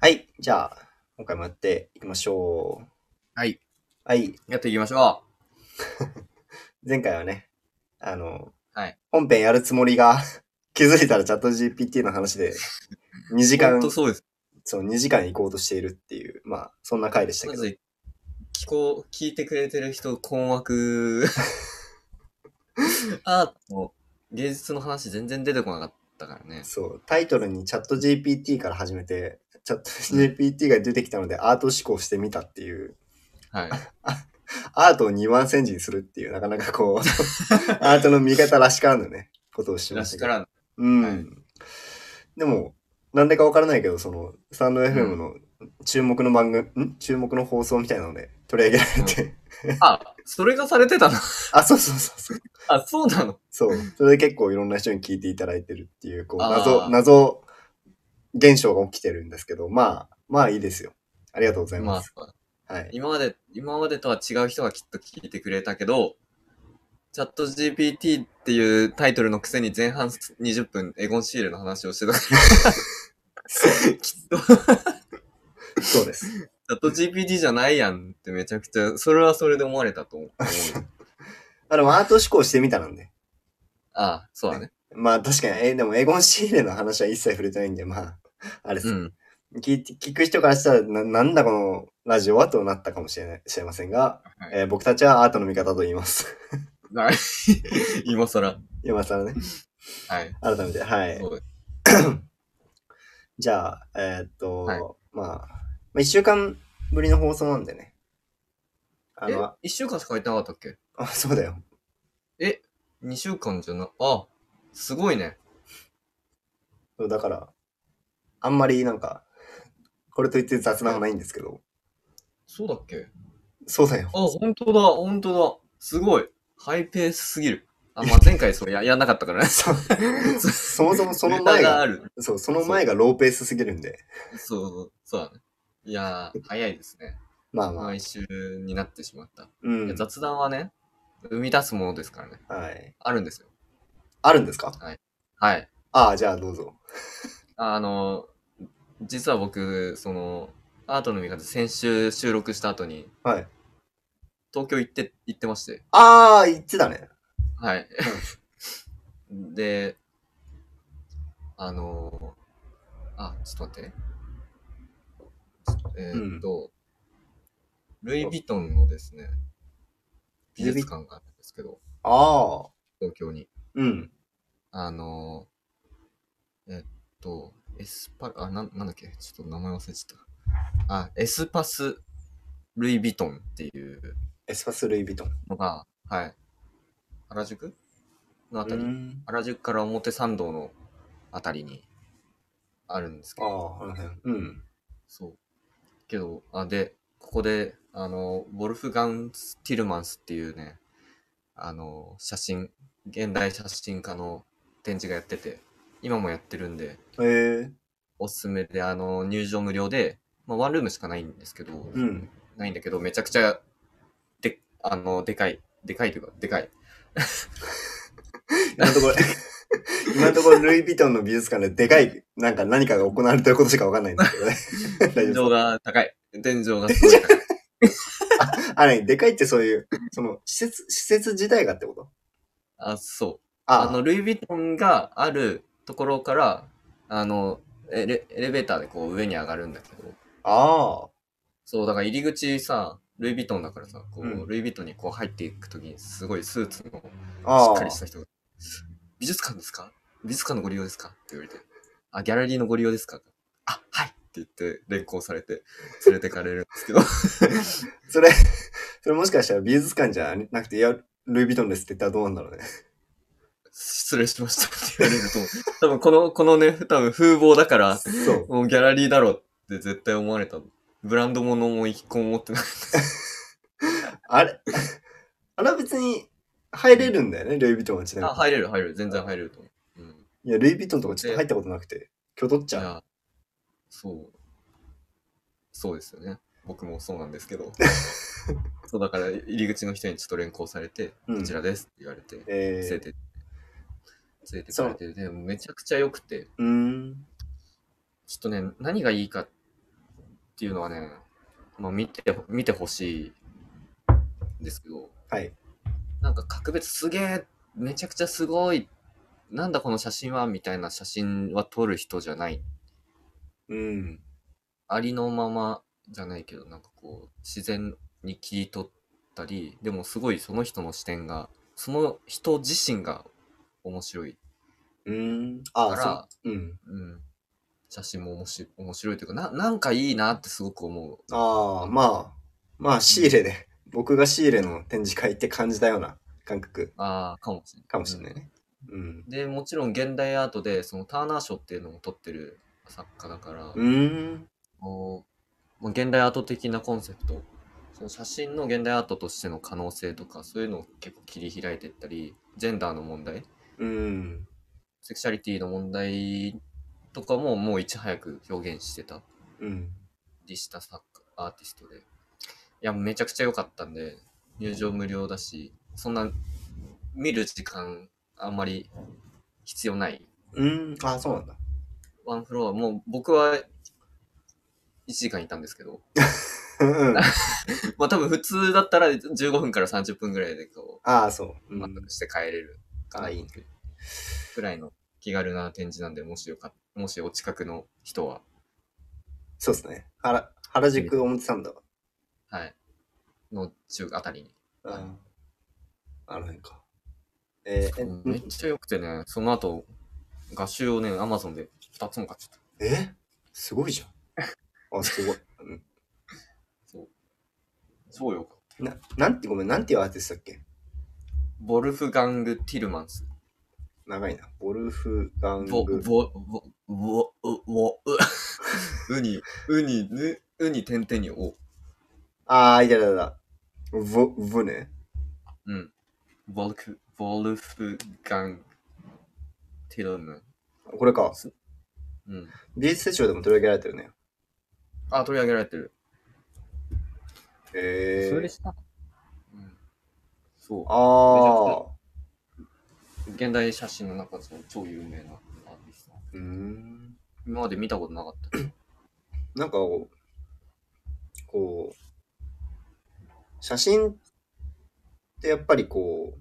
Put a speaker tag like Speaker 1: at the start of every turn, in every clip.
Speaker 1: はい。じゃあ、今回もやっていきましょう。
Speaker 2: はい。
Speaker 1: はい。
Speaker 2: やっていきましょ
Speaker 1: 前回はね、あの、
Speaker 2: はい
Speaker 1: 本編やるつもりが 気づいたらチャット GPT の話 で、2
Speaker 2: う。
Speaker 1: 時間
Speaker 2: 本当、そうです。
Speaker 1: そう、2時間行こうとしているっていう、まあ、そんな回でした
Speaker 2: ま
Speaker 1: けど。
Speaker 2: ず、聞こう、聞いてくれてる人、困惑。アート、芸術の話全然出てこなかったからね。
Speaker 1: そう、タイトルにチャット GPT から始めて、チャット GPT が出てきたのでアート思考してみたっていう、
Speaker 2: はい。
Speaker 1: アートを二番煎じにするっていう、なかなかこう、 アートの見方らしからぬね、ことをしま
Speaker 2: ら
Speaker 1: し
Speaker 2: した
Speaker 1: け
Speaker 2: か
Speaker 1: ど。
Speaker 2: ら、
Speaker 1: うん。
Speaker 2: はい
Speaker 1: でも、なんでかわからないけど、その、スタンド FM の注目の番組、ん注目の放送みたいなので取り上げら れて、
Speaker 2: あ、それがされてたの
Speaker 1: あ、そうそうそうそう。
Speaker 2: あ、そうなの
Speaker 1: そう。それで結構いろんな人に聞いていただいてるっていう、こう、
Speaker 2: あー
Speaker 1: 謎、謎現象が起きてるんですけど、まあ、まあいいですよ。ありがとうござい
Speaker 2: ま
Speaker 1: ま
Speaker 2: あ
Speaker 1: す。、はい。
Speaker 2: 今まで、今までとは違う人がきっと聞いてくれたけど、チャット GPT っていうタイトルのくせに前半20分エゴンシールの話をしてたから きっと
Speaker 1: そうです。
Speaker 2: チャット GPT じゃないやんってめちゃくちゃ、それはそれで思われたと 思う。
Speaker 1: あでもアート思考してみたなんで。
Speaker 2: ああ、そうだね。
Speaker 1: まあ確かに、え、でもエゴン・シーレの話は一切触れてないんで、まあ、あれです
Speaker 2: う。ん。
Speaker 1: 聞いて聞く人からしたらな、なんだこのラジオはとなったかもしれない知れませんが、
Speaker 2: はい
Speaker 1: えー僕たちはアートの味方と言います。
Speaker 2: はい今更。
Speaker 1: 今更ね、
Speaker 2: はい。
Speaker 1: 改めて。はい。
Speaker 2: そう
Speaker 1: じゃあ、えーっと、
Speaker 2: はい
Speaker 1: まあ、まあ、一週間ぶりの放送なんでね。あ
Speaker 2: え
Speaker 1: の、、
Speaker 2: 一週間しかいてなかったっけ
Speaker 1: あ、そうだよ。
Speaker 2: 二週間じゃな、あ、すごいね。
Speaker 1: そうだから、あんまりなんか、これといって雑談はないんですけど、
Speaker 2: そうだっけ
Speaker 1: そうだよ。
Speaker 2: あ、本当だ、本当だ。すごい。ハイペースすぎる。あ、まあ、前回 そうや、やんなかったからね。
Speaker 1: そうそもそもその
Speaker 2: ネタ
Speaker 1: 前
Speaker 2: が
Speaker 1: が
Speaker 2: あ、る。
Speaker 1: そう、その前がローペースすぎるんで、
Speaker 2: そうそう、そうだね。いやー、早いですね。
Speaker 1: まあまあ、
Speaker 2: 毎週になってしまった。
Speaker 1: う
Speaker 2: いや
Speaker 1: ん。
Speaker 2: 雑談はね、生み出すものですからね。
Speaker 1: はい。
Speaker 2: あるんですよ。
Speaker 1: あるんですか
Speaker 2: はい。
Speaker 1: ああ、じゃあどうぞ。
Speaker 2: あの、実は僕、その、アートの見方、先週収録した後に、
Speaker 1: はい。
Speaker 2: 東京行って、行ってまして。
Speaker 1: ああ、言ってたね。
Speaker 2: はい。 で、あの、あ、ちょっと待ってね。えーっと、ルイ・ヴィトンのですね、美術館があるんですけど、
Speaker 1: ああ、
Speaker 2: 東京に。
Speaker 1: うん。
Speaker 2: あの、えっと、エスパ、あ、なんなんだっけちょっと名前忘れちゃった。あ、エスパス・ルイ・ヴィトンっていう
Speaker 1: エスパス・ルイ・ヴィトン。
Speaker 2: のが、はい。原宿のあた
Speaker 1: う
Speaker 2: り。
Speaker 1: ん
Speaker 2: 原宿から表参道のあたりにあるんですけ
Speaker 1: ああ、
Speaker 2: ど、
Speaker 1: この辺。うん。
Speaker 2: そう。けど、あ、で、ここで、あの、ウォルフガン・ティルマンスっていうね、あの、写真、現代写真家の展示がやってて、今もやってるんで、
Speaker 1: へえ
Speaker 2: おすすめで、あの、入場無料で、まあ、ワンルームしかないんですけど、
Speaker 1: うん。
Speaker 2: ないんだけど、めちゃくちゃ、で、あの、でかい、でかいというか、でかい。
Speaker 1: 今の ところ、今のところルイ・ヴィトンの美術館ででかい、なんか何かが行われてることしかわかんないんです けどね。大
Speaker 2: 天井
Speaker 1: 丈夫で
Speaker 2: が高い。天井がすごい 高い。
Speaker 1: す。あれ、でかいってそういう、その、施設、施設自体がってこと
Speaker 2: あ、そう。
Speaker 1: あ
Speaker 2: あの、ルイ・ヴィトンがあるところから、あの、エレエレベーターでこう上に上がるんだけど、
Speaker 1: ああ、
Speaker 2: そう、だから入り口さ、ルイ・ヴィトンだからさ、こう、
Speaker 1: うん
Speaker 2: ルイ・ヴィトンにこう入っていくときに、すごいスーツのし
Speaker 1: あ
Speaker 2: っ
Speaker 1: あ
Speaker 2: かりした人が、美術館ですか美術館のご利用ですかって言われて、あ、ギャラリーのご利用ですかあ、はいって言って連行されて、連れてかれるんですけど、
Speaker 1: それ、 それもしかしたら美術館じゃなくて、いや、ルイ・ヴィトンですって言ったらどうなんだろうね。
Speaker 2: 失礼しましたって言われると思う、多分この、このね、多分風貌だから、
Speaker 1: そう。
Speaker 2: もうギャラリーだろって絶対思われた。ブランド物も一個も持ってない。
Speaker 1: あれ、あれは別に入れるんだよね、ルイ・ヴィトンはちなみ
Speaker 2: あ、
Speaker 1: に。
Speaker 2: 入れる入れる。全然入れると思う。うん。
Speaker 1: いや、ルイ・ヴィトンとかちょっと入ったことなくて、今日取っち
Speaker 2: じ
Speaker 1: ゃう。
Speaker 2: ゃあ、そう。そうですよね。僕もそうなんです けど。そうだから、入り口の人にちょっと連行されて、
Speaker 1: うん
Speaker 2: こちらですって言われて、
Speaker 1: え
Speaker 2: 連れ
Speaker 1: ー、
Speaker 2: て、連れてかれて、でもめちゃくちゃ良くて、
Speaker 1: うーん。
Speaker 2: ちょっとね、何がいいかっっていうのはね、まあ、見て、見てほしいですけど、
Speaker 1: はい。
Speaker 2: なんか格別すげえ、めちゃくちゃすごい、なんだこの写真はみたいな写真は撮る人じゃない。
Speaker 1: うん。
Speaker 2: ありのままじゃないけど、なんかこう、自然に切り取ったり、でもすごいその人の視点が、その人自身が面白い。
Speaker 1: うん。あ
Speaker 2: だ
Speaker 1: あ、
Speaker 2: から
Speaker 1: そう。うん。
Speaker 2: うん。写真も面白い面白いというかな、なんかいいなってすごく思う。
Speaker 1: ああ、まあ、まあ、シーレで、僕がシーレの展示会って感じたような感覚
Speaker 2: ああ、かもしれない。
Speaker 1: かもしれないね。うん。
Speaker 2: でもちろん現代アートでそのターナー賞っていうのも取ってる作家だから、
Speaker 1: うーん。
Speaker 2: こうもう現代アート的なコンセプトその写真の現代アートとしての可能性とかそういうのを結構切り開いていったりジェンダーの問題
Speaker 1: うん。
Speaker 2: セクシャリティの問題とかももういち早く表現してた
Speaker 1: うん。
Speaker 2: りした作家アーティストでいやめちゃくちゃ良かったんで入場無料だしそんな見る時間あんまり必要ない
Speaker 1: うん。ああ、そうなんだ。
Speaker 2: ワンフロア、もう僕は1時間いたんですけど、
Speaker 1: うん。あ
Speaker 2: まあ多分普通だったら15分から30分ぐらいでこ
Speaker 1: あ、そう。
Speaker 2: う、
Speaker 1: うん
Speaker 2: 満足して帰れるかな
Speaker 1: あいい
Speaker 2: っていうくらいの気軽な展示なんで、もしよかもしお近くの人は、
Speaker 1: そうですね。原原宿表参道。
Speaker 2: はい、の中あたりに。
Speaker 1: う
Speaker 2: うん
Speaker 1: ん。あの辺か。えー
Speaker 2: めっちゃ良くてね、その後、画集をね、アマゾンで2つも買っちゃった。
Speaker 1: え、えすごいじゃん。あ、すごい。うん
Speaker 2: そうよ。
Speaker 1: な、なんて、ごめん、なんていうアーティストだっけ
Speaker 2: ボルフガング・ティルマンス。
Speaker 1: 長いな。ボルフガン
Speaker 2: ぼ、
Speaker 1: グ。
Speaker 2: ぼ、ぼ、ぼ、う、ぼ、う、 うに、うに、ぬ、うに、てんてんに、お。
Speaker 1: ああ、いやだだ。ボ、ボね。
Speaker 2: うん。ボルク、ボルフガン、ティルム。
Speaker 1: これか。
Speaker 2: うん。
Speaker 1: 美術手帳でも取り上げられてるね。
Speaker 2: あ、取り上げられてる。
Speaker 1: へえ。
Speaker 2: したうん。そう。
Speaker 1: ああ。
Speaker 2: 現代写真の中でその超有名なアーティスト。
Speaker 1: うーん。
Speaker 2: 今まで見たことなかった。
Speaker 1: なんかこう、こう、写真ってやっぱりこ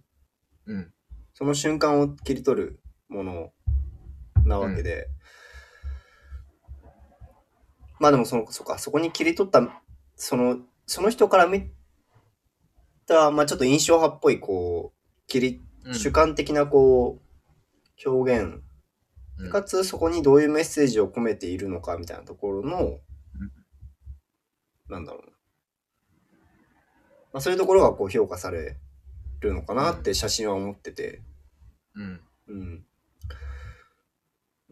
Speaker 1: う、
Speaker 2: うん。
Speaker 1: その瞬間を切り取るものなわけで、まあでもその、そっか、そこに切り取った、その、その人から見た、まあちょっと印象派っぽい、こう、切り、
Speaker 2: うん
Speaker 1: 主観的なこう、表現
Speaker 2: うん
Speaker 1: かつそこにどういうメッセージを込めているのかみたいなところの、なんだろうな、まあ、そういうところがこう評価されるのかなって写真は思ってて、
Speaker 2: うん。
Speaker 1: うん、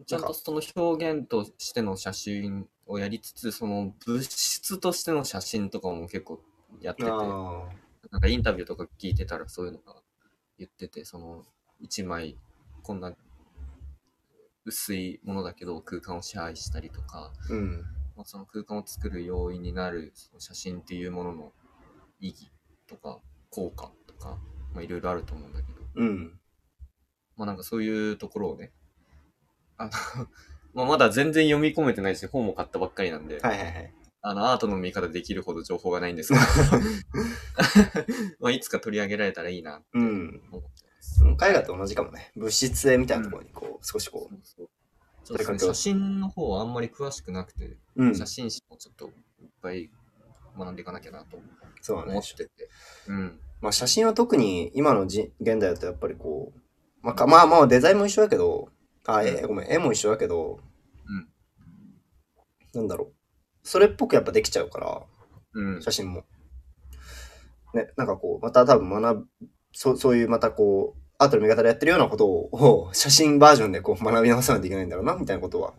Speaker 2: ちゃんとその表現としての写真をやりつつ、その物質としての写真とかも結構やってて。
Speaker 1: あ
Speaker 2: なんかインタビューとか聞いてたらそういうのが言ってて、その一枚こんな薄いものだけど空間を支配したりとか、
Speaker 1: あ、うん、
Speaker 2: まあ、その空間を作る要因になるその写真っていうものの意義とか効果とか、まあ、いろいろあると思うんだけど、
Speaker 1: うん、
Speaker 2: まあなんかそういうところをね、あの、 まあまだ全然読み込めてないし、本も買ったばっかりなんで、
Speaker 1: はいはいはい。
Speaker 2: あの、アートの見方できるほど情報がないんですが、 まあいつか取り上げられたらいいなって
Speaker 1: うん、
Speaker 2: 思ってます。
Speaker 1: 絵画と同じかもね、物質絵みたいなところにこう、少しこ
Speaker 2: そうそうち
Speaker 1: そ
Speaker 2: ょっ
Speaker 1: れか
Speaker 2: と
Speaker 1: ら
Speaker 2: ね写真の方はあんまり詳しくなくて、
Speaker 1: う、うん、
Speaker 2: 写真史もちょっといっぱい学んでいかなきゃなと
Speaker 1: そうだ
Speaker 2: 思
Speaker 1: ね
Speaker 2: っ。てて。うん。
Speaker 1: まあ写真は特に今のじ現代だとやっぱりこう、まあか、まあまあデザインも一緒だけど、あ、え、ごめん、絵も一緒だけど、
Speaker 2: うん
Speaker 1: なんだろう。それっぽくやっぱできちゃうから、
Speaker 2: うん。
Speaker 1: 写真も。ね、なんかこう、また多分学ぶ、そうそういうまたこう、アートの見方でやってるようなことを、を写真バージョンでこう学び直さないといけないんだろうな、みたいなことは。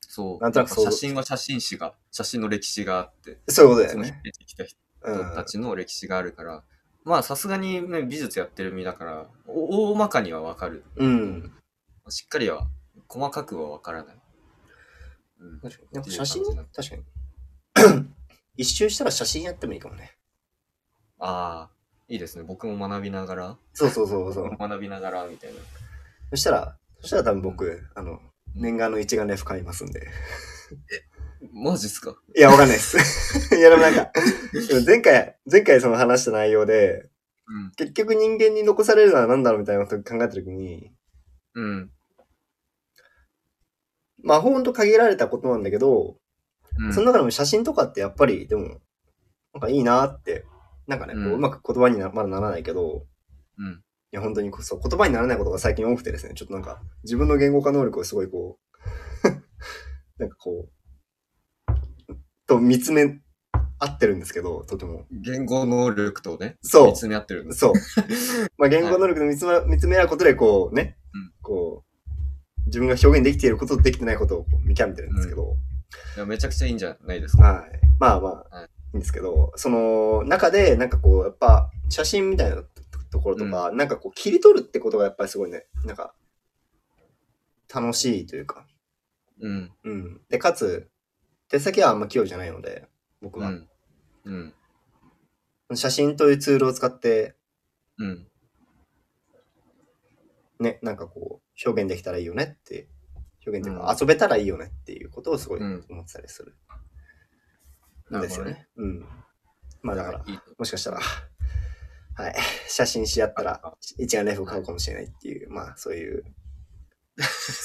Speaker 2: そう。
Speaker 1: なんとなくそう
Speaker 2: 写真は写真史が、写真の歴史があって、
Speaker 1: そういうことだ
Speaker 2: そ
Speaker 1: よ
Speaker 2: の引
Speaker 1: ね。
Speaker 2: いてきた人
Speaker 1: うん。
Speaker 2: たちの歴史があるから、まあさすがに、ね、美術やってる身だから、お大まかにはわかる。
Speaker 1: うん。
Speaker 2: しっかりは、細かくはわからない。うん。
Speaker 1: 確かに。でも写真
Speaker 2: っていう感
Speaker 1: 確かに。 一周したら写真やってもいいかもね。
Speaker 2: ああ、いいですね。僕も学びながら、
Speaker 1: そうそうそうそう。
Speaker 2: 学びながらみたいな。
Speaker 1: そしたら、そしたら多分僕、あの、念願の一眼レフ買いますんで。
Speaker 2: マジっすか
Speaker 1: いや、わかんないです。い や、でもなんか、でも前回、前回その話した内容で、
Speaker 2: うん。
Speaker 1: 結局人間に残されるのは何だろうみたいなことを考えたときに、
Speaker 2: うん。
Speaker 1: まあ、ほんと限られたことなんだけど、
Speaker 2: うん。
Speaker 1: その中でも写真とかってやっぱり、でも、なんかいいなって、なんかね、こう
Speaker 2: うん
Speaker 1: うまく言葉になまだならないけど、
Speaker 2: うん。
Speaker 1: いや、本当にこうそう、言葉にならないことが最近多くてですね、ちょっとなんか、自分の言語化能力をすごいこう、 なんかこう、と見つめ合ってるんですけど、とても。
Speaker 2: 言語能力とね、
Speaker 1: そう
Speaker 2: 見つめ合ってるんです。
Speaker 1: そう。 まあ、言語能力の見つめ、見つめ合うことで、こうね、
Speaker 2: うん
Speaker 1: こう、自分が表現できていることとできてないことをこう見極めてるんですけど、
Speaker 2: いやめちゃくちゃいいんじゃないですか。
Speaker 1: はい。まあまあ、
Speaker 2: はい
Speaker 1: いいんですけど、その中で、なんかこう、やっぱ、写真みたいなとところとか、なんかこう、切り取るってことがやっぱりすごいね、なんか、楽しいというか、
Speaker 2: うん。
Speaker 1: うん。で、かつ、手先はあんま器用じゃないので、僕
Speaker 2: う
Speaker 1: は。
Speaker 2: ん。うん。
Speaker 1: 写真というツールを使って、
Speaker 2: うん。
Speaker 1: ね、なんかこう、表現できたらいいよねって、表現というか、
Speaker 2: うん
Speaker 1: 遊べたらいいよねっていうことをすごい
Speaker 2: うん
Speaker 1: 思ってたりする。
Speaker 2: な
Speaker 1: で
Speaker 2: るほ
Speaker 1: す
Speaker 2: ど
Speaker 1: よ
Speaker 2: ね。
Speaker 1: ね。うん。まあだから、
Speaker 2: いいと
Speaker 1: もしかしたら、はい、写真し合ったら、一眼レフを買うかもしれないっていう、まあ、そう いう、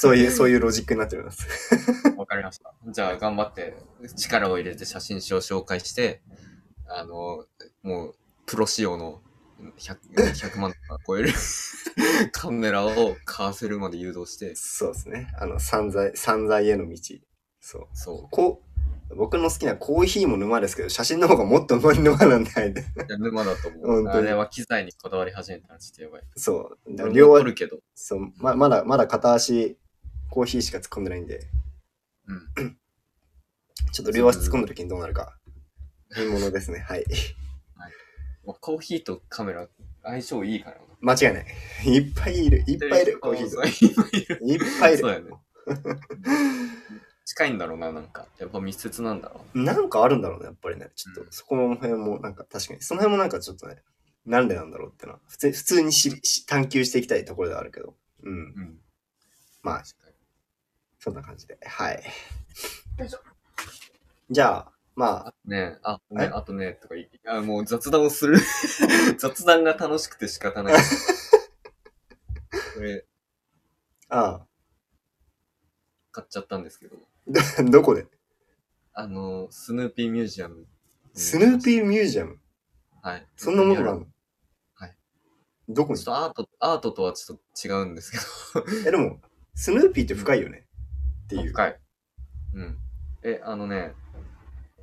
Speaker 1: そういう、そういうロジックになっております。
Speaker 2: わかりました。じゃあ、頑張って、力を入れて写真集を紹介して、あの、もう、プロ仕様の 100, 100万とか超える カメラを買わせるまで誘導して、
Speaker 1: そうですね。あの、散財、散財への道。そう。
Speaker 2: そ
Speaker 1: こう、僕の好きなコーヒーも沼ですけど、写真の方がもっと沼なんで、
Speaker 2: う、いや沼だと思
Speaker 1: 本当
Speaker 2: う。
Speaker 1: に
Speaker 2: あれは機材にこだわり始めたらちょっとやばい。
Speaker 1: そう。だから
Speaker 2: 俺も
Speaker 1: 両
Speaker 2: 撮る
Speaker 1: 足、
Speaker 2: けど、
Speaker 1: そう、ままだ、まだ片足、コーヒーしか突っ込んでないんで、
Speaker 2: うん。
Speaker 1: ちょっと両足突っ込んだ時にどうなるか、いいものですね。はい。
Speaker 2: まあコーヒーとカメラ、相性いいからな。
Speaker 1: 間違いない。いっぱいいる、いっぱいいる、コーヒーと。
Speaker 2: ーいっぱいいる。
Speaker 1: いっぱいいる
Speaker 2: そう。やね。近いんだろうな、なんか。やっぱ密接なんだろ
Speaker 1: なんかあるんだろうね、やっぱりね。ちょっ
Speaker 2: うん
Speaker 1: と、そこの辺も、なんか確かに、その辺もなんかちょっとね、なんでなんだろうってのは、普通普通にしし探求していきたいところではあるけど、うん。
Speaker 2: う。うん。
Speaker 1: まあ、
Speaker 2: 確かに
Speaker 1: そんな感じで。はい
Speaker 2: よいしょ。
Speaker 1: じゃあ、まあ
Speaker 2: あ、ねえ、あ、
Speaker 1: え
Speaker 2: ね、あとね、とか言いあ、もう雑談をする。 雑談が楽しくて仕方 ない。これ、
Speaker 1: あ
Speaker 2: 買っちゃったんですけど、
Speaker 1: あ どこで
Speaker 2: あの、スヌーピーミュージアム。
Speaker 1: スヌーピーミュージアム
Speaker 2: はい。
Speaker 1: そんなものがある
Speaker 2: ち
Speaker 1: の
Speaker 2: はい。
Speaker 1: どこ
Speaker 2: ょ
Speaker 1: に
Speaker 2: っとアート、アートとはちょっと違うんですけど。
Speaker 1: え、でも、スヌーピーって深いよね。っていう。
Speaker 2: 深い。うん。え、あのね、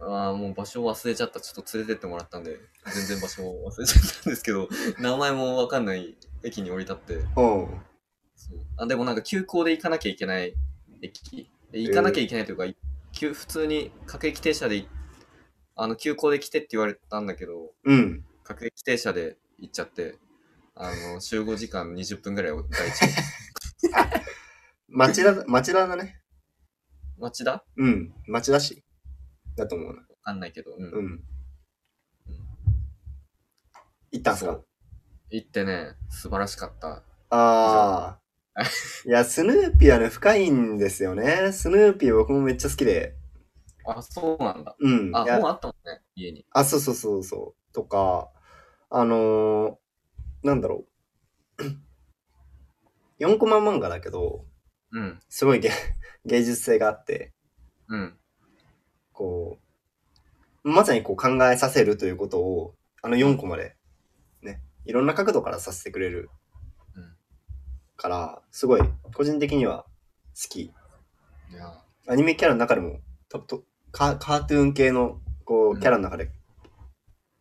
Speaker 2: あーもう場所忘れちゃった。ちょっと連れてってもらったんで、全然場所を忘れちゃったんですけど、名前もわかんない駅に降り立って、
Speaker 1: うん。
Speaker 2: そうあでもなんか急行で行かなきゃいけない駅で行かなきゃいけないというか、急普通に各駅停車でいあの急行で来てって言われたんだけど
Speaker 1: うん。
Speaker 2: 各駅停車で行っちゃってあの集合時間20分ぐらいを第 一
Speaker 1: 町田、町田だね。
Speaker 2: 町田わ
Speaker 1: うん。町田市。だと思うな。
Speaker 2: かんないけど、うん
Speaker 1: うん。行ったんす
Speaker 2: そ
Speaker 1: か
Speaker 2: う行ってね素晴らしかった
Speaker 1: ああ。いや、スヌーピーはね、深いんですよね。スヌーピー僕もめっちゃ好きで。
Speaker 2: あそうなんだ
Speaker 1: うん。
Speaker 2: あ
Speaker 1: いや
Speaker 2: 本あったもんね家に
Speaker 1: あ、そうそうそうそう。とか、あのー、なんだろ う。4コマ漫画だけど、
Speaker 2: うん
Speaker 1: すごい芸 芸術性があって、
Speaker 2: うん
Speaker 1: こう、まさにこう考えさせるということを、あの4コマで、ね、いろんな角度からさせてくれる
Speaker 2: うん
Speaker 1: から、すごい、個人的には好き。
Speaker 2: いや
Speaker 1: アニメキャラの中でも、ととカカートゥーン系のこ
Speaker 2: う
Speaker 1: うんキャラの中で、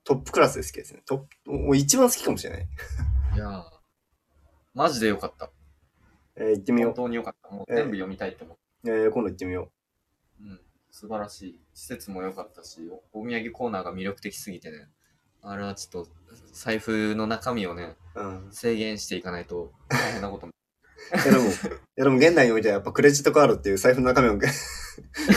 Speaker 1: トップクラスで好きですね。トップ、もう一番好きかもしれない。
Speaker 2: いやマジでよかった
Speaker 1: えー行ってみよ
Speaker 2: 本
Speaker 1: う。
Speaker 2: 当によかったもう全部読みたいって思った
Speaker 1: えー今度行ってみよ
Speaker 2: うん、素晴らしい。施設も良かったし、おお土産コーナーが魅力的すぎてね、あれはちょっと財布の中身をね、
Speaker 1: う。うん。
Speaker 2: 制限していかないと大変なことも。
Speaker 1: いやでも、いやでも現代においてはやっぱクレジットカードっていう財布の中身を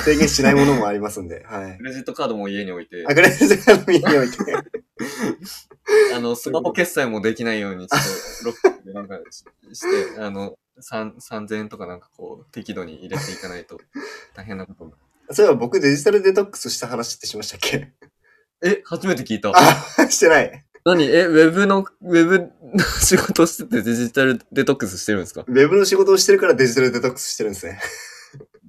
Speaker 1: 制限しないものもありますんで、はい
Speaker 2: ク。レジットカードも家に置いて
Speaker 1: あ、、クレジットカード見において。
Speaker 2: あの、スマホ決済もできないように、ちょっとロックでなんかしして、あの、さん3000円とかなんかこう、適度に入れていかないと大変なことに
Speaker 1: そういえば僕デジタルデトックスした話ってしましたっけ
Speaker 2: え、初めて聞いた。
Speaker 1: あ、してない。
Speaker 2: 何え、ウェブの、ウェブの 仕事しててデジタルデトックスしてるんですか
Speaker 1: ウェブの仕事をしてるからデジタルデトックスしてるんですね。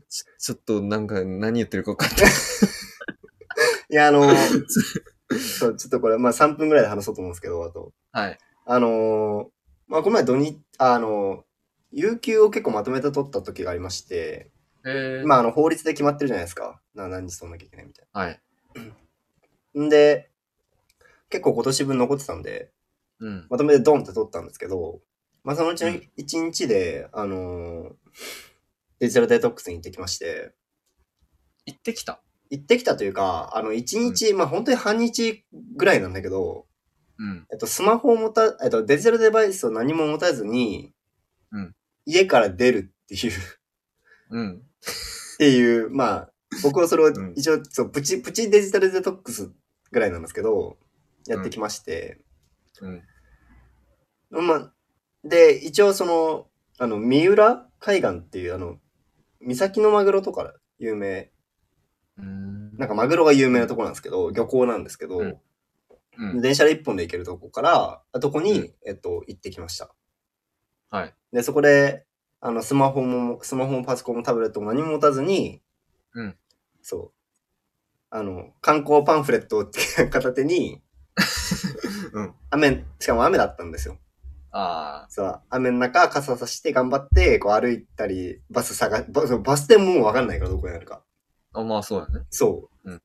Speaker 2: ちちょっとなんか何言ってるか分かんない。
Speaker 1: いや、あの、そう、ちょっとこれ、まあ3分ぐらいで話そうと思うんですけど、あと。
Speaker 2: はい。
Speaker 1: あのーまあこの前土日、あのー有給を結構まとめて取った時がありまして、
Speaker 2: えー、
Speaker 1: まああの法律で決まってるじゃないですか。な何日取んなきゃいけないみたい
Speaker 2: はい。
Speaker 1: な。んで、結構今年分残ってたんで、
Speaker 2: うん。
Speaker 1: まとめてドンって取ったんですけど、まあそのうちの
Speaker 2: うん
Speaker 1: 1日で、あのーデジタルデトックスに行ってきまして、
Speaker 2: 行ってきた。
Speaker 1: 行ってきたというか、あの1日、まあ本当に半日ぐらいなんだけど、
Speaker 2: うん。
Speaker 1: えっと、スマホを持た、えっと、デジタルデバイスを何も持たずに、
Speaker 2: うん
Speaker 1: 家から出るっていう、っ
Speaker 2: うん。
Speaker 1: ていう、まあ、僕はそれを
Speaker 2: ん
Speaker 1: 一応、そう、プチ、プチデジタルデトックスぐらいなんですけど、やってきまして、
Speaker 2: うん。
Speaker 1: まあ、で、一応その、あの、三浦海岸っていう、あの、岬のマグロとか有名、
Speaker 2: うーん。
Speaker 1: なんかマグロが有名なところなんですけど、漁港なんですけど、
Speaker 2: うんうん。
Speaker 1: 電車で一本で行けるとこから、あとこに、
Speaker 2: うん
Speaker 1: えっと、行ってきました。
Speaker 2: はい。
Speaker 1: で、そこで、あの、スマホも、スマホもパソコンもタブレットも何も持たずに、
Speaker 2: うん。
Speaker 1: そう。あの、観光パンフレットっていう片手に、
Speaker 2: うん。
Speaker 1: 雨、しかも雨だったんですよ。
Speaker 2: あ
Speaker 1: そう、雨の中、傘さして頑張って、こう歩いたり、バス探、バそうバス停ももうわかんないから、どこにあるか。
Speaker 2: ーあ、まあそうだね。
Speaker 1: そう。
Speaker 2: うん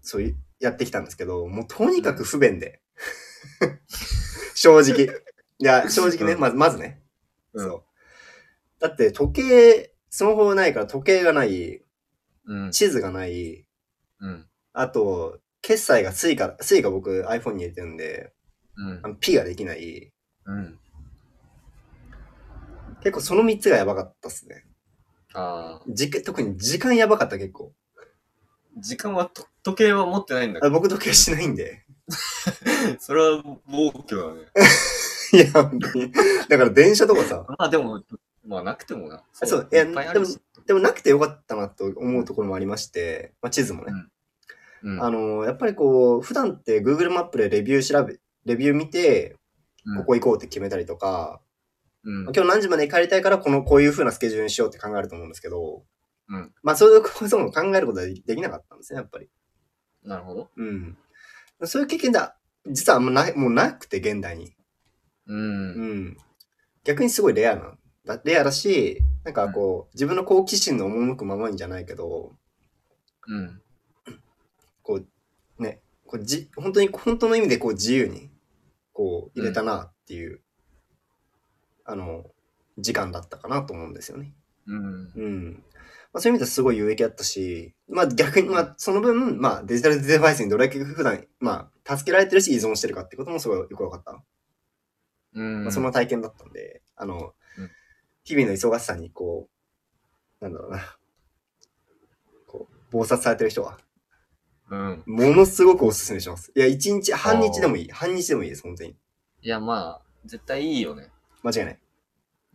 Speaker 1: そうい、やってきたんですけど、もうとにかく不便で。 正直。いや、正直ね、
Speaker 2: うん
Speaker 1: まず、まずね。
Speaker 2: うん
Speaker 1: そう。だって時計、スマホないから時計がない、
Speaker 2: うん。
Speaker 1: 地図がない、
Speaker 2: うん。
Speaker 1: あと、決済が Suica、Suica 僕 iPhone に入れてるんで、
Speaker 2: うん
Speaker 1: あ。の P ができない。
Speaker 2: うん。
Speaker 1: 結構その3つがやばかったっすね。
Speaker 2: ああ。
Speaker 1: 時間特に時間やばかった結構。
Speaker 2: 時間はと、時計は持ってないんだけ
Speaker 1: あ
Speaker 2: ど。
Speaker 1: 僕時計しないんで。
Speaker 2: それは暴挙だね。
Speaker 1: いや、本当に。だから電車とかさ、
Speaker 2: まあでも、まあなくてもな。
Speaker 1: そういや
Speaker 2: っぱいあるし。
Speaker 1: でもなくてよかったなと思うところもありまして、まあ、地図もね。
Speaker 2: うん。
Speaker 1: あの、やっぱりこう、普段って Google マップでレビュー調べ、レビュー見て、
Speaker 2: うん
Speaker 1: ここ行こうって決めたりとか、
Speaker 2: うん。
Speaker 1: 今日何時までに帰りたいから、この、こういう風なスケジュールにしようって考えると思うんですけど、
Speaker 2: うん
Speaker 1: まあ、そういう ことも考えることはできなかったんですね、やっぱり。
Speaker 2: なるほど。
Speaker 1: うん。そういう経験だ、実はあんまない、もうなくて、現代に。
Speaker 2: う。
Speaker 1: うんん。逆にすごいレアな、だレアだし、なんかこう、自分の好奇心の赴くままにじゃないけど、
Speaker 2: うん。
Speaker 1: こう、ね、こうじ、本当に、本当の意味でこう自由に、こう、入れたなっていう、あの、時間だったかなと思うんですよね。
Speaker 2: うん。
Speaker 1: うん。まあ、そういう意味ではすごい有益だったし、まあ逆に、まあその分、まあデジタルデバイスにどれだけ普段、まあ助けられてるし依存してるかってこともすごいよく分かった。
Speaker 2: うん。
Speaker 1: まあそんな体験だったんで、あの、
Speaker 2: うん
Speaker 1: 日々の忙しさにこう、なんだろうな、こう、暴殺されてる人は、
Speaker 2: うん。
Speaker 1: ものすごくおすすめします。いや、一日、半日でもいい。半日でもいいです、本当に。
Speaker 2: いや、まあ、絶対いいよね。
Speaker 1: 間違いない。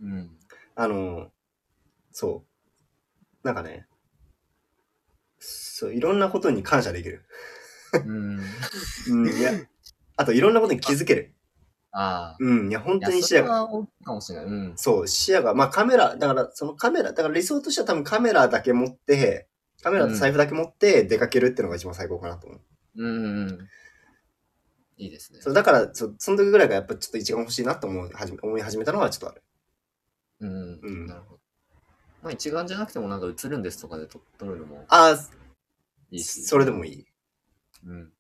Speaker 2: うん。
Speaker 1: あの、そう。なんかね、そう、いろんなことに感謝できる。
Speaker 2: うん。
Speaker 1: うん、 いや、あといろんなことに気づける。
Speaker 2: ああ。
Speaker 1: うん、いや、 本当に視野
Speaker 2: いやそれ
Speaker 1: が。
Speaker 2: は大きいかもしれない。うん。
Speaker 1: そう、視野が、まあカメラ、だからそのカメラ、だから理想としては多分カメラだけ持って、カメラと財布だけ持って出かけるってのが一番最高かなと思う。
Speaker 2: うんうんうん。いいですね。
Speaker 1: そうだからそ、その時ぐらいがやっぱちょっと一番欲しいなと思うはじめ思い始めたのはちょっとある。
Speaker 2: うん。
Speaker 1: うん
Speaker 2: なるほど。まあ、一眼じゃなくてもなんか映るんですとかで撮撮るのも
Speaker 1: ああ、
Speaker 2: いいし。
Speaker 1: それでもいい。
Speaker 2: うん。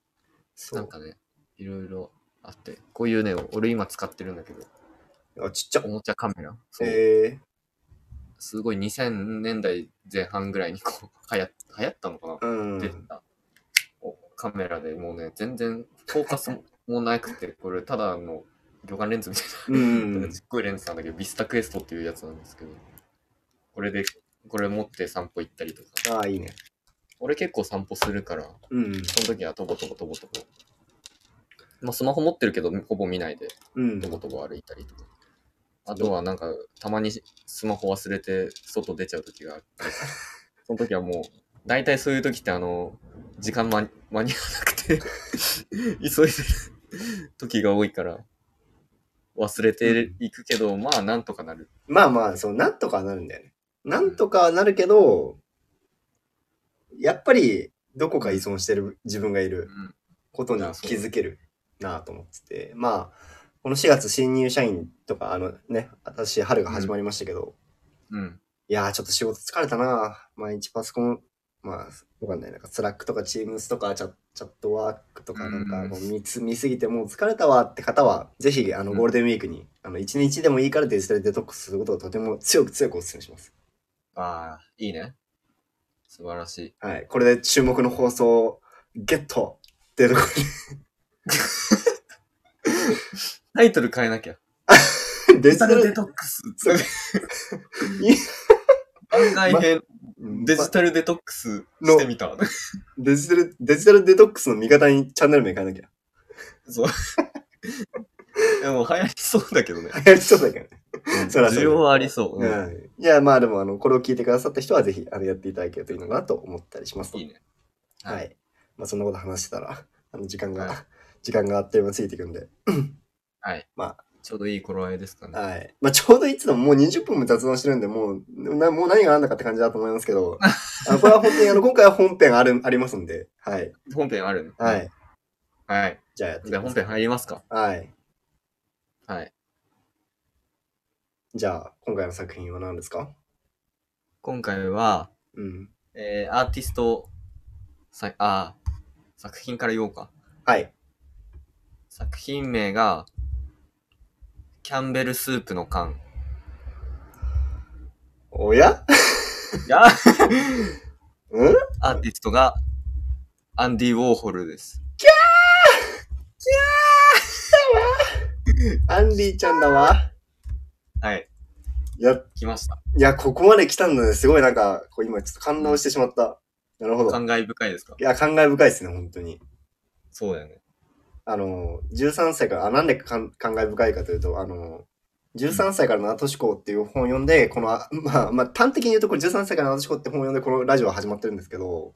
Speaker 1: そ
Speaker 2: なん
Speaker 1: う。
Speaker 2: かね、いろいろあって。こういうね、俺今使ってるんだけど、
Speaker 1: あちっちゃ
Speaker 2: お。もちゃカメラ。そう
Speaker 1: え
Speaker 2: すごい2000年代前半ぐらいにこう、 流行流行ったのかな
Speaker 1: ー、うん。
Speaker 2: 出てた、おカメラでもうね全然フォーカスもなくてこれただの魚眼レンズみたいな、
Speaker 1: うん うん
Speaker 2: ちっこいレンズなんだけどビスタクエストっていうやつなんですけどこれでこれ持って散歩行ったりとか
Speaker 1: ああ、いいね。
Speaker 2: 俺結構散歩するから
Speaker 1: うん。
Speaker 2: その時はとぼとぼとぼとぼまあスマホ持ってるけどほぼ見ないで
Speaker 1: うん
Speaker 2: と。ぼとぼ歩いたりとかあとはなんか たまにスマホ忘れて外出ちゃう時があってその時はもう大体そういう時ってあの、時間間に間に合わなくて 急いでる時が多いから、忘れていくけど、まあなんとかなる。
Speaker 1: まあまあ、そう、なんとかなるんだよね。なんとかなるけど、やっぱり、どこか依存してる自分がいる
Speaker 2: うん。
Speaker 1: ことに気づけるなぁと思ってて、まあ、この4月新入社員とか、あのね、私、春が始まりましたけど、
Speaker 2: うん。
Speaker 1: いやー、ちょっと仕事疲れたな毎日パソコン、まあ、わかんない。なんか、スラックとか、チームスとか、チャチャットワークとか、
Speaker 2: うんう
Speaker 1: なんんか、もう見つ見すぎてもう疲れたわって方は、ぜひ、あの、
Speaker 2: うん
Speaker 1: ゴールデンウィークに、あの、一日でもいいからデジタルデトックスすることをとても強く強くお勧めします。
Speaker 2: ああ、いいね。素晴らしい。
Speaker 1: はい。これで注目の放送をゲットっていうとこ
Speaker 2: タイトル変えなきゃ。
Speaker 1: ろにデ
Speaker 2: デ
Speaker 1: ジタルデト
Speaker 2: トックス。番外編、デジ
Speaker 1: ック
Speaker 2: タルデトックスしてみた。
Speaker 1: ス、デジタル、デジタルデトックスの味方にチャンネル名変えなきゃ。
Speaker 2: そう。でも流行りそうだけ どね。
Speaker 1: 流行り そうだけどね。そらそうだ
Speaker 2: 需要はありそう。うん
Speaker 1: はいいや、まあでも、あの、これを聞いてくださった人は、ぜひ、あの、やっていただけるといいのかなと思ったりします。
Speaker 2: いいね。
Speaker 1: は。い。まあ、そんなこと話してたら、あの、時間が、
Speaker 2: はい
Speaker 1: 時間があっという間に過ぎていくんで、
Speaker 2: はい。
Speaker 1: ま
Speaker 2: ちょうどいい頃合いですかね。
Speaker 1: はい。まあ、ちょうどいつでももう20分も雑談してるんで、もう、なもう何があんだかって感じだと思いますけ ど、あのこれは本当に、あの、今回は本編ある、ありますんで、はい。
Speaker 2: 本編あるね。
Speaker 1: は。い。
Speaker 2: はい。
Speaker 1: じゃあやってい
Speaker 2: じゃあ本編入りますか。
Speaker 1: はい。
Speaker 2: はい。
Speaker 1: じゃあ、今回の作品は何ですか
Speaker 2: 今回は、
Speaker 1: うん。
Speaker 2: えー、アーティスト、さあー、作品から言おうか。
Speaker 1: はい。
Speaker 2: 作品名が、キャンベルスープの 缶。
Speaker 1: おや
Speaker 2: いや
Speaker 1: うん
Speaker 2: アーティストが、アンディ・ウォーホルです。
Speaker 1: アンリーちゃんだわ。
Speaker 2: はい。
Speaker 1: やっ
Speaker 2: 来ました。
Speaker 1: いや、ここまで来たんだね。すごいなんか、こう今ちょっと感動してしまった。なるほど。い
Speaker 2: 感慨深いですか
Speaker 1: や、感慨深いですね、本当に。
Speaker 2: そうだよね。
Speaker 1: あの、13歳から、あ、なんでかん感慨深いかというと、あの、13歳からの後思考っていう本を読んで、この、あまあ、まあ、端的に言うと、これ13歳からの後思考って本を読んで、このラジオは始まってるんですけ ど、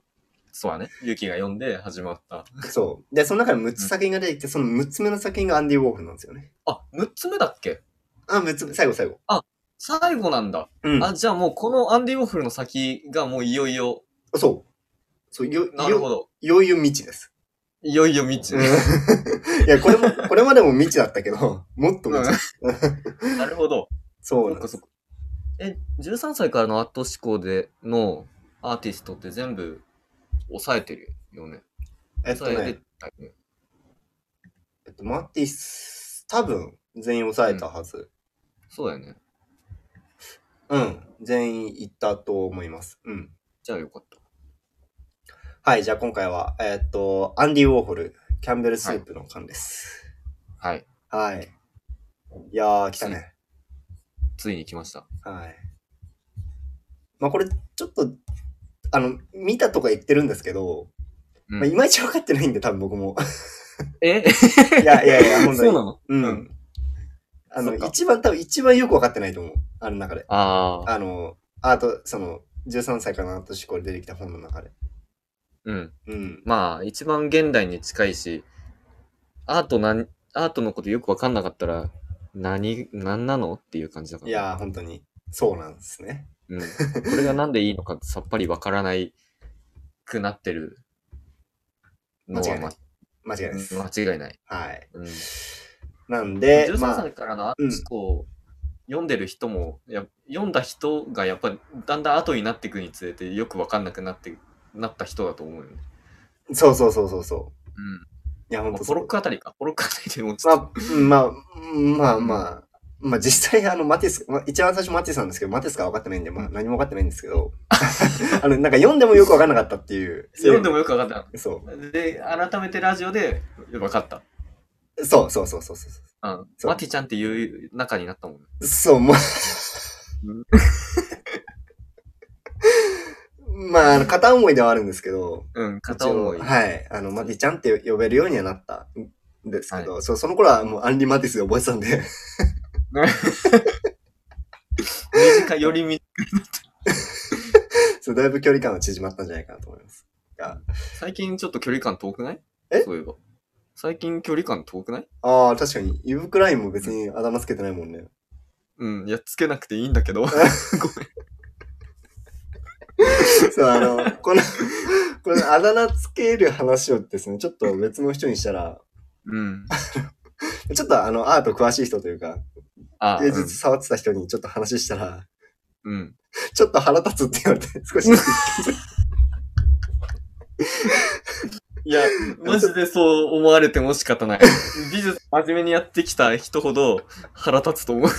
Speaker 2: そうだね。ユキが読んで始まった。
Speaker 1: そう。で、その中に6つ作品が出てきて、その6つ目の作品がアンディ・ウォーホルなんですよね。
Speaker 2: あ、6つ目だっけ
Speaker 1: あ、6つ目、最後最後。
Speaker 2: 最後なんだ。
Speaker 1: うん。
Speaker 2: あ、じゃあもうこのアンディ・ウォーホルの先がもういよいよ、
Speaker 1: そう。そう、よ、
Speaker 2: なる
Speaker 1: よ、
Speaker 2: ほど。
Speaker 1: よいよ未知です。
Speaker 2: いよいよ未知。
Speaker 1: いや、これも、これまでも未知だったけど、 もっと未知。
Speaker 2: うんなるほど。
Speaker 1: そう
Speaker 2: そ
Speaker 1: なん
Speaker 2: っか
Speaker 1: です
Speaker 2: そっか。え、13歳からのアート思考でのアーティストって全部抑えてるよね。
Speaker 1: えっと
Speaker 2: 抑え
Speaker 1: ね
Speaker 2: て、たよね。
Speaker 1: えっと、マティス、多分、全員抑えたはず。
Speaker 2: そうだよね。
Speaker 1: うん、全員いったと思います。うん。
Speaker 2: じゃあよかった。
Speaker 1: はい、じゃあ今回は、えっと、アンディ・ウォーホル、キャンベル・スープの缶です。
Speaker 2: はい。
Speaker 1: はい。い、やー、来たね。
Speaker 2: ついに来ました。
Speaker 1: はい。まあ、これ、ちょっと、あの、見たとか言ってるんですけど、
Speaker 2: うん
Speaker 1: まあ、いまいち分かってないんで、多分僕も。い
Speaker 2: え
Speaker 1: やいやいや、本当に。
Speaker 2: そうなの
Speaker 1: うん。
Speaker 2: うん
Speaker 1: あ
Speaker 2: そ
Speaker 1: の、
Speaker 2: っか
Speaker 1: 一番、多分一番よく分かってないと思う。あの中で。
Speaker 2: ああ。
Speaker 1: あの、アート、その、13歳かなと思考で出てきた本の中で。
Speaker 2: うん。
Speaker 1: うん。
Speaker 2: まあ、一番現代に近いし、アートなん、アートのことよくわかんなかったら、何、何なのっていう感じだから。
Speaker 1: いやー、本当に。そうなんですね。
Speaker 2: うん。これがなんでいいのかさっぱりわからないくなってるの
Speaker 1: 間違
Speaker 2: は、
Speaker 1: いな
Speaker 2: ま
Speaker 1: い間違いないです。
Speaker 2: 間違いない。
Speaker 1: はい。
Speaker 2: うん、13
Speaker 1: なんで、まあ、
Speaker 2: 歳からのアーティストを読んでる人も、や読んだ人がやっぱりだんだん後になっていくにつれてよくわかんなくなってなった人だと思うよね。
Speaker 1: そうそうそうそうそう。いや、
Speaker 2: うん。
Speaker 1: 本
Speaker 2: まあ、
Speaker 1: 当
Speaker 2: ポ
Speaker 1: そ
Speaker 2: ロッ
Speaker 1: う。
Speaker 2: クあたりか。ポロックあたりでもち
Speaker 1: ま
Speaker 2: ょ
Speaker 1: あ
Speaker 2: っと、、
Speaker 1: うんまあ、うんまあ、まあ、まあ、実際、あの、マティス、まあ、一番最初マティスなんですけど、マティスが分かってないんで、まあ、何も分かってないんですけ ど、あの、なんか読んでもよく分かんなかったっていう。
Speaker 2: 読んでもよくわかんなかっ
Speaker 1: そ
Speaker 2: た。で、改めてラジオでわかった。
Speaker 1: う。そうそうそうそうそう。
Speaker 2: うん。
Speaker 1: そう
Speaker 2: マティちゃんっていう中になったもんね。
Speaker 1: そう、もう
Speaker 2: うん。
Speaker 1: まああの、片思いではあるんですけど、
Speaker 2: うん、片思い。
Speaker 1: 一応はい。あの、マティちゃんって呼べるようにはなったんですけど、そうその頃はもうアンリ・マティスで覚えてたんで、
Speaker 2: 短い、より短い
Speaker 1: そうだいぶ距離感は縮まったんじゃないかなと思います。
Speaker 2: 最近ちょっと距離感遠くない
Speaker 1: え
Speaker 2: そういえば。最近距離感遠くない
Speaker 1: ああ、確かに、イブクラインも別に頭つけてないもんね。
Speaker 2: うん、いや、つけなくていいんだけど。
Speaker 1: そう、あの、この、このあだ名つける話をですね、ちょっと別の人にしたら、
Speaker 2: うん。
Speaker 1: ちょっとあの、アート詳しい人というか、
Speaker 2: あ、
Speaker 1: 芸術触ってた人にちょっと話したら、
Speaker 2: うん。うん。
Speaker 1: ちょっと腹立つって 言われて、少し、
Speaker 2: いや、マジでそう思われても仕方ない。 美術真面目にやってきた人ほど腹立つと思う。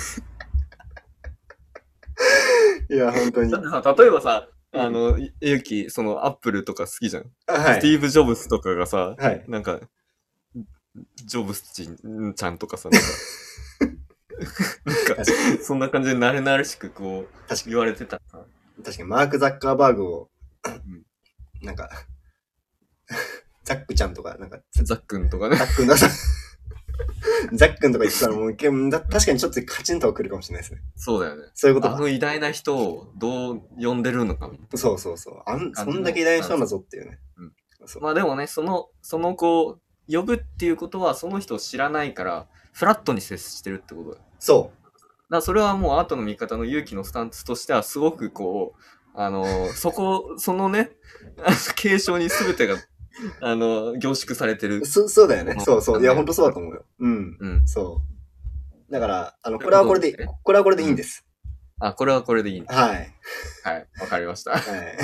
Speaker 1: いや、本当に
Speaker 2: だ。ってさ、 例えばさ、あの、いゆき、その、アップルとか好きじゃん。
Speaker 1: あは
Speaker 2: スティ
Speaker 1: い。
Speaker 2: ーブ・ジョブスとかがさ、
Speaker 1: はい。
Speaker 2: なんか、ジョブスちんちゃんとかさ、なんか、なんか
Speaker 1: 確かに、
Speaker 2: そんな感じで慣れ慣れしくこう
Speaker 1: 確、か
Speaker 2: 言われてたさ。
Speaker 1: 確かにマーク・ザッカーバーグを
Speaker 2: ん、
Speaker 1: なんか、 ザックちゃんとか、なんか、
Speaker 2: ザックンとかね。
Speaker 1: ザックンださ、 ザックンとか言ってたらもう、けんだ確かにちょっとカチンとは来るかもしれないですね。
Speaker 2: そうだよね。
Speaker 1: そういうこと
Speaker 2: あ
Speaker 1: か
Speaker 2: の偉大な人をどう呼んでるのかみたいな。
Speaker 1: そうそうそう。あん、
Speaker 2: 感
Speaker 1: そ
Speaker 2: じの
Speaker 1: んだけ偉大な人なんだぞっていうね。
Speaker 2: うん
Speaker 1: そう
Speaker 2: まあでもね、その、その子を呼ぶっていうことは、その人を知らないから、フラットに接してるってことだよ。だか
Speaker 1: そう。
Speaker 2: らそれはもうアートの見方の勇気のスタンスとしては、すごくこう、あのー、そこ、そのね、あの継承に全てが、あのー、凝縮されてる。
Speaker 1: そ、そうだよね。
Speaker 2: まあ
Speaker 1: そうそう。いや、
Speaker 2: ね
Speaker 1: ほんとそうだと思うよ。うん。
Speaker 2: うん。
Speaker 1: そう。だから、あの、これはこれでいい
Speaker 2: というこ、
Speaker 1: これはこれでいいんです。
Speaker 2: あ、これはこれでいいね。
Speaker 1: はい。
Speaker 2: はい。わかりました。
Speaker 1: はい。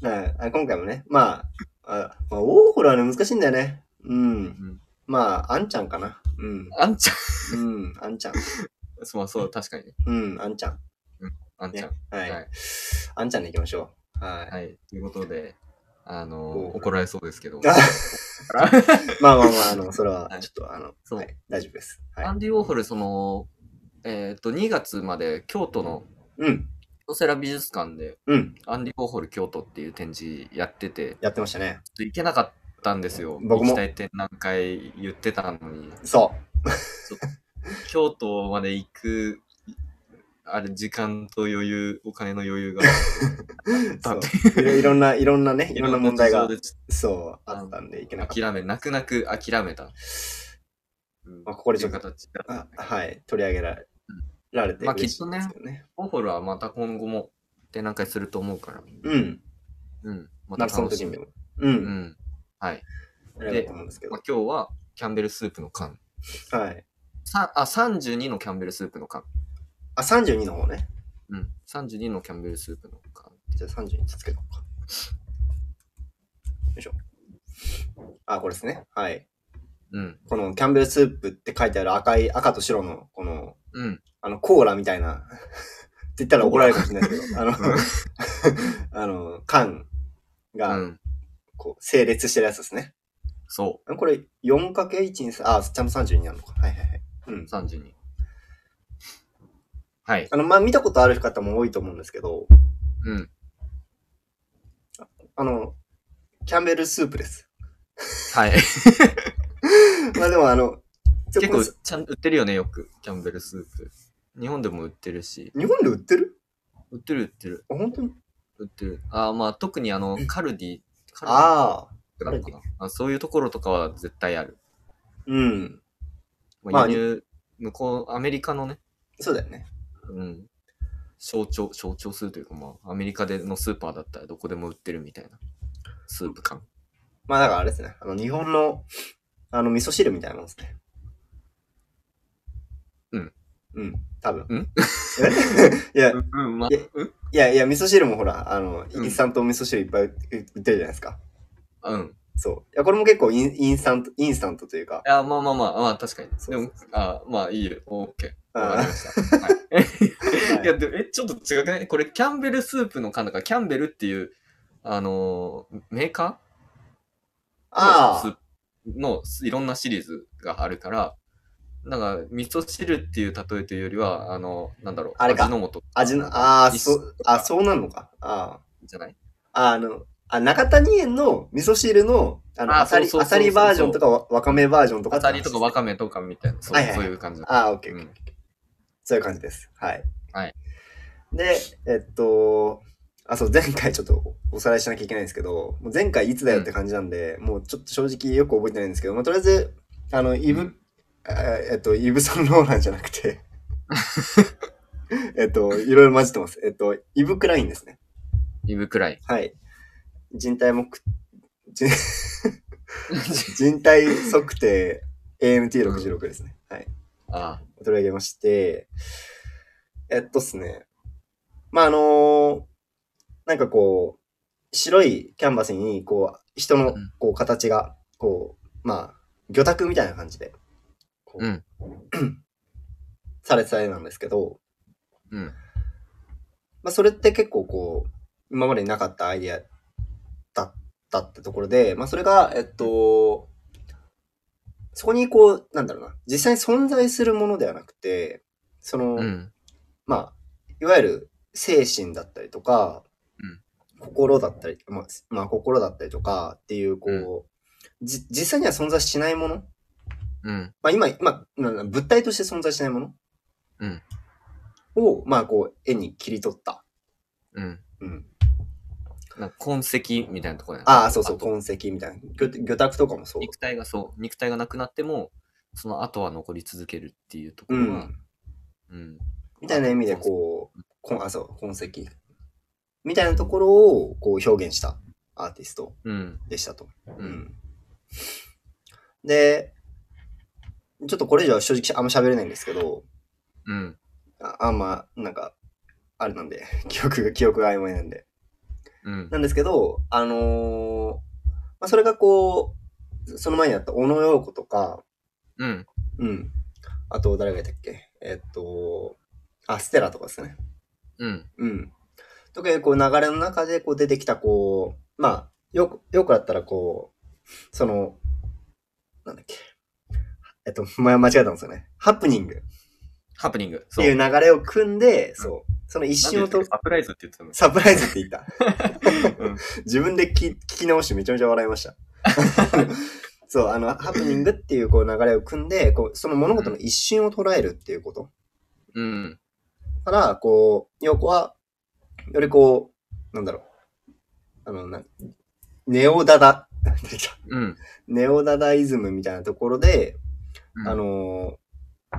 Speaker 1: はいあ。今回もね、まあ、あまあ、オーホルはね、難しいんだよね。うん。
Speaker 2: うん
Speaker 1: まあ、あんちゃんかな。うん。
Speaker 2: あんちゃ
Speaker 1: うん、あんちゃん。
Speaker 2: ん。そうまあそう、確かにね。
Speaker 1: うん、あんちゃん。
Speaker 2: あんちゃん。
Speaker 1: はい。
Speaker 2: はい
Speaker 1: あんちゃんでいきましょう。はい。
Speaker 2: はい。ということで、あのー
Speaker 1: おう
Speaker 2: 怒られそうです けど。
Speaker 1: あまあまあまあ、あの、それは
Speaker 2: は、い
Speaker 1: ちょっと、あの、
Speaker 2: そう
Speaker 1: はい、大丈夫です。
Speaker 2: ア
Speaker 1: はい。
Speaker 2: ンディ・ウォーホル、その、えっ、と、2月まで京都の
Speaker 1: うん、
Speaker 2: 京セラ美術館で、
Speaker 1: うん、
Speaker 2: アンディ・ウォーホル京都っていう展示やってて、ちょ
Speaker 1: やってましたね。
Speaker 2: っと行けなかったんですよ。
Speaker 1: 僕も
Speaker 2: 行きたい展覧会言ってたのに、
Speaker 1: そ
Speaker 2: 京都まで行く、あれ、時間と余裕、お金の余裕が
Speaker 1: う。
Speaker 2: あ
Speaker 1: そ
Speaker 2: っ
Speaker 1: う
Speaker 2: た。
Speaker 1: いろいろんな、いろんな ね、いろんな問題が
Speaker 2: 事情、でち
Speaker 1: そう、あったんで、いけ
Speaker 2: ょ
Speaker 1: な
Speaker 2: っ
Speaker 1: か
Speaker 2: と
Speaker 1: った。
Speaker 2: 諦め、泣く泣く諦めた。うん
Speaker 1: まあ、ここでちょっ
Speaker 2: とい
Speaker 1: と
Speaker 2: う、形だったん
Speaker 1: あ
Speaker 2: だけど
Speaker 1: はい、取り上げられられて
Speaker 2: まあ
Speaker 1: 嬉しいですけどね。
Speaker 2: ウォーホルはまた今後も展覧会すると思うから、
Speaker 1: うん、
Speaker 2: うん、ま
Speaker 1: ま
Speaker 2: た
Speaker 1: あ、その
Speaker 2: 楽
Speaker 1: 時
Speaker 2: しみ
Speaker 1: に。も。う、
Speaker 2: うんん。はい。
Speaker 1: あれだと思うんですけど
Speaker 2: まあ、。今日はキャンベルスープの缶。
Speaker 1: はい。
Speaker 2: さあ、32のキャンベルスープの缶。
Speaker 1: あ、32の方ね。
Speaker 2: うん。32のキャンベルスープの缶。
Speaker 1: じゃあ32つけとこうか。よいしょ。あ、これですね。はい。
Speaker 2: うん。
Speaker 1: このキャンベルスープって書いてある赤い、赤と白の、この、
Speaker 2: うん。
Speaker 1: あの、コーラみたいな、って言ったら怒られるかもしれないですけど、あの、 あの、缶
Speaker 2: う
Speaker 1: が、
Speaker 2: ん。
Speaker 1: こう、整列してるやつですね。
Speaker 2: そ
Speaker 1: これ、4×1、あ、ちゃんと32なのか。はいはいはい。うん
Speaker 2: う。。32。はい。
Speaker 1: あの、まあ、見たことある方も多いと思うんですけど、
Speaker 2: うん。
Speaker 1: あの、キャンベルスープです。
Speaker 2: はい。
Speaker 1: まあでもあの、ちょ
Speaker 2: 結構
Speaker 1: これ、
Speaker 2: ちゃん、売ってるよね、よく。キャンベルスープ。日本でも売ってるし。
Speaker 1: 日本で売ってる
Speaker 2: 売ってる、売ってる。
Speaker 1: あ、本当に
Speaker 2: 売ってる。ああ、まあ、特にあの、カルディ。カルディ
Speaker 1: ああ、
Speaker 2: ってなのかなあそういうところとかは絶対ある。
Speaker 1: うん。ま
Speaker 2: ま
Speaker 1: あ
Speaker 2: あ、輸入、向こう、アメリカのね、
Speaker 1: そうだよね。
Speaker 2: うん、象徴、象徴するというか、まあ、アメリカでのスーパーだったらどこでも売ってるみたいな、スープ缶。
Speaker 1: まあだからあれですね。あの、日本の、あの、味噌汁みたいなもんですね。
Speaker 2: うん。
Speaker 1: うん。多分。
Speaker 2: うん
Speaker 1: えいや、い
Speaker 2: うん、まあ
Speaker 1: いや、やいや、味噌汁もほら、あの、
Speaker 2: うん
Speaker 1: インスタント味噌汁いっぱい売売ってるじゃないですか。
Speaker 2: うん。い
Speaker 1: そう。いや、これも結構インインスタント、インスタントというか、
Speaker 2: や、まあまあまあ、まあ、確かに。
Speaker 1: そう
Speaker 2: でも、あまあ、いいよ。オーケー。
Speaker 1: あー
Speaker 2: わかりま した。はい。
Speaker 1: はい
Speaker 2: いや、でも、え、ちょっと違くないこれ、キャンベルスープの缶だから、キャンベルっていう、あのーメーカーの
Speaker 1: あ
Speaker 2: スー
Speaker 1: あ、
Speaker 2: プのいろんなシリーズがあるから、なんか、味噌汁っていう例えというよりは、あの、なんだろう、
Speaker 1: あれか
Speaker 2: 味の素。
Speaker 1: 味の、ああ、
Speaker 2: 一
Speaker 1: そ
Speaker 2: 緒
Speaker 1: う、あそうなのか。あ
Speaker 2: じゃない
Speaker 1: あ、ああの、あ、中谷園の味噌汁の、あの、
Speaker 2: あー
Speaker 1: あさり、
Speaker 2: そう
Speaker 1: あ
Speaker 2: そうそうそ
Speaker 1: さり
Speaker 2: う
Speaker 1: バージョンとかわ、わかめバージョンとか
Speaker 2: ア
Speaker 1: って話
Speaker 2: サ
Speaker 1: で
Speaker 2: リ
Speaker 1: す。
Speaker 2: とかワカメとかみたいな、そう,、
Speaker 1: はいいはいはい
Speaker 2: そ
Speaker 1: う
Speaker 2: いう感じの。
Speaker 1: ああ、オッケーオ
Speaker 2: う
Speaker 1: ッケー。
Speaker 2: ん、
Speaker 1: そういう感じです。はい。
Speaker 2: はい。
Speaker 1: で、えっと、あ、そう、前回ちょっとおさらいしなきゃいけないんですけど、もう前回いつだよって感じなんで、もうちょっと正直よく覚えてないんですけど、まあ、とりあえず、あの、イブ、
Speaker 2: うん
Speaker 1: あえっと、イブソンローランじゃなくて、 えっと、いろいろ混じってます。えっと、イブクラインですね。
Speaker 2: イブくらい。
Speaker 1: はい。人体目、人 人体測定 AMT66 ですね。はい。
Speaker 2: あ
Speaker 1: 取り上げまして、えっとっすね。まあ、あのーなんかこう、白いキャンバスに、こう、人の
Speaker 2: うん
Speaker 1: こう形が、こう、まあ、魚拓みたいな感じで、こ
Speaker 2: うん
Speaker 1: されてた絵なんですけど、
Speaker 2: うん。
Speaker 1: まあ、それって結構こう、今までになかったアイディアだったってところで、まあ、それが、えっと、そこにこう、なんだろうな、実際に存在するものではなくて、その、
Speaker 2: うん。
Speaker 1: まあ、いわゆる精神だったりとか、
Speaker 2: うん
Speaker 1: 心だったり、まあ、すまあ、心だったりとかっていう、こう、じ、実際には存在しないもの
Speaker 2: うん。
Speaker 1: まあ、今、今、なな物体として存在しないもの
Speaker 2: うん
Speaker 1: を、まあ、こう、絵に切り取った。
Speaker 2: うん。
Speaker 1: うん。
Speaker 2: なんか痕跡みたいなところやな
Speaker 1: ああ、そうそう、
Speaker 2: と
Speaker 1: 痕跡みたいな。魚魚拓とかもそう。
Speaker 2: 肉体がそう、肉体がなくなっても、その後は残り続けるっていうとこ
Speaker 1: う
Speaker 2: ろが
Speaker 1: ん。、
Speaker 2: うん。
Speaker 1: みたいな意味で、こう、こんあ、そう、痕跡。みたいなところを、こう、表現したアーティスト
Speaker 2: うん。
Speaker 1: でしたと。
Speaker 2: う。
Speaker 1: うんんで、ちょっとこれ以上は正直あんま喋れないんですけど、
Speaker 2: うん。
Speaker 1: ああんま、なんか、あれなんで、 記憶が、記憶が曖昧なんで。
Speaker 2: うん。
Speaker 1: なんですけど、あのーまあ、それがこう、その前にあった小野洋子とか、
Speaker 2: うん。
Speaker 1: うん。あと、誰がいたっけえっと、あ、ステラとかですね。
Speaker 2: うん。
Speaker 1: うん。とかいうこう流れの中でこう出てきたこう、まあ、よく、よくだったらこう、その、なんだっけ。えっと、ま、間違えたんですよね。ハプニングっ
Speaker 2: ハプニング。
Speaker 1: て
Speaker 2: そう。
Speaker 1: いう流れを組んで、そう。その一
Speaker 2: なん
Speaker 1: 瞬を
Speaker 2: で
Speaker 1: と、
Speaker 2: サプライズって言ってたの
Speaker 1: サプライズって言った。
Speaker 2: うん
Speaker 1: 自分で聞き聞き直してめちゃめちゃ笑いま した。そう、あの、ハプニングっていうこう流れを組んで、こう、その物事の一瞬を捉えるっていうこと。
Speaker 2: うん。
Speaker 1: から、こう、陽子は、よりこう、なんだろう、あの、な、ネオダダ、 出てきた
Speaker 2: うん。
Speaker 1: ネオダダイズムみたいなところで、
Speaker 2: うん
Speaker 1: あのー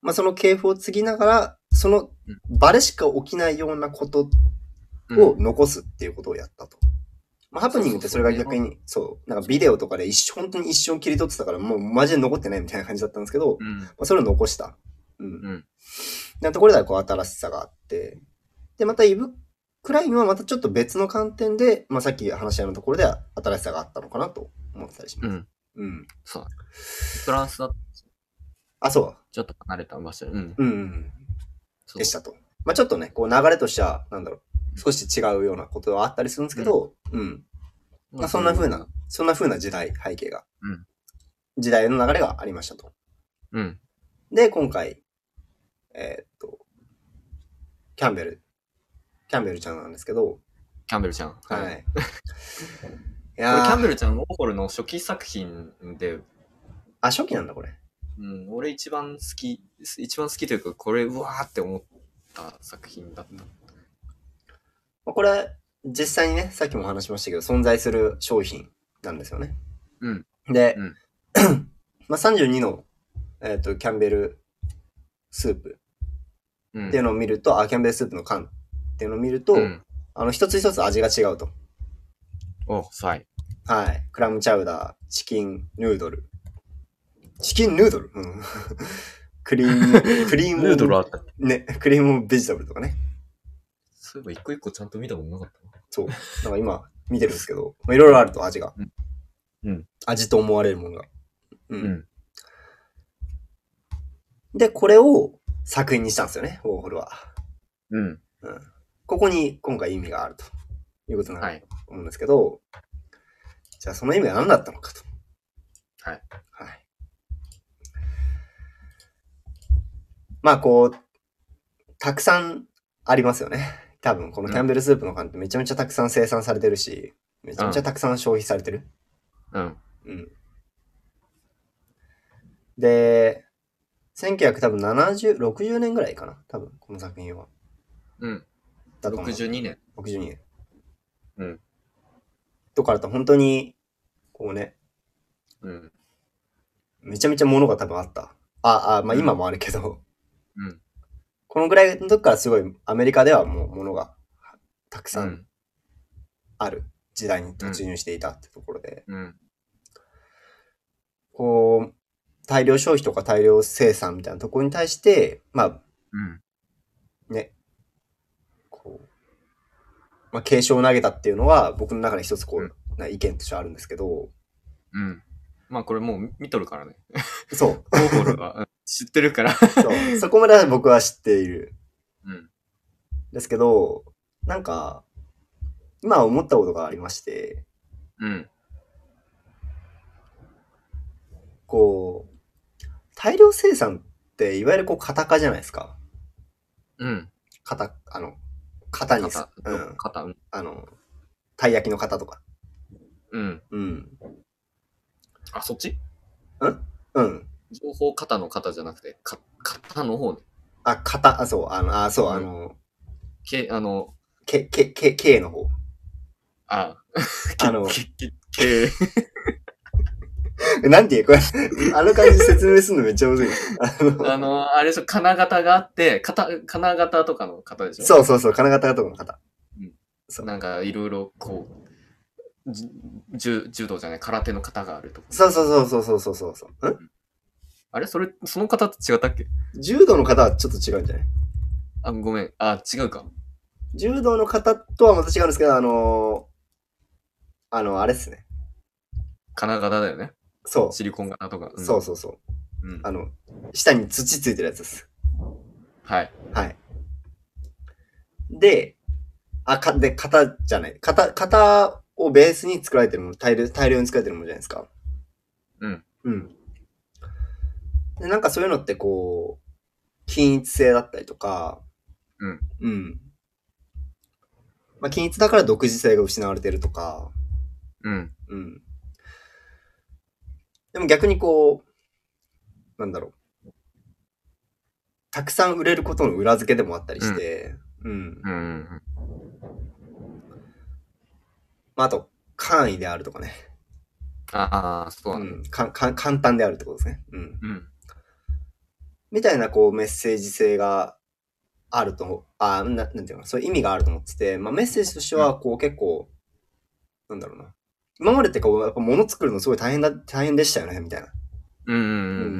Speaker 1: まあ、その系譜を継ぎながら、その
Speaker 2: うん、
Speaker 1: バレしか起きないようなこと
Speaker 2: う
Speaker 1: を
Speaker 2: ん
Speaker 1: 残すっていうことをやったと。まあ、ハプニングってそれが逆に、そう、なんかビデオとかで一瞬、本当に一瞬切り取ってたから、もうマジで残ってないみたいな感じだったんですけど、
Speaker 2: うん。
Speaker 1: まあ、それを残した。うん。
Speaker 2: うん
Speaker 1: なところではこう新しさがあって。で、またイブクラインはまたちょっと別の観点で、まあ、さっき話し合いのところでは新しさがあったのかなと思ってたりし
Speaker 2: う
Speaker 1: ます。
Speaker 2: ん。
Speaker 1: うん。
Speaker 2: そう。フランスだと
Speaker 1: あ、そ
Speaker 2: ちょっと離れた場所。うん。
Speaker 1: う。うんうん。
Speaker 2: そう
Speaker 1: でしたと。まあ、ちょっとね、こう流れとしては、なんだろう、少し違うようなことはあったりするんですけど、うん。まあ、そんな風な。、そんな風な時代、背景が。
Speaker 2: うん
Speaker 1: 時代の流れがありましたと。
Speaker 2: うん。
Speaker 1: で、今回、えーっと、キャンベル、キャンベルちゃんなんですけど、
Speaker 2: キャンベルちゃん。
Speaker 1: はい。
Speaker 2: い。
Speaker 1: い
Speaker 2: これキ
Speaker 1: や
Speaker 2: ャ
Speaker 1: ー
Speaker 2: ンベルちゃん、オーホルの初期作品で、
Speaker 1: あ、初期なんだ、これ。
Speaker 2: うん、俺一番好き、一番好きというか、これ、うわーって思った作品だった。
Speaker 1: まあこれ、実際にね、さっきもお話しましたけど、存在する商品なんですよね。
Speaker 2: うん。
Speaker 1: で、
Speaker 2: うん
Speaker 1: まあ、32の、えーっと、キャンベルスープ
Speaker 2: うん。
Speaker 1: っていうのを見ると、あ、キャンベルスープの缶っていうのを見ると、
Speaker 2: うん、
Speaker 1: あの、一つ一つ味が違うと。
Speaker 2: お、はい。
Speaker 1: はい。クラムチャウダー、チキンヌードル。チキンヌードルうん。 クリー ム、クリーム、
Speaker 2: あった。
Speaker 1: ね、クリームベジタブルとかね。
Speaker 2: そういえば、一個一個ちゃんと見たことなかったな
Speaker 1: そう。なんか今、見てるんですけど、まあいろいろあると味が。
Speaker 2: うん
Speaker 1: 味と思われるものが。う。
Speaker 2: うんん。
Speaker 1: で、これを作品にしたんですよね、ウォーホルは。
Speaker 2: うん。
Speaker 1: うん。ここに今回意味があるということなの
Speaker 2: は
Speaker 1: か
Speaker 2: い。
Speaker 1: 思うんですけど、じゃあその意味は何だったのかと。
Speaker 2: はい。
Speaker 1: はい。まあこう、たくさんありますよね。多分このキャンベルスープの缶ってめちゃめちゃたくさん生産されてるし、めちゃめちゃたくさん消費されてる。
Speaker 2: うん。
Speaker 1: うん。で、1970、60年ぐらいかな。多分この作品は。
Speaker 2: うん。
Speaker 1: だと思う
Speaker 2: 62年。
Speaker 1: 60人。
Speaker 2: うん。
Speaker 1: とかだと本当に、こうね、
Speaker 2: うん。
Speaker 1: めちゃめちゃ物が多分あった。あ、あ、まあ今もあるけど、
Speaker 2: うん。
Speaker 1: このぐらいの時からすごいアメリカではもう物がたくさ
Speaker 2: うんん。
Speaker 1: ある時代に突入していたってところで、
Speaker 2: うん。
Speaker 1: こう、大量消費とか大量生産みたいなところに対して、ま
Speaker 2: うん。
Speaker 1: あね、こう、まあ警鐘を投げたっていうのは僕の中で一つこ
Speaker 2: うん
Speaker 1: う、な意見としてはあるんですけど、
Speaker 2: うん。まあこれもう見とるからね。
Speaker 1: そう、
Speaker 2: ウォーホルはうん知ってるから。
Speaker 1: そう、そこまでは僕は知っている。
Speaker 2: うん。
Speaker 1: ですけど、なんか、今思ったことがありまして、
Speaker 2: うん。
Speaker 1: こう、大量生産っていわゆるこう、カタカじゃないですか。
Speaker 2: うん。
Speaker 1: カタ、あの、型にす
Speaker 2: 肩。。
Speaker 1: う
Speaker 2: うんん。。肩。うん
Speaker 1: あの、たい焼きの型とか。
Speaker 2: うん。
Speaker 1: うん。
Speaker 2: あ、そっち
Speaker 1: うん。
Speaker 2: 情報型の型じゃなくて、か型の方ね。
Speaker 1: あ、型、あ、そう、あの、あ、そう、あの、
Speaker 2: け、あの、
Speaker 1: け、け、け、けの方。
Speaker 2: あ、
Speaker 1: あの、
Speaker 2: け、け、け、
Speaker 1: なんていうこれ、あの感じ説明するのめっちゃむずい。あの、
Speaker 2: あの、あれでしょ、金型があって、型、金型とかの型でしょ
Speaker 1: そうそうそう、金型とかの型。う
Speaker 2: なんか、いろいろ、こう、じ柔柔道じゃない、空手の型があるとか。
Speaker 1: そうそうそうそうそうそうそう。ん
Speaker 2: あれそれ、その型って違ったっけ
Speaker 1: 柔道の型はちょっと違うんじゃない
Speaker 2: あ、ごめん。あ、違うか。
Speaker 1: 柔道の型とはまた違うんですけど、あのー、あの、あれっすね。
Speaker 2: 金型だよね。
Speaker 1: そ
Speaker 2: シリコン型とか。
Speaker 1: う。そうそ
Speaker 2: そ
Speaker 1: うそう。
Speaker 2: う。うん
Speaker 1: あ。の、下に土ついてるやつです。
Speaker 2: はい。
Speaker 1: はい。で、あ、か、で、型じゃない。型、型をベースに作られてるもの、大量大量に作られてるものじゃないですか。
Speaker 2: うん。
Speaker 1: うん。で、なんかそういうのってこう、均一性だったりとか、
Speaker 2: うん。
Speaker 1: うん。まあ、均一だから独自性が失われてるとか、
Speaker 2: うん。
Speaker 1: うん。でも逆にこう、なんだろう。たくさん売れることの裏付けでもあったりして、うん。
Speaker 2: うんうん。
Speaker 1: まあ、あと、簡易であるとかね。
Speaker 2: ああ、そううだね。
Speaker 1: ん。かんかん簡単であるってことですね。うん。
Speaker 2: うん。
Speaker 1: みたいな、こう、メッセージ性があると、あななんていうのかな、そういう意味があると思ってて、まあ、メッセージとしては、こう、結構、なんだろうな。今までってこう、やっぱ物作るのすごい大変だ、大変でしたよね、みたいな。
Speaker 2: うんうんう
Speaker 1: うん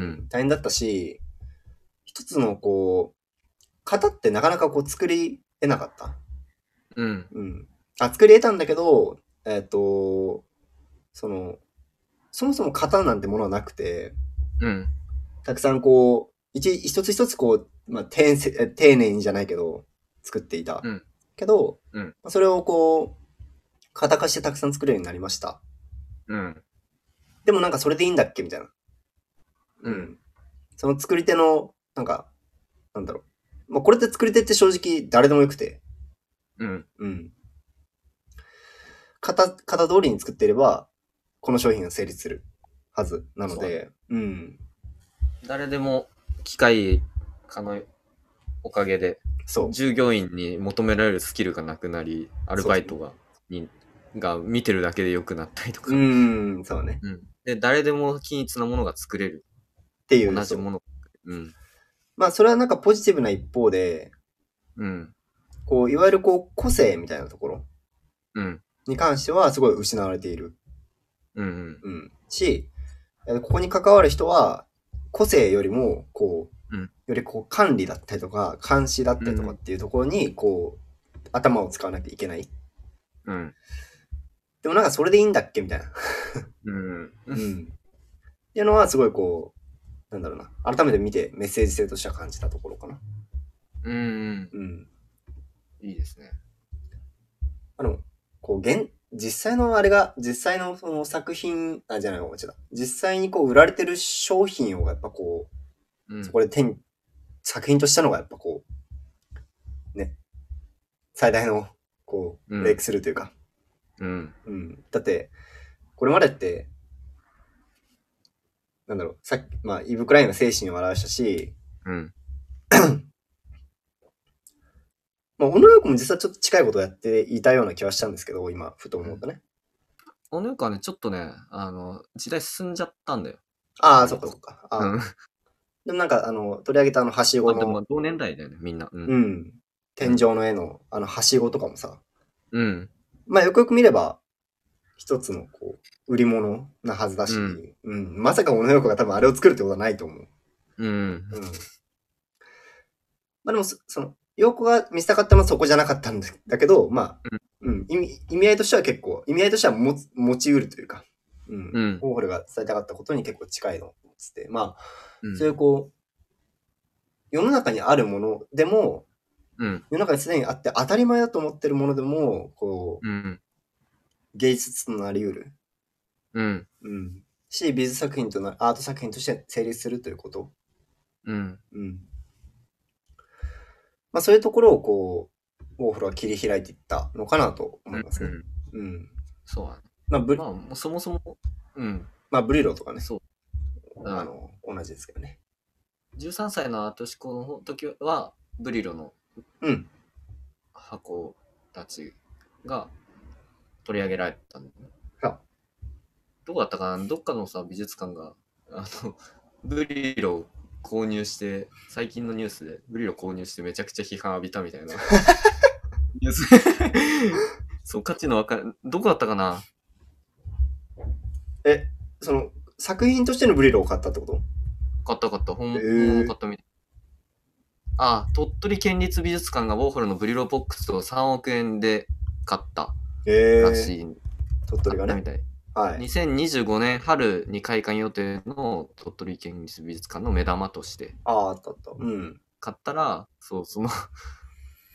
Speaker 2: うんん。
Speaker 1: 大変だったし、一つのこう、型ってなかなかこう作り得なかった。
Speaker 2: うん。
Speaker 1: うん。あ、作り得たんだけど、えっ、と、その、そもそも型なんてものはなくて、
Speaker 2: うん。
Speaker 1: たくさんこう、一一つ一つこう、まあ、丁寧え丁寧にじゃないけど、作っていた。
Speaker 2: うん
Speaker 1: けど、
Speaker 2: うん
Speaker 1: まあそれをこう、型化してたくさん作れるようになりました。
Speaker 2: うん。
Speaker 1: でもなんかそれでいいんだっけみたいな。
Speaker 2: うん。
Speaker 1: その作り手の、なんか、なんだろう。まあ、これって作り手って正直誰でもよくて、
Speaker 2: うん。
Speaker 1: うん。型、型通りに作っていれば、この商品が成立するはずなので、うん。
Speaker 2: 誰でも機械化のおかげで、
Speaker 1: そう。
Speaker 2: 従業員に求められるスキルがなくなり、アルバイトが、に、が見てるだけで良くなったりとか。
Speaker 1: うん、そうね。
Speaker 2: うん。で、誰でも均一なものが作れる。
Speaker 1: っていう。
Speaker 2: 同じ
Speaker 1: そう
Speaker 2: もの。うん。
Speaker 1: まあ、それはなんかポジティブな一方で、
Speaker 2: うん。
Speaker 1: こう、いわゆるこう、個性みたいなところ
Speaker 2: うん。
Speaker 1: に関しては、すごい失われている。
Speaker 2: うん。うん。
Speaker 1: うん。し、えーここに関わる人は、個性よりも、こう、
Speaker 2: うん
Speaker 1: よりこう管理だったりとか、監視だったりとかっていうところに、こう、頭を使わなきゃいけない。
Speaker 2: うん。
Speaker 1: でもなんかそれでいいんだっけみたいな。
Speaker 2: うん。
Speaker 1: うん。 っていうのは、すごいこう、なんだろうな。改めて見て、メッセージ性としては感じたところかな。
Speaker 2: うん。
Speaker 1: うん。
Speaker 2: いいですね。
Speaker 1: あの、こう、現、実際のあれが、実際のその作品、あ、じゃない、間違えた。実際にこう、売られてる商品をやっぱこう、
Speaker 2: うん
Speaker 1: そ。こで手に、作品としたのがやっぱこう、ね、最大の、こう、
Speaker 2: うん
Speaker 1: ブレイクスルーというか、
Speaker 2: うん。
Speaker 1: うん。だって、これまでって、なんだろう、さっき、まあ、イブ・クラインが精神を表したし、
Speaker 2: うん。
Speaker 1: まあ、小野洋子も実はちょっと近いことをやっていたような気はしたんですけど、今、ふと思うとね。
Speaker 2: あのかね、ちょっとね、あの、時代進んじゃったんだよ。
Speaker 1: ああ、そっかそっか。あー
Speaker 2: うん。
Speaker 1: でもなんか、あの、取り上げたあの、はし
Speaker 2: ま
Speaker 1: ご
Speaker 2: あでも
Speaker 1: の、
Speaker 2: 同年代だよね、みんな。うん。
Speaker 1: うん、天井の絵の、あの、はしごとかもさ、
Speaker 2: うん。
Speaker 1: まあ、よくよく見れば、一つの、こう、売り物なはずだし、う
Speaker 2: うんん、
Speaker 1: まさか小野洋子が多分あれを作るってことはないと思う。
Speaker 2: うん。
Speaker 1: うん。まあでもそ、その、洋子が見せたかったのはそこじゃなかったんだだけど、まあ、うん、意味、意味合いとしては結構、意味合いとしては持つ持ち得るというか、うん。
Speaker 2: うん
Speaker 1: ホーホルが伝えたかったことに結構近いのを持つって、まあ、
Speaker 2: うん
Speaker 1: そういうこう、世の中にあるものでも、
Speaker 2: うん。
Speaker 1: 世の中にすでにあって当たり前だと思ってるものでも、こう、
Speaker 2: うん。
Speaker 1: 芸術となり得る。
Speaker 2: うん。
Speaker 1: うん。し、美術作品とな、アート作品として成立するということ。
Speaker 2: うん。
Speaker 1: うん。まあそういうところをこう、ウォーホルは切り開いていったのかなと思います
Speaker 2: う
Speaker 1: ね。
Speaker 2: ん
Speaker 1: うん。
Speaker 2: そうだね。
Speaker 1: まあブリ、
Speaker 2: まあ、もうそもそも、うん。
Speaker 1: まあブリロとかね、
Speaker 2: そう。うん
Speaker 1: あの、同じですけどね。
Speaker 2: 13歳のアート志向の時は、ブリロの
Speaker 1: うん。
Speaker 2: 箱たちが取り上げられたんだよね
Speaker 1: さ
Speaker 2: どこだったかなどっかのさ、美術館が、あの、 ブリロを購入して、最近のニュースで、ブリロ購入してめちゃくちゃ批判浴びたみたいな。ニュースそう、価値のわかる、どこだったかな
Speaker 1: え、その、作品としてのブリロを買ったってこと
Speaker 2: 買った買った、本
Speaker 1: へー
Speaker 2: 物、本物買ったみたい。あ、鳥取県立美術館がウォーホルのブリロボックスを3億円で買った
Speaker 1: え
Speaker 2: ら
Speaker 1: ー、
Speaker 2: しい。
Speaker 1: 鳥取が
Speaker 2: 買ったみ
Speaker 1: ね。
Speaker 2: たい。
Speaker 1: はい。
Speaker 2: 2025年春に開館予定の鳥取県立美術館の目玉として
Speaker 1: ああ、あったあった。うん。
Speaker 2: 買ったら、そう、その、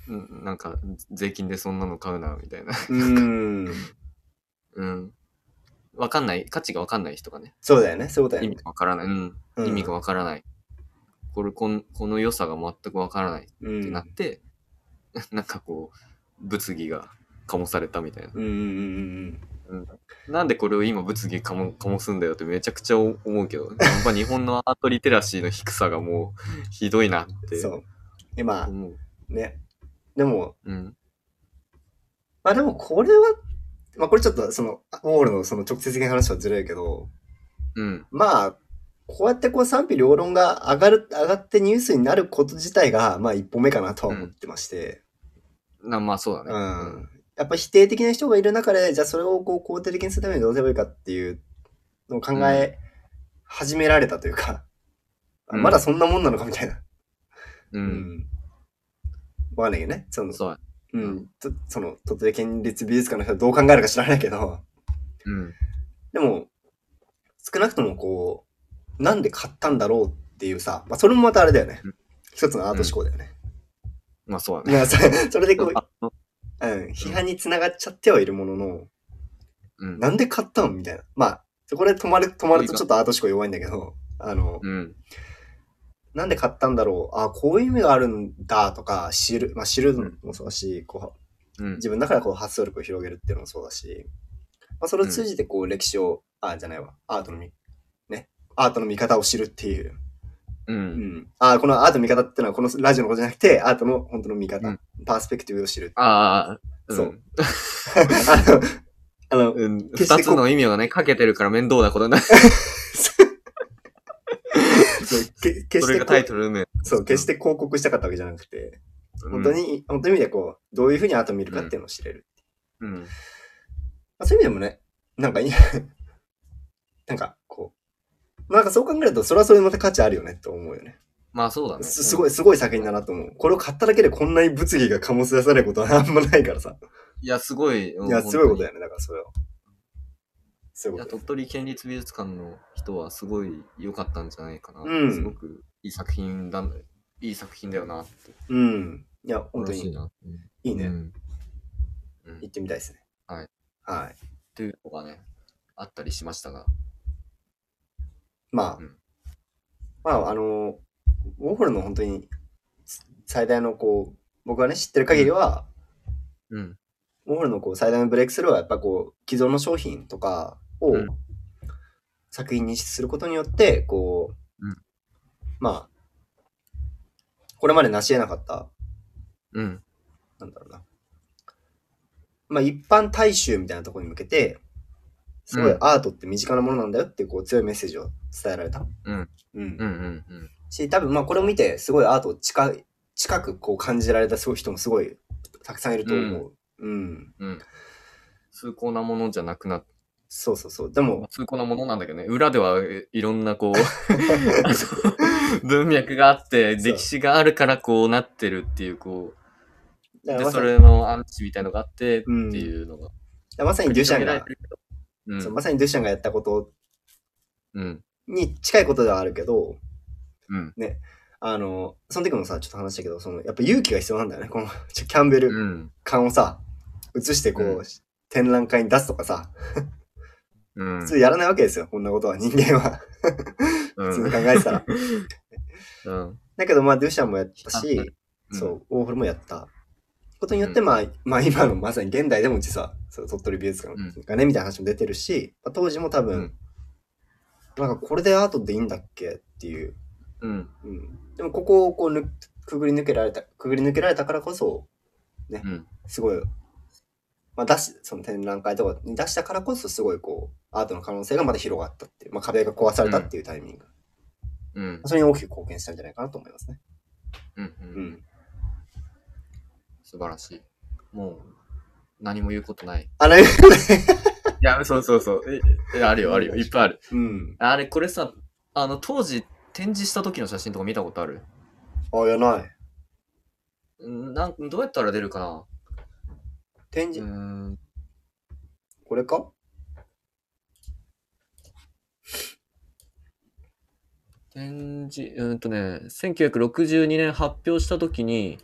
Speaker 2: うんなんか、税金でそんなの買うな、みたいな。
Speaker 1: うーん。
Speaker 2: うん。わかんない、価値がわかんない人がね、
Speaker 1: そうだよね。そういうことだ
Speaker 2: 意
Speaker 1: よね
Speaker 2: 味。がわからない。うん。
Speaker 1: うん
Speaker 2: 意味がわからない。これこん、この良さが全くわからないっ
Speaker 1: う
Speaker 2: て
Speaker 1: ん。
Speaker 2: なって、 なんかこう、物議が醸されたみたいな。
Speaker 1: うんうんうん
Speaker 2: なんでこれを今物議かも醸すんだよってめちゃくちゃ思うけど、やっぱ日本のアートリテラシーの低さがもうひどいなっ
Speaker 1: う
Speaker 2: て
Speaker 1: ん。そう。今、
Speaker 2: 思う。
Speaker 1: ね。でも、
Speaker 2: うん。
Speaker 1: まあでもこれは、まあこれちょっとその、ウォールのその直接的な話はずれるけど、
Speaker 2: うん。
Speaker 1: まあ、こうやってこう賛否両論が上がる、上がってニュースになること自体が、まあ一歩目かなとは思ってまして、
Speaker 2: なまあそうだ
Speaker 1: う
Speaker 2: ね。
Speaker 1: ん。やっぱ否定的な人がいる中で、じゃあそれをこう肯定的にするためにどうすればいいかっていうのを考え始められたというか、
Speaker 2: うん
Speaker 1: あまだそんなもんなのかみたいな。
Speaker 2: う。。
Speaker 1: うんわかんないよね。その、
Speaker 2: そうだ。
Speaker 1: うん。とその、鳥取県立美術館の人はどう考えるか知らないけど、
Speaker 2: うん。
Speaker 1: でも、少なくともこう、なんで買ったんだろうっていうさ、まあ、それもまたあれだよね
Speaker 2: うん。
Speaker 1: 一つのアート思考だよね。
Speaker 2: まあそうだ
Speaker 1: い
Speaker 2: ね。
Speaker 1: やそそれでこう、
Speaker 2: あの
Speaker 1: うん、批判につながっちゃってはいるものの、
Speaker 2: うん。
Speaker 1: なんで買ったんみたいな。まあ、そこで止まる、止まるとちょっとアート思考弱いんだけど、あの、
Speaker 2: うん。
Speaker 1: なんで買ったんだろう、あこういう意味があるんだとか、知る、まあ知るのもそうだし、こう、
Speaker 2: うん。
Speaker 1: 自分だからこう発想力を広げるっていうのもそうだし、まあそれを通じてこう歴史を、あ、じゃないわ、アートの見、ね、アートの見方を知るっていう、
Speaker 2: う。
Speaker 1: うんん、あーこのアートの見方ってのはこのラジオのことじゃなくてアートの本当の見方、
Speaker 2: うん
Speaker 1: パースペクティブを知る
Speaker 2: ああ、ん
Speaker 1: そう。あのあの
Speaker 2: うん。
Speaker 1: 決してこう
Speaker 2: 二つの意味がね、かけてるから面倒なこと になる。
Speaker 1: そうけ決
Speaker 2: そ
Speaker 1: して
Speaker 2: れが
Speaker 1: こ
Speaker 2: タイ
Speaker 1: う
Speaker 2: トル名。
Speaker 1: そう決して広告したかったわけじゃなくて
Speaker 2: うん
Speaker 1: 本当。に、本当の意味でこうどういうふうにアートを見るかっていうのを知れる、
Speaker 2: うん。
Speaker 1: まあ、そういう意味でもねなんかいい なんかこうなんかそう考えるとそれはそれでまた価値あるよねと思うよね
Speaker 2: まあそうだね。
Speaker 1: すすご
Speaker 2: い。
Speaker 1: いすごい作品だなと思うこれを買っただけでこんなに物議が醸し出されることはあんまないからさ
Speaker 2: いや、すごい。うん
Speaker 1: いやすごいこと
Speaker 2: 本当に
Speaker 1: だよねだからそれはそういう
Speaker 2: い
Speaker 1: こ
Speaker 2: や
Speaker 1: と
Speaker 2: 鳥取県立美術館の人はすごい良かったんじゃないかな、
Speaker 1: うん
Speaker 2: すごくいい作品だいい作品だよなって
Speaker 1: うんいや本当
Speaker 2: 嬉しい
Speaker 1: に
Speaker 2: な、うん
Speaker 1: いいね、
Speaker 2: うんうん
Speaker 1: 行ってみたいですね。
Speaker 2: はい。
Speaker 1: はい。
Speaker 2: というのがねあったりしましたが
Speaker 1: まあ、
Speaker 2: うん
Speaker 1: まあ、あの、ウォーホルの本当に最大のこう、僕がね、知ってる限りは、
Speaker 2: うん
Speaker 1: ウォーホルのこう最大のブレイクスルーはやっぱこう、既存の商品とかを
Speaker 2: うん
Speaker 1: 作品にすることによって、こう、
Speaker 2: うん
Speaker 1: まあ、これまで成し得なかった
Speaker 2: うん
Speaker 1: なんだろうな。まあ一般大衆みたいなところに向けて、すごい
Speaker 2: うん
Speaker 1: アートって身近なものなんだよっていうこう強いメッセージを伝えられた。
Speaker 2: う
Speaker 1: う
Speaker 2: ん。
Speaker 1: ん
Speaker 2: う。んうんうん。
Speaker 1: し、多分まあこれを見て、すごいアートを近い、近くこう感じられたすごい人もすごいたくさんいると思う。うん。
Speaker 2: うん。崇高なものじゃなくなっ
Speaker 1: そうそうそう。で も、
Speaker 2: 崇高なものなんだけどね、裏ではえいろんな こう、あの文脈があって、
Speaker 1: そう
Speaker 2: 歴史があるからこうなってるっていう、こ
Speaker 1: だか
Speaker 2: う、
Speaker 1: ら
Speaker 2: で、
Speaker 1: まさ
Speaker 2: そ
Speaker 1: に、だか
Speaker 2: れのアンチみたいのがあってって
Speaker 1: うん
Speaker 2: いうのが。
Speaker 1: らまさにデュシャンが、
Speaker 2: う
Speaker 1: そうんま。さにデュシャンがやったこと
Speaker 2: うん。
Speaker 1: に近いことではあるけど、
Speaker 2: うん。
Speaker 1: あの、その時もさ、ちょっと話したけど、その、やっぱ勇気が必要なんだよね。この、ちょキャンベル
Speaker 2: うん。
Speaker 1: 缶をさ、移してこう、
Speaker 2: うん
Speaker 1: 展覧会に出すとかさ、
Speaker 2: うん。
Speaker 1: 普通やらないわけですよ、こんなことは。人間は。
Speaker 2: う
Speaker 1: 普通
Speaker 2: ん
Speaker 1: に考えてた ら。
Speaker 2: うん。
Speaker 1: だけど、まあ、デュシャンもやったし、
Speaker 2: うん
Speaker 1: そう、オーホルもやった。ことによって、
Speaker 2: うん
Speaker 1: まあ、まあ今のまさに現代でもうちさ、そう鳥取美術
Speaker 2: うん
Speaker 1: 館がね、みたいな話も出てるし、まあ、当時も多分、
Speaker 2: うん
Speaker 1: なんかこれでアートっていいんだっけっていう。
Speaker 2: うん。
Speaker 1: うん、でも、ここをこうぬ、くぐり抜けられた、くぐり抜けられたからこそ、
Speaker 2: うん。
Speaker 1: すごい、まあ、出し、その展覧会とかに出したからこそ、すごいこう、アートの可能性がまた広がったっていう、まあ、壁が壊されたっていうタイミング。
Speaker 2: うん。
Speaker 1: それに大きく貢献したんじゃないかなと思いますね。
Speaker 2: うん。
Speaker 1: う
Speaker 2: うん。
Speaker 1: ん。
Speaker 2: 素晴らしい。もう、何も言うことない。い
Speaker 1: あれ、
Speaker 2: や、そうそうそう。ええあるよ、あるよ。いっぱいある。
Speaker 1: うん。
Speaker 2: あれ、これさ、あの、当時展示した時の写真とか見たことある
Speaker 1: あ、いや、ない。
Speaker 2: んなんどうやったら出るかな
Speaker 1: 展
Speaker 2: うー
Speaker 1: 示、
Speaker 2: ん。
Speaker 1: これか
Speaker 2: 展示、うーんとね、1962年発表した時に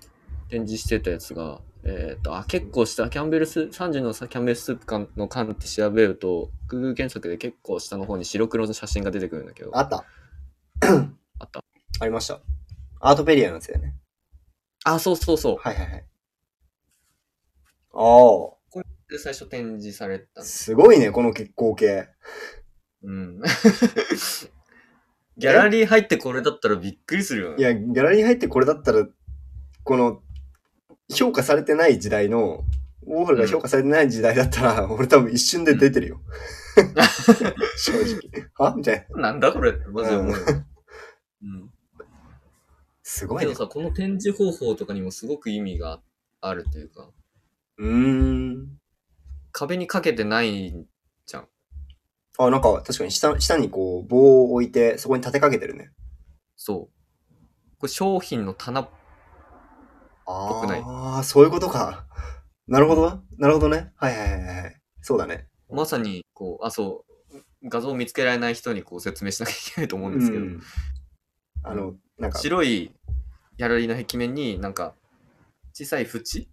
Speaker 2: 展示してたやつが、えっ、と、あ、結構下、キャンベルス、3時のさキャンベルスープ缶の缶って調べると、Google 検索で結構下の方に白黒の写真が出てくるんだけど、
Speaker 1: あった。
Speaker 2: あった。
Speaker 1: ありました。アートペリアのやつだよね。
Speaker 2: あ、そうそうそう。
Speaker 1: はいはいはい。あ
Speaker 2: で最初展示された
Speaker 1: あ、
Speaker 2: の
Speaker 1: すごいね、この結光系。
Speaker 2: うん。 ギャラリー入ってこれだったらびっくりするよね。
Speaker 1: いや、ギャラリーに入ってこれだったら、この、評価されてない時代の、ウォーホルが評価されてない時代だったら、俺多分一瞬で出てるよ。正直。はみたいな。
Speaker 2: なんだこれってマジで思うよ。うん。
Speaker 1: すごい
Speaker 2: け
Speaker 1: ね
Speaker 2: ど。さ、この展示方法とかにもすごく意味があるというか、
Speaker 1: うーん。
Speaker 2: 壁にかけてない、
Speaker 1: あ、なんか確かに下、下にこう棒を置いて、そこに立てかけてるね。
Speaker 2: そう。これ商品の棚、
Speaker 1: あ
Speaker 2: ぽくない
Speaker 1: あー、そういうことか。なるほど。なるほどね。はいはいはいはい。そうだね。
Speaker 2: まさに、こう、あ、そう、画像を見つけられない人にこう説明しなきゃいけないと思うんですけど、
Speaker 1: うんあの、なんか、
Speaker 2: 白いギャラリーの壁面になんか、小さい縁、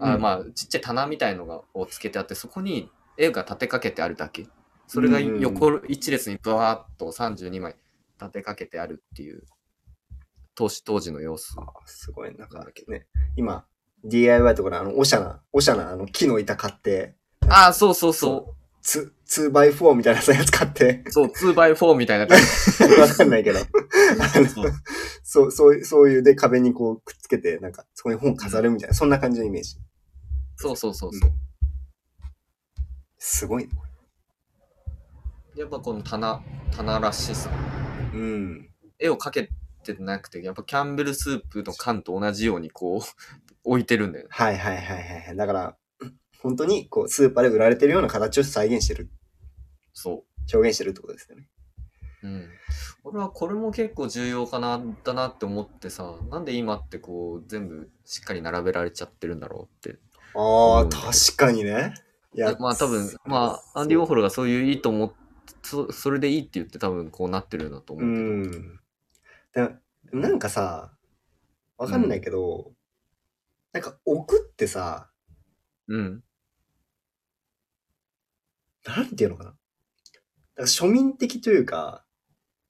Speaker 2: あ
Speaker 1: うん
Speaker 2: まあ、ちっちゃい棚みたいのがをつけてあって、そこに絵が立てかけてあるだけ。それが
Speaker 1: うん
Speaker 2: 横一列にブワーッと32枚立てかけてあるっていう、当時当時の様子。
Speaker 1: すごい、なんか
Speaker 2: なんだっけ
Speaker 1: ね、今、DIY とかであの、おしゃな、おしゃな、あの、木の板買って、
Speaker 2: ああ、そうそうそ
Speaker 1: つ 2x4 みたいなさ、やつ買っ て、
Speaker 2: う。そう、2x4 みたいな感じ。
Speaker 1: わかんないけど、
Speaker 2: そ
Speaker 1: そう、
Speaker 2: う
Speaker 1: そういう、そういうで壁にこうくっつけて、なんか、そこに本飾るみたいな、そんな感じのイメージ。
Speaker 2: そうそうそう。
Speaker 1: すごいね。こ
Speaker 2: やっぱこの棚、棚らしさ。
Speaker 1: れうん。
Speaker 2: 絵を描けてなくて、やっぱキャンベルスープの缶と同じようにこう、 置いてるんだよね。
Speaker 1: はいはいはいはいはい。だから、本当に、こう、スーパーで売られてるような形を再現してる、
Speaker 2: そう。
Speaker 1: 表現してるってことですよね。
Speaker 2: うん、俺はこれも結構重要かなだなって思ってさなんで今ってこう全部しっかり並べられちゃってるんだろうって
Speaker 1: ああ、
Speaker 2: うん
Speaker 1: 確かにね。いや
Speaker 2: まあ多分まあアンディ・ウォーホルがそういういいと思ってそそれでいいって言って多分こうなってるんだと思
Speaker 1: う
Speaker 2: うけど、
Speaker 1: ん。でもなんかさ、わかんないけど、なんか置くってさ、
Speaker 2: うん、
Speaker 1: なんていうのかな。なんか庶民的というか、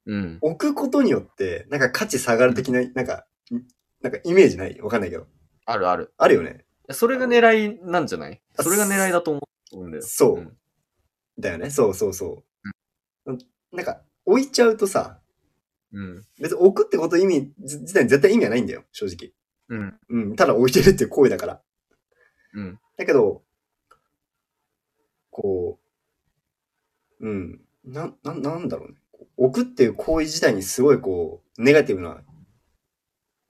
Speaker 2: うん
Speaker 1: 置くことによって、なんか価値下がる的な、なんか、んなんかイメージないわかんないけど。
Speaker 2: あるある
Speaker 1: あるよね。
Speaker 2: それが狙いなんじゃない
Speaker 1: あ
Speaker 2: それが狙いだと思うんだよ
Speaker 1: そうんだよね。そうそうそう。なんか、置いちゃうとさ、
Speaker 2: うん
Speaker 1: 別に置くってこと意味、自自体に絶対意味はないんだよ、正直。
Speaker 2: うん
Speaker 1: うん、ただ置いてるっていう行為だから。
Speaker 2: うん。
Speaker 1: だけど、こう、うん、な、ななんだろうね。置くっていう行為自体にすごいこう、ネガティブな、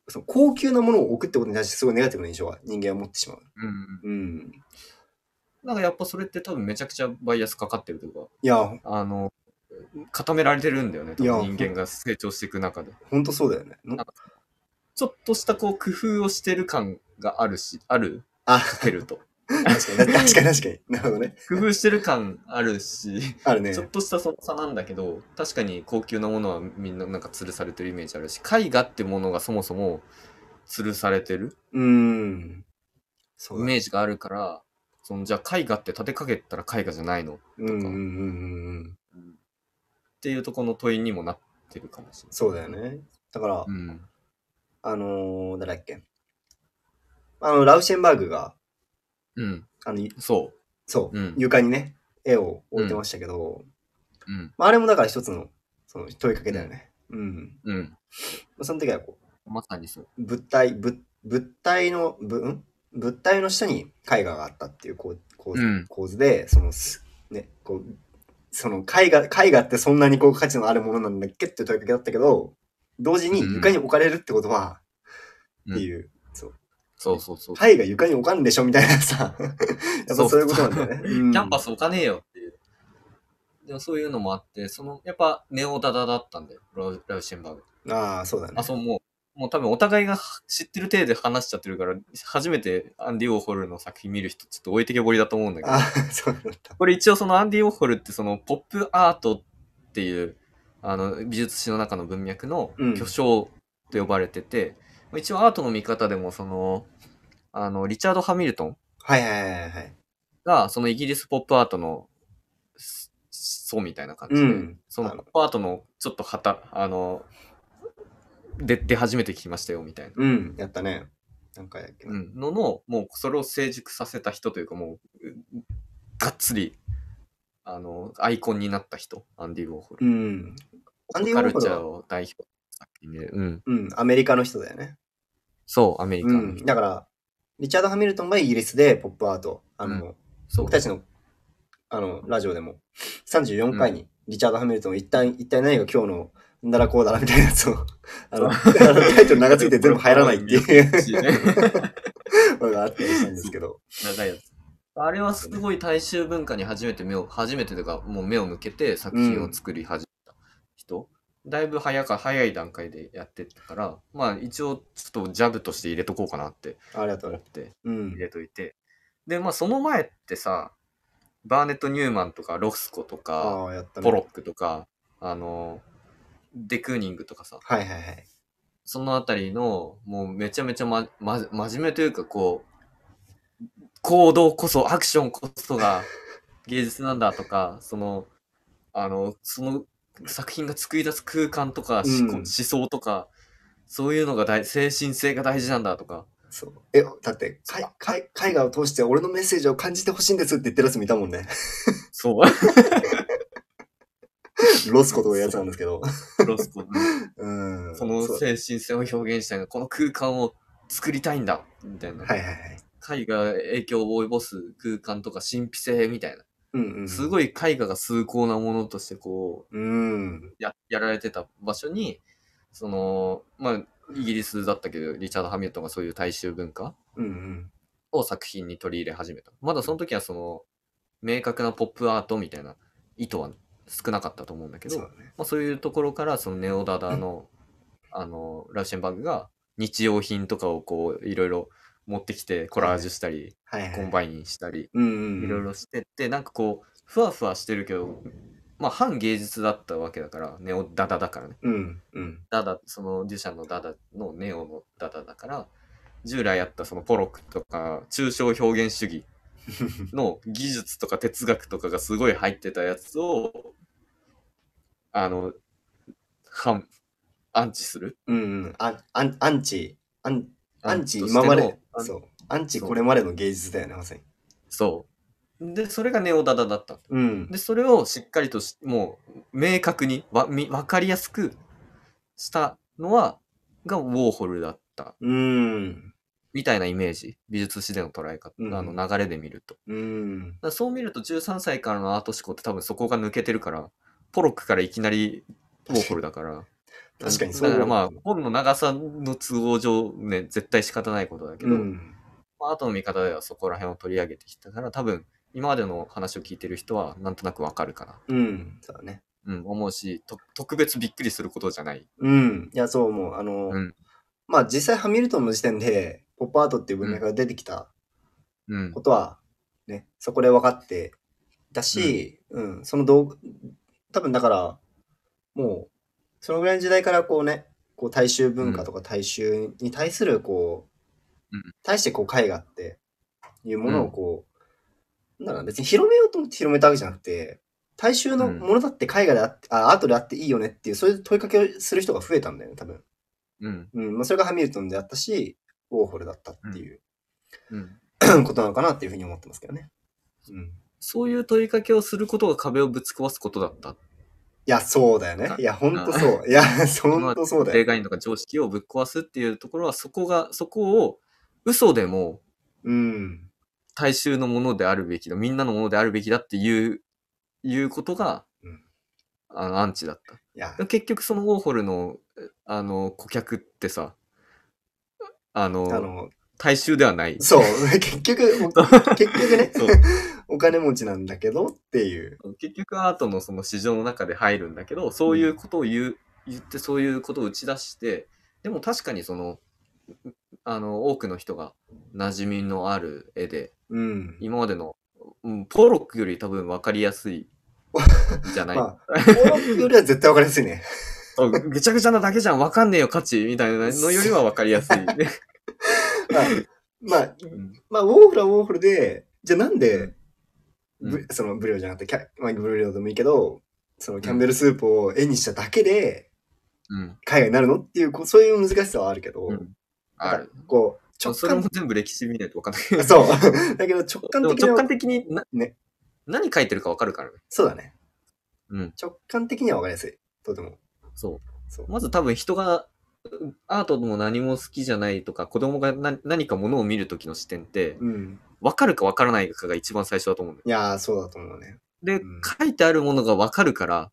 Speaker 1: その高級なものを置くってことに対してすごいネガティブな印象は人間は持ってしまう。
Speaker 2: う
Speaker 1: う
Speaker 2: ん。
Speaker 1: ん。
Speaker 2: なんかやっぱそれって多分めちゃくちゃバイアスかかってるというか、
Speaker 1: いや、
Speaker 2: あの、固められてるんだよね、多
Speaker 1: いや
Speaker 2: 分人間が成長していく中で。
Speaker 1: ほんとそうだよね。の
Speaker 2: ちょっとしたこう工夫をしてる感があるし、ある
Speaker 1: あ、
Speaker 2: かける と。
Speaker 1: 確かに、確かに確かに。なるほどね。
Speaker 2: 工夫してる感あるし、
Speaker 1: あるね
Speaker 2: ちょ。っとしたその差なんだけど、確かに高級なものはみんななんか吊るされてるイメージあるし、絵画ってものがそもそも吊るされてる
Speaker 1: うん。そ
Speaker 2: イ
Speaker 1: うだね。
Speaker 2: メージがあるから、そのじゃあ絵画って立てかけたら絵画じゃないのっ
Speaker 1: うんうんうんうんうん。
Speaker 2: ていうところの問いにもなってるかもしれない。
Speaker 1: そうだよね。だから、
Speaker 2: うん。
Speaker 1: あのー、誰だっけ。あの、ラウシェンバーグが、
Speaker 2: うん。
Speaker 1: あの、
Speaker 2: そ
Speaker 1: そう、
Speaker 2: うん
Speaker 1: 床にね、絵を置いてましたけど、
Speaker 2: う。うん。
Speaker 1: まあ、あれもだから一つのその問いかけだよね。うん。
Speaker 2: うん。
Speaker 1: まあその時はこ
Speaker 2: まさにそう。
Speaker 1: う、物体、物物体の、ぶん物体の下に絵画があったっていうこう構図,、
Speaker 2: うん
Speaker 1: 構図で、そのす、ね、こう、その絵画、絵画ってそんなにこう価値のあるものなんだっけっていう問いかけだったけど、同時に床に置かれるってことは、
Speaker 2: うん
Speaker 1: っていう、
Speaker 2: そうそうそう。
Speaker 1: 絵画床に置かんでしょみたいなさ、 やっぱそういうことなんだ よね。
Speaker 2: そう
Speaker 1: うん
Speaker 2: キャンパス置かねえよっていう。でもそういうのもあって、その、やっぱネオダダだったんだよ、ラウラウシェンバーグ。
Speaker 1: ああ、そうだね。
Speaker 2: あ、そう、もう、もう多分お互いが知ってる体で話しちゃってるから、初めてアンディ・ウォーホルの作品見る人、ちょっと置いてけぼりだと思うんだけど、
Speaker 1: あーそうだった。
Speaker 2: これ一応そのアンディ・ウォーホルってそのポップアートっていう、あの、美術史の中の文脈の
Speaker 1: うん
Speaker 2: 巨匠と呼ばれてて、まあ一応アートの見方でもその、あの、リチャード・ハミルトン
Speaker 1: はいはいはいはい。
Speaker 2: が、そのイギリスポップアートの、すそうみたいな感じで、
Speaker 1: うん
Speaker 2: その
Speaker 1: あ
Speaker 2: ポ
Speaker 1: の
Speaker 2: ップアートのちょっとはた、あの、で出始めてきましたよみたいな。
Speaker 1: うん、やったね。なんかやっけな。
Speaker 2: うん、のの、もうそれを成熟させた人というか、もう、うがっつり、あの、アイコンになった人、アンディ・ウォーホ
Speaker 1: う
Speaker 2: ル。
Speaker 1: ん。アンディ・ウ
Speaker 2: カ
Speaker 1: ォー
Speaker 2: ル
Speaker 1: ホ
Speaker 2: チ
Speaker 1: ル
Speaker 2: ャー
Speaker 1: は、
Speaker 2: を代表した作品で、うん。
Speaker 1: うん、アメリカの人だよね。
Speaker 2: そう、アメリカ
Speaker 1: う
Speaker 2: の
Speaker 1: ん。
Speaker 2: 人。
Speaker 1: だから、リチャード・ハミルトンがイギリスでポップアート、あの、
Speaker 2: そう
Speaker 1: 僕たちの、あの、ラジオでも、34回にリチャード・ハミルトン、一体、一体何が今日の、んだらこうだらみたいなやつを、あの、あのタイトル長すぎて全部入らないっ ていう
Speaker 2: し
Speaker 1: のがあったりしたんですけ ど。
Speaker 2: 長いやつ。あれはすごい大衆文化に初めて目を、初めてというか、もう目を向けて作品を作り始めた人。だいぶ早か、早い段階でやってったから、まあ一応ちょっとジャブとして入れとこうかなって
Speaker 1: ありがと
Speaker 2: 思っ
Speaker 1: う。
Speaker 2: て
Speaker 1: う
Speaker 2: 入
Speaker 1: ん。
Speaker 2: れといて。で、まあその前ってさ、バーネット・ニューマンとかロスコとか、
Speaker 1: ああ、やったね。
Speaker 2: ポロックとか、あの、デクーニングとかさ、
Speaker 1: はいはいはい。
Speaker 2: そのあたりの、もうめちゃめちゃま、ま、真面目というか、こう、行動こそ、アクションこそが芸術なんだとか、その、あの、その作品が作り出す空間とか、思考
Speaker 1: うん
Speaker 2: 思想とか、そういうのが大、精神性が大事なんだとか、
Speaker 1: そう。え、だって、かいかい絵画を通して俺のメッセージを感じてほしいんですって言ってるやつ見たもんね。
Speaker 2: そう、
Speaker 1: ロスコというやつなんですけど。
Speaker 2: ロスコ、
Speaker 1: うん。
Speaker 2: その
Speaker 1: そう
Speaker 2: 精神性を表現したいな、この空間を作りたいんだ、みたいな。
Speaker 1: はいはいはい。
Speaker 2: 絵画が影響を及ぼす空間とか、神秘性みたいな。
Speaker 1: うんうん。
Speaker 2: す
Speaker 1: い。
Speaker 2: ごい絵画が崇高なものとしてこ
Speaker 1: うん
Speaker 2: う。ややられてた場所にそのまあイギリスだったけどリチャード・ハミルトンがそういう大衆文化
Speaker 1: うんうん。
Speaker 2: を作品に取り入れ始めたまだその時はその明確なポップアートみたいな意図は少なかったと思うんだけど
Speaker 1: そう
Speaker 2: そう,、
Speaker 1: だね。
Speaker 2: まあ、そういうところからそのネオダダの,、あのラウシェンバーグが日用品とかをこういろいろ持ってきてコラージュしたり、
Speaker 1: はいはい。
Speaker 2: コンバインしたり
Speaker 1: うんうん。
Speaker 2: いろい。ろしてってなんかこうふわふわしてるけどまあ反芸術だったわけだからネオダダだからね
Speaker 1: うんうん。
Speaker 2: ダダそのデュシャンのダダのネオのダダだから従来あったそのポロックとか抽象表現主義の技術とか哲学とかがすごい入ってたやつをあの反アンチする
Speaker 1: うんうん。あアンアンチ、アンアンチ
Speaker 2: として
Speaker 1: 今
Speaker 2: の
Speaker 1: まで
Speaker 2: ア。ン
Speaker 1: そう。アンチこれまでの芸術だよね、まさに。
Speaker 2: そうでそれがネオダダだった
Speaker 1: うん。
Speaker 2: で、それをしっかりとし、もう、明確に、わ、み、わかりやすくしたのは、が、ウォーホルだった。
Speaker 1: うん。
Speaker 2: みたいなイメージ。美術史での捉え方、
Speaker 1: うん
Speaker 2: あの流れで見ると。だ
Speaker 1: うん。
Speaker 2: からそう見ると13歳からのアート思考って多分そこが抜けてるから、ポロックからいきなりウォーホルだから。
Speaker 1: 確かに
Speaker 2: だからまあ、本の長さの都合上ね、絶対仕方ないことだけ
Speaker 1: う
Speaker 2: ど、
Speaker 1: ん。
Speaker 2: まあ、後の見方ではそこら辺を取り上げてきたから、多分、今までの話を聞いてる人はなんとなくわかるかな。
Speaker 1: うん。そうだね。
Speaker 2: うん、思うし、と特別びっくりすることじゃない。
Speaker 1: うん。いや、そう思う。あの、
Speaker 2: うん
Speaker 1: まあ実際ハミルトンの時点で、ポップアートっていう文脈が出てきた
Speaker 2: うん
Speaker 1: こ。とは、ね、そこで分かっていたし、うん、その道具、多分だから、もう、そのぐらいの時代からこうね、こう大衆文化とか大衆に対するこう、
Speaker 2: うん
Speaker 1: 対してこう絵画っていうものをこう、なんだろうな別に広めようと思って広めたわけじゃなくて、大衆のものだって絵画であって、あアートであっていいよねっていう、そういう問いかけをする人が増えたんだよね、多分。
Speaker 2: うん。
Speaker 1: うん、まあ、それがハミルトンであったし、ウォーホルだったっていう、
Speaker 2: うん。
Speaker 1: ことなのかなっていうふうに思ってますけどね。うん
Speaker 2: そういう問いかけをすることが壁をぶち壊すことだった。
Speaker 1: いや、そうだよね
Speaker 2: あ。
Speaker 1: いや、ほんとそう。いや、ほんとそうだ
Speaker 2: 例
Speaker 1: よ。
Speaker 2: 外とか常識をぶっ壊すっていうところは、そこが、そこを嘘でも
Speaker 1: うん。
Speaker 2: 大衆のものであるべきだ、みんなのものであるべきだっていう、いうことが、
Speaker 1: うん
Speaker 2: あの、アンチだった。
Speaker 1: いや
Speaker 2: で、も結局そのウォーホルの、あの、顧客ってさ、あの、
Speaker 1: あの、
Speaker 2: 大衆で はない。
Speaker 1: そう、結局、お結局ね、
Speaker 2: そう
Speaker 1: お金持ちなんだけどっていう。
Speaker 2: 結局アートのその市場の中で入るんだけど、そういうことを言う、言ってそういうことを打ち出して、でも確かにその、あの、多くの人が馴染みのある絵で、
Speaker 1: うん。
Speaker 2: 今までの、うん、ポロックより多分分かりやすいじゃな い。
Speaker 1: まあ、登録よりは絶対わかりやすい ね。
Speaker 2: そうぐちゃぐちゃなだけじゃん、分かんねえよ、価値みたいなのよりは分かりやすい。
Speaker 1: まあ、まあ、
Speaker 2: うん
Speaker 1: まあ、ウォーホルはウォーホルで、じゃあなん
Speaker 2: う
Speaker 1: で
Speaker 2: ん、うん
Speaker 1: ブそのブリオじゃなくてキャ、まあ、ブリオでもいいけど、そのキャンベルスープを絵にしただけで、
Speaker 2: うん。
Speaker 1: 海外になるのっていう、こうそういう難しさはあるけど、
Speaker 2: うんある。
Speaker 1: こう、
Speaker 2: まあ
Speaker 1: 直
Speaker 2: それ
Speaker 1: 感
Speaker 2: も全部歴史見ないと分かんない。
Speaker 1: そう。だけど直感
Speaker 2: でも
Speaker 1: 的な
Speaker 2: 直感的にな、
Speaker 1: ね
Speaker 2: 何書いてるか分かるからね。
Speaker 1: そうだね。
Speaker 2: うん。
Speaker 1: 直感的には分かりやすい。とても。
Speaker 2: そ
Speaker 1: そう
Speaker 2: う。。まず多分人が、うアートも何も好きじゃないとか、子供が何何かものを見るときの視点って、
Speaker 1: うん。
Speaker 2: 分かるか分からないかが一番最初だと思うんだよ。
Speaker 1: いやー、そうだと思うね。
Speaker 2: で、
Speaker 1: うん
Speaker 2: 書いてあるものが分かるから、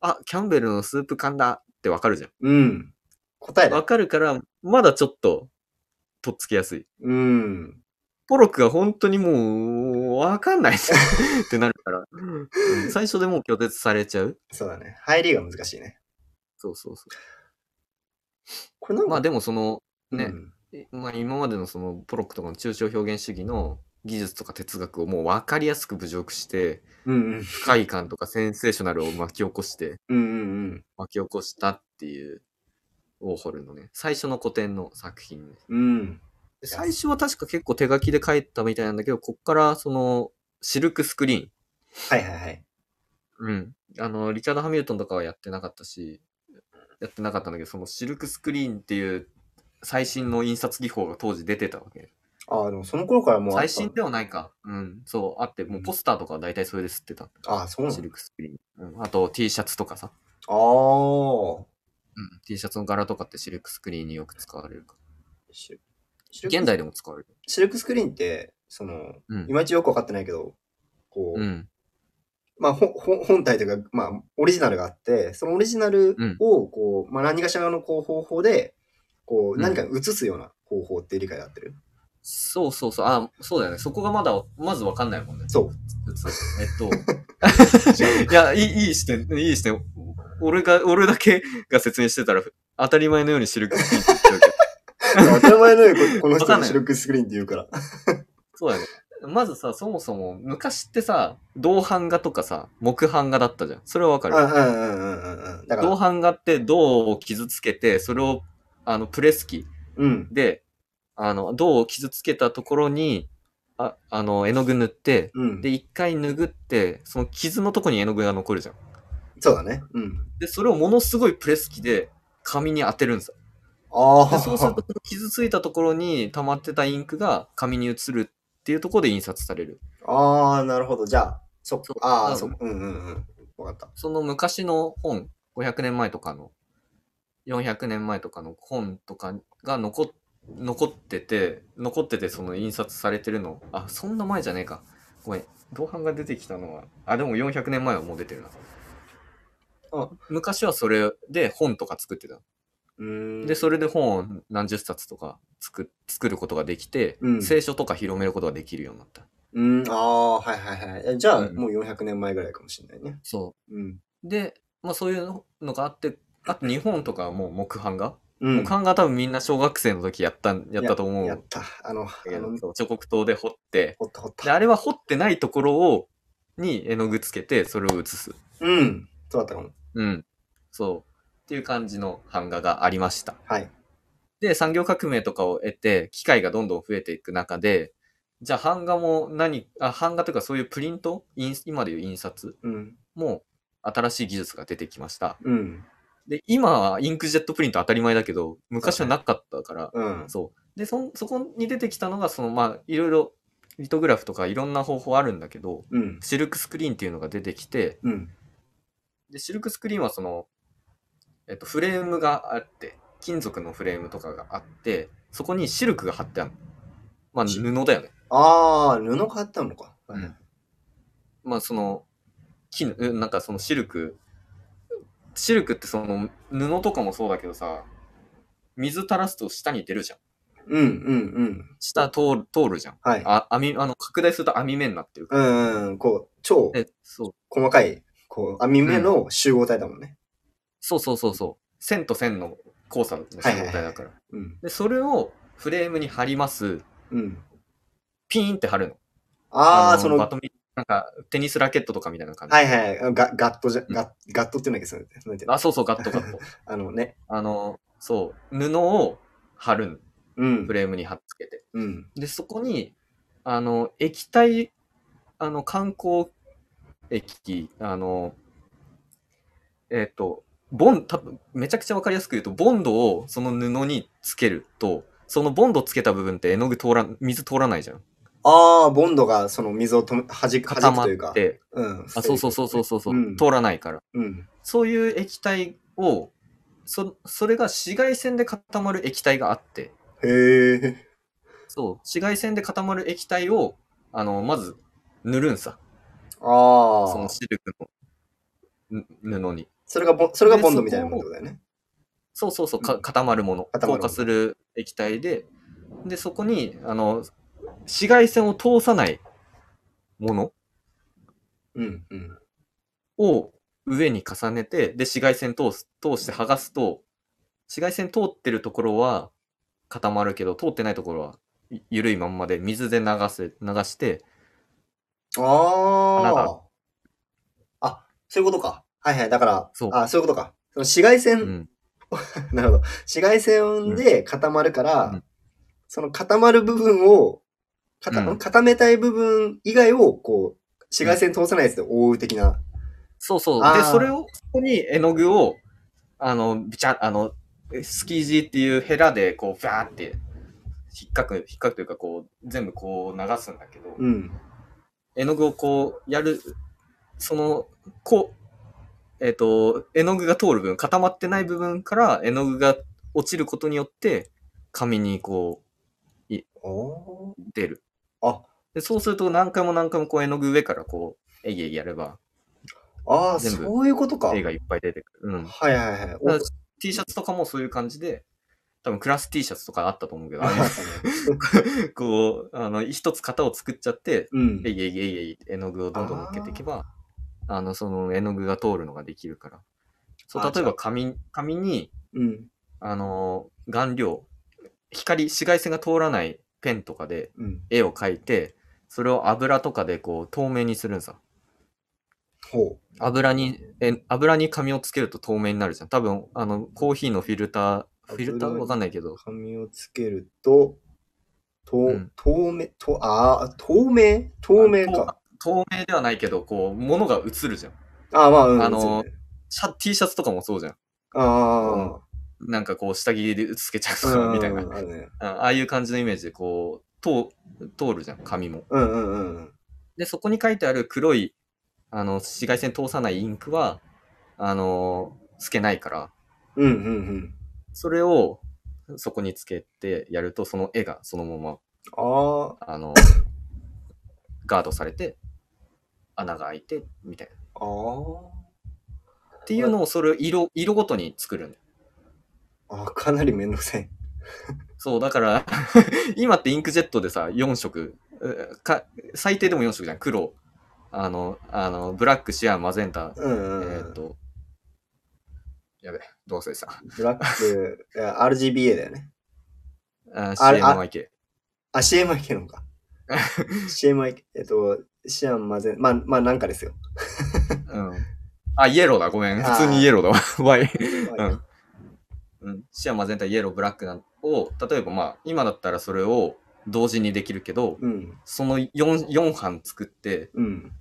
Speaker 2: あ、キャンベルのスープ缶だって分かるじゃん。
Speaker 1: うん。答え
Speaker 2: 分
Speaker 1: だ。
Speaker 2: かるから、まだちょっと、とっつきやすい。
Speaker 1: うん。
Speaker 2: ポロックが本当にもう、わか んないってなるから、うん最初でもう拒絶されちゃう。
Speaker 1: そうだね。入りが難しいね。
Speaker 2: そうそうそ
Speaker 1: これなん
Speaker 2: う。
Speaker 1: か、
Speaker 2: まあでもその、ね
Speaker 1: うん
Speaker 2: えまあ、今までのそのポロックとかの抽象表現主義の技術とか哲学をもう分かりやすく侮辱して
Speaker 1: うんうん。
Speaker 2: 不快感とかセンセーショナルを巻き起こして
Speaker 1: うんうん
Speaker 2: 巻き起こしたっていうウォーホルのね最初の古典の作品ね
Speaker 1: うん。うん。
Speaker 2: で最初は確か結構手書きで書いたみたいなんだけどこっからそのシルクスクリーン
Speaker 1: はいはいはい。
Speaker 2: うん。あの、リチャード・ハミルトンとかはやってなかったし、やってなかったんだけど、そのシルクスクリーンっていう最新の印刷技法が当時出てたわけ。
Speaker 1: ああ、でもその頃からもうあった
Speaker 2: 最新ではないか。うん。そう、あって、もうポスターとかは大体それで吸ってた。
Speaker 1: ああ、そうなん
Speaker 2: シ
Speaker 1: だ
Speaker 2: ルクスクリーン。うん。あと T シャツとかさ。
Speaker 1: ああ。
Speaker 2: うん。T シャツの柄とかってシルクスクリーンによく使われるか。
Speaker 1: シルシルク
Speaker 2: 現代でも使われる。
Speaker 1: シルクスクリーンって、その、
Speaker 2: うん
Speaker 1: い。まいちよくわかってないけど、こう、
Speaker 2: うん。
Speaker 1: まあ、ほほ本体というか、まあ、オリジナルがあって、そのオリジナルを、こう、まあ、何かしらのこう方法で、こ
Speaker 2: う
Speaker 1: う、
Speaker 2: ん
Speaker 1: 何かに移すような方法っていう理解で合ってる。
Speaker 2: そうそうそう。あ、そうだよね。そこがまだ、まずわかんないもんね。
Speaker 1: そう。
Speaker 2: そうえっと、 いや、いい、いい視点、いい視点。俺が、俺だけが説明してたら、当たり前のようにシルクスクリーンって 言
Speaker 1: 当
Speaker 2: っちゃうけど。
Speaker 1: たり前のようにこ、この
Speaker 2: わか
Speaker 1: 人
Speaker 2: ん
Speaker 1: の
Speaker 2: ない
Speaker 1: シルクスクリーンって言うから。
Speaker 2: そうだよね。まずさ、そもそも、昔ってさ、銅版画とかさ、木版画だったじゃん。それはわか
Speaker 1: うんう
Speaker 2: る。
Speaker 1: んうんうんうんうん。だか
Speaker 2: 銅
Speaker 1: ら、
Speaker 2: 版画って銅を傷つけて、それを、あの、プレス機
Speaker 1: うん。
Speaker 2: で、あの、銅を傷つけたところに、ああの、絵の具塗って、
Speaker 1: うん
Speaker 2: で、。一回拭って、その傷のとこに絵の具が残るじゃん。
Speaker 1: そうだね。うん。
Speaker 2: で、それをものすごいプレス機で紙に当てるんですよ。
Speaker 1: あ
Speaker 2: で、
Speaker 1: あ。
Speaker 2: そうすると、傷ついたところに溜まってたインクが紙に移るっていうところで印刷される。
Speaker 1: ああ、なるほど。じゃあ、そっ
Speaker 2: そう
Speaker 1: あ
Speaker 2: う
Speaker 1: あ、
Speaker 2: ん
Speaker 1: そっうんうんうん。わかった。
Speaker 2: その昔の本、500年前とかの、400年前とかの本とかが残っ残ってて、残っててその印刷されてるの。あ、そんな前じゃねえか。ごめん。銅版が出てきたのは、あ、でも400年前はもう出てるな。
Speaker 1: あ
Speaker 2: 昔はそれで本とか作ってた。
Speaker 1: うーん。
Speaker 2: で、それで本を何十冊とか作作ることができて、
Speaker 1: うん
Speaker 2: 聖書とか広めることができるようになった。
Speaker 1: うーん、ああ、はいはいはいえ。じゃあ、
Speaker 2: うん
Speaker 1: もう400年前ぐらいかもしれないね。
Speaker 2: そ
Speaker 1: うん。
Speaker 2: う。で、まあそういうのがあって、あと日本とかはもう木版画、
Speaker 1: うん
Speaker 2: 木。版画多分みんな小学生の時やった、やったと思うん
Speaker 1: や
Speaker 2: だ
Speaker 1: った。あの、あ
Speaker 2: けど
Speaker 1: の、
Speaker 2: そう彫刻刀で彫って、
Speaker 1: ほったほっ
Speaker 2: で、
Speaker 1: た。
Speaker 2: あれは彫ってないところを、に絵の具つけて、それを写す。
Speaker 1: うん。そうだったかも。
Speaker 2: うん。そう。っていう感じの版画がありました。
Speaker 1: はい。
Speaker 2: で、産業革命とかを得て、機械がどんどん増えていく中で、じゃあ版画も何、あ、版画というかそういうプリントイン今でいう印刷
Speaker 1: うん。
Speaker 2: も新しい技術が出てきました。
Speaker 1: うん。
Speaker 2: で、今はインクジェットプリント当たり前だけど、昔はなかったから、
Speaker 1: うん。
Speaker 2: そう。で、そ、そこに出てきたのが、その、まあ、いろいろ、リトグラフとかいろんな方法あるんだけど、
Speaker 1: うん。
Speaker 2: シルクスクリーンっていうのが出てきて、
Speaker 1: うん。
Speaker 2: で、シルクスクリーンはその、えっと、フレームがあって、金属のフレームとかがあって、そこにシルクが貼ってある。まあ、
Speaker 1: シ
Speaker 2: 布だよね。
Speaker 1: ああ、布買ったのか。
Speaker 2: うんまあ、その、絹、うんなんかそのシルク、シルクってその、布とかもそうだけどさ、水垂らすと下に出るじゃん。
Speaker 1: うんうんうん。
Speaker 2: 下通る、通るじゃん。
Speaker 1: はい。
Speaker 2: あ、網、あの、拡大すると網目になってるか
Speaker 1: うんうん。こう、超
Speaker 2: ら。で、そう。
Speaker 1: 細かい、こう、網目の集合体だもんね。
Speaker 2: そうそうそうそう。線と線の交差の状態だから。
Speaker 1: うん。
Speaker 2: で、それをフレームに貼ります。
Speaker 1: うん。
Speaker 2: ピーンって貼るの。
Speaker 1: ああ、
Speaker 2: の
Speaker 1: その、
Speaker 2: バ
Speaker 1: は
Speaker 2: ドミなんか、テニスラケットとかみたいな感じ。
Speaker 1: いはい。ガガットじゃ、ガッガットって言うんだっけど、それ。
Speaker 2: あ、そうそう、ガットガ ット。
Speaker 1: あのね。
Speaker 2: あの、そう、布を貼るの
Speaker 1: うん
Speaker 2: フ。レームに貼っつけて。
Speaker 1: うん。
Speaker 2: で、そこに、あの、液体、あの、観光液、あの、えっ、と、ボン、多分めちゃくちゃわかりやすく言うと、ボンドをその布につけると、そのボンドつけた部分って絵の具通らん、水通らないじゃん。
Speaker 1: ああ、ボンドがその水をとめ、はじく、は
Speaker 2: 固
Speaker 1: じく
Speaker 2: ま
Speaker 1: というか。
Speaker 2: って。
Speaker 1: うん。
Speaker 2: あ、そうそうそうそうそうそう、
Speaker 1: うん
Speaker 2: 通らないから。
Speaker 1: うん。
Speaker 2: そういう液体を、そそれが紫外線で固まる液体があって、
Speaker 1: へえ。
Speaker 2: そう、紫外線で固まる液体を、あの、まず塗るんさ。
Speaker 1: あ
Speaker 2: その
Speaker 1: あ。
Speaker 2: シルクのん布に。
Speaker 1: それがボン、それがボンドみたいなもんってことだよね。
Speaker 2: そうそうそう、
Speaker 1: う
Speaker 2: か
Speaker 1: ん
Speaker 2: 固まるもの。
Speaker 1: 固まる
Speaker 2: 硬化する液体で、で、そこに、あの、紫外線を通さないもの
Speaker 1: うん。うん。
Speaker 2: を上に重ねて、で、紫外線通す、通して剥がすと、紫外線通ってるところは固まるけど、通ってないところはゆ緩いまんまで、水で流せ、流して、なん
Speaker 1: あ
Speaker 2: か
Speaker 1: あ。あ、そういうことか。はいはい。だから、
Speaker 2: そう
Speaker 1: あそういうことか。その紫外
Speaker 2: う
Speaker 1: 線、
Speaker 2: ん、
Speaker 1: なるほど。紫外線で固まるから、
Speaker 2: うん
Speaker 1: その固まる部分を、固
Speaker 2: うん
Speaker 1: 固めたい部分以外を、こう、紫外線通さないやつで覆う的な。
Speaker 2: そうそう。
Speaker 1: あ
Speaker 2: で、
Speaker 1: ー
Speaker 2: それを、そこに絵の具を、あの、びちゃ、あの、スキージーっていうヘラで、こう、バーって、引っかく、引っかくというか、こう、全部こう流すんだけど、
Speaker 1: うん。
Speaker 2: 絵の具をこう、やる、その、こう、えっ、と、絵の具が通る部分、固まってない部分から絵の具が落ちることによって、紙にこ
Speaker 1: おー
Speaker 2: う、出る。
Speaker 1: あ、
Speaker 2: で、そうすると何回も何回もこう、絵の具上からこう、えいえいやれば、
Speaker 1: ああ、
Speaker 2: 全部
Speaker 1: そういうことか。
Speaker 2: 絵がいっぱい出てくる。うん。
Speaker 1: はいはいはい。お
Speaker 2: だから T シャツとかもそういう感じで、多分クラス T シャツとかあったと思うけど、ああいうこう、あの、一つ型を作っちゃって、
Speaker 1: うん
Speaker 2: え。いえいえいえい絵の具をどんどん乗っけていけば、あの、その絵の具が通るのができるから。そ
Speaker 1: あ
Speaker 2: う、例えば紙、紙に、
Speaker 1: うん。
Speaker 2: あの、顔料、光、紫外線が通らないペンとかで
Speaker 1: うん。
Speaker 2: 絵を描いて、それを油とかでこう透明にするんさ。
Speaker 1: ほ
Speaker 2: 油に、え、油に紙をつけると透明になるじゃん。多分、あの、コーヒーのフィルター、フィルター
Speaker 1: 油に
Speaker 2: わかんないけど
Speaker 1: う。、紙をつけると、と、
Speaker 2: うん
Speaker 1: 透明、と、ああ、透明透明か。
Speaker 2: 透明ではないけど、こう、物が映るじゃん。
Speaker 1: ああ、まあ、うん。
Speaker 2: あの
Speaker 1: そうね
Speaker 2: シャ T シャツとかもそうじゃん。
Speaker 1: あ
Speaker 2: なんかこう、下着で映つけちゃう
Speaker 1: あ、
Speaker 2: とかみたいな。
Speaker 1: うんあるね。
Speaker 2: あああいう感じのイメージで、こう、通、通るじゃん、紙も。
Speaker 1: うんうんうん。
Speaker 2: で、そこに書いてある黒い、あの、紫外線通さないインクは、あの、透けないから、
Speaker 1: うんうんうん。
Speaker 2: それを、そこにつけてやると、その絵がそのまま、
Speaker 1: あ
Speaker 2: あの、ガードされて、穴が開いて、みたいな。
Speaker 1: あ、あ
Speaker 2: っていうのを、それを色、色ごとに作るんだよ
Speaker 1: あ、あかなりめんどくさい。
Speaker 2: そう、だから、 今ってインクジェットでさ、4色、うか最低でも4色じゃん。黒、あの、あの、ブラック、シアン、マゼンタ、
Speaker 1: うん
Speaker 2: え
Speaker 1: うんうん。
Speaker 2: ーっと、やべ、どう忘れてた。
Speaker 1: ブラック、いや RGBA だよね。
Speaker 2: あ
Speaker 1: あれあ
Speaker 2: CMYK。
Speaker 1: あ、CMYK のか。CMYK、えっと、シアン混ぜ、まあ、まあ、なんかですよ。
Speaker 2: うん。あ、イエローだ、ごめん。
Speaker 1: あー
Speaker 2: 普通にイエロー だわ。ワイ。
Speaker 1: う
Speaker 2: うん。うん。シアン、マゼンタ、イエロー、ブラックなんを、例えばまあ、今だったらそれを同時にできるけど、
Speaker 1: うん。
Speaker 2: その 4, 4班作って、
Speaker 1: うん。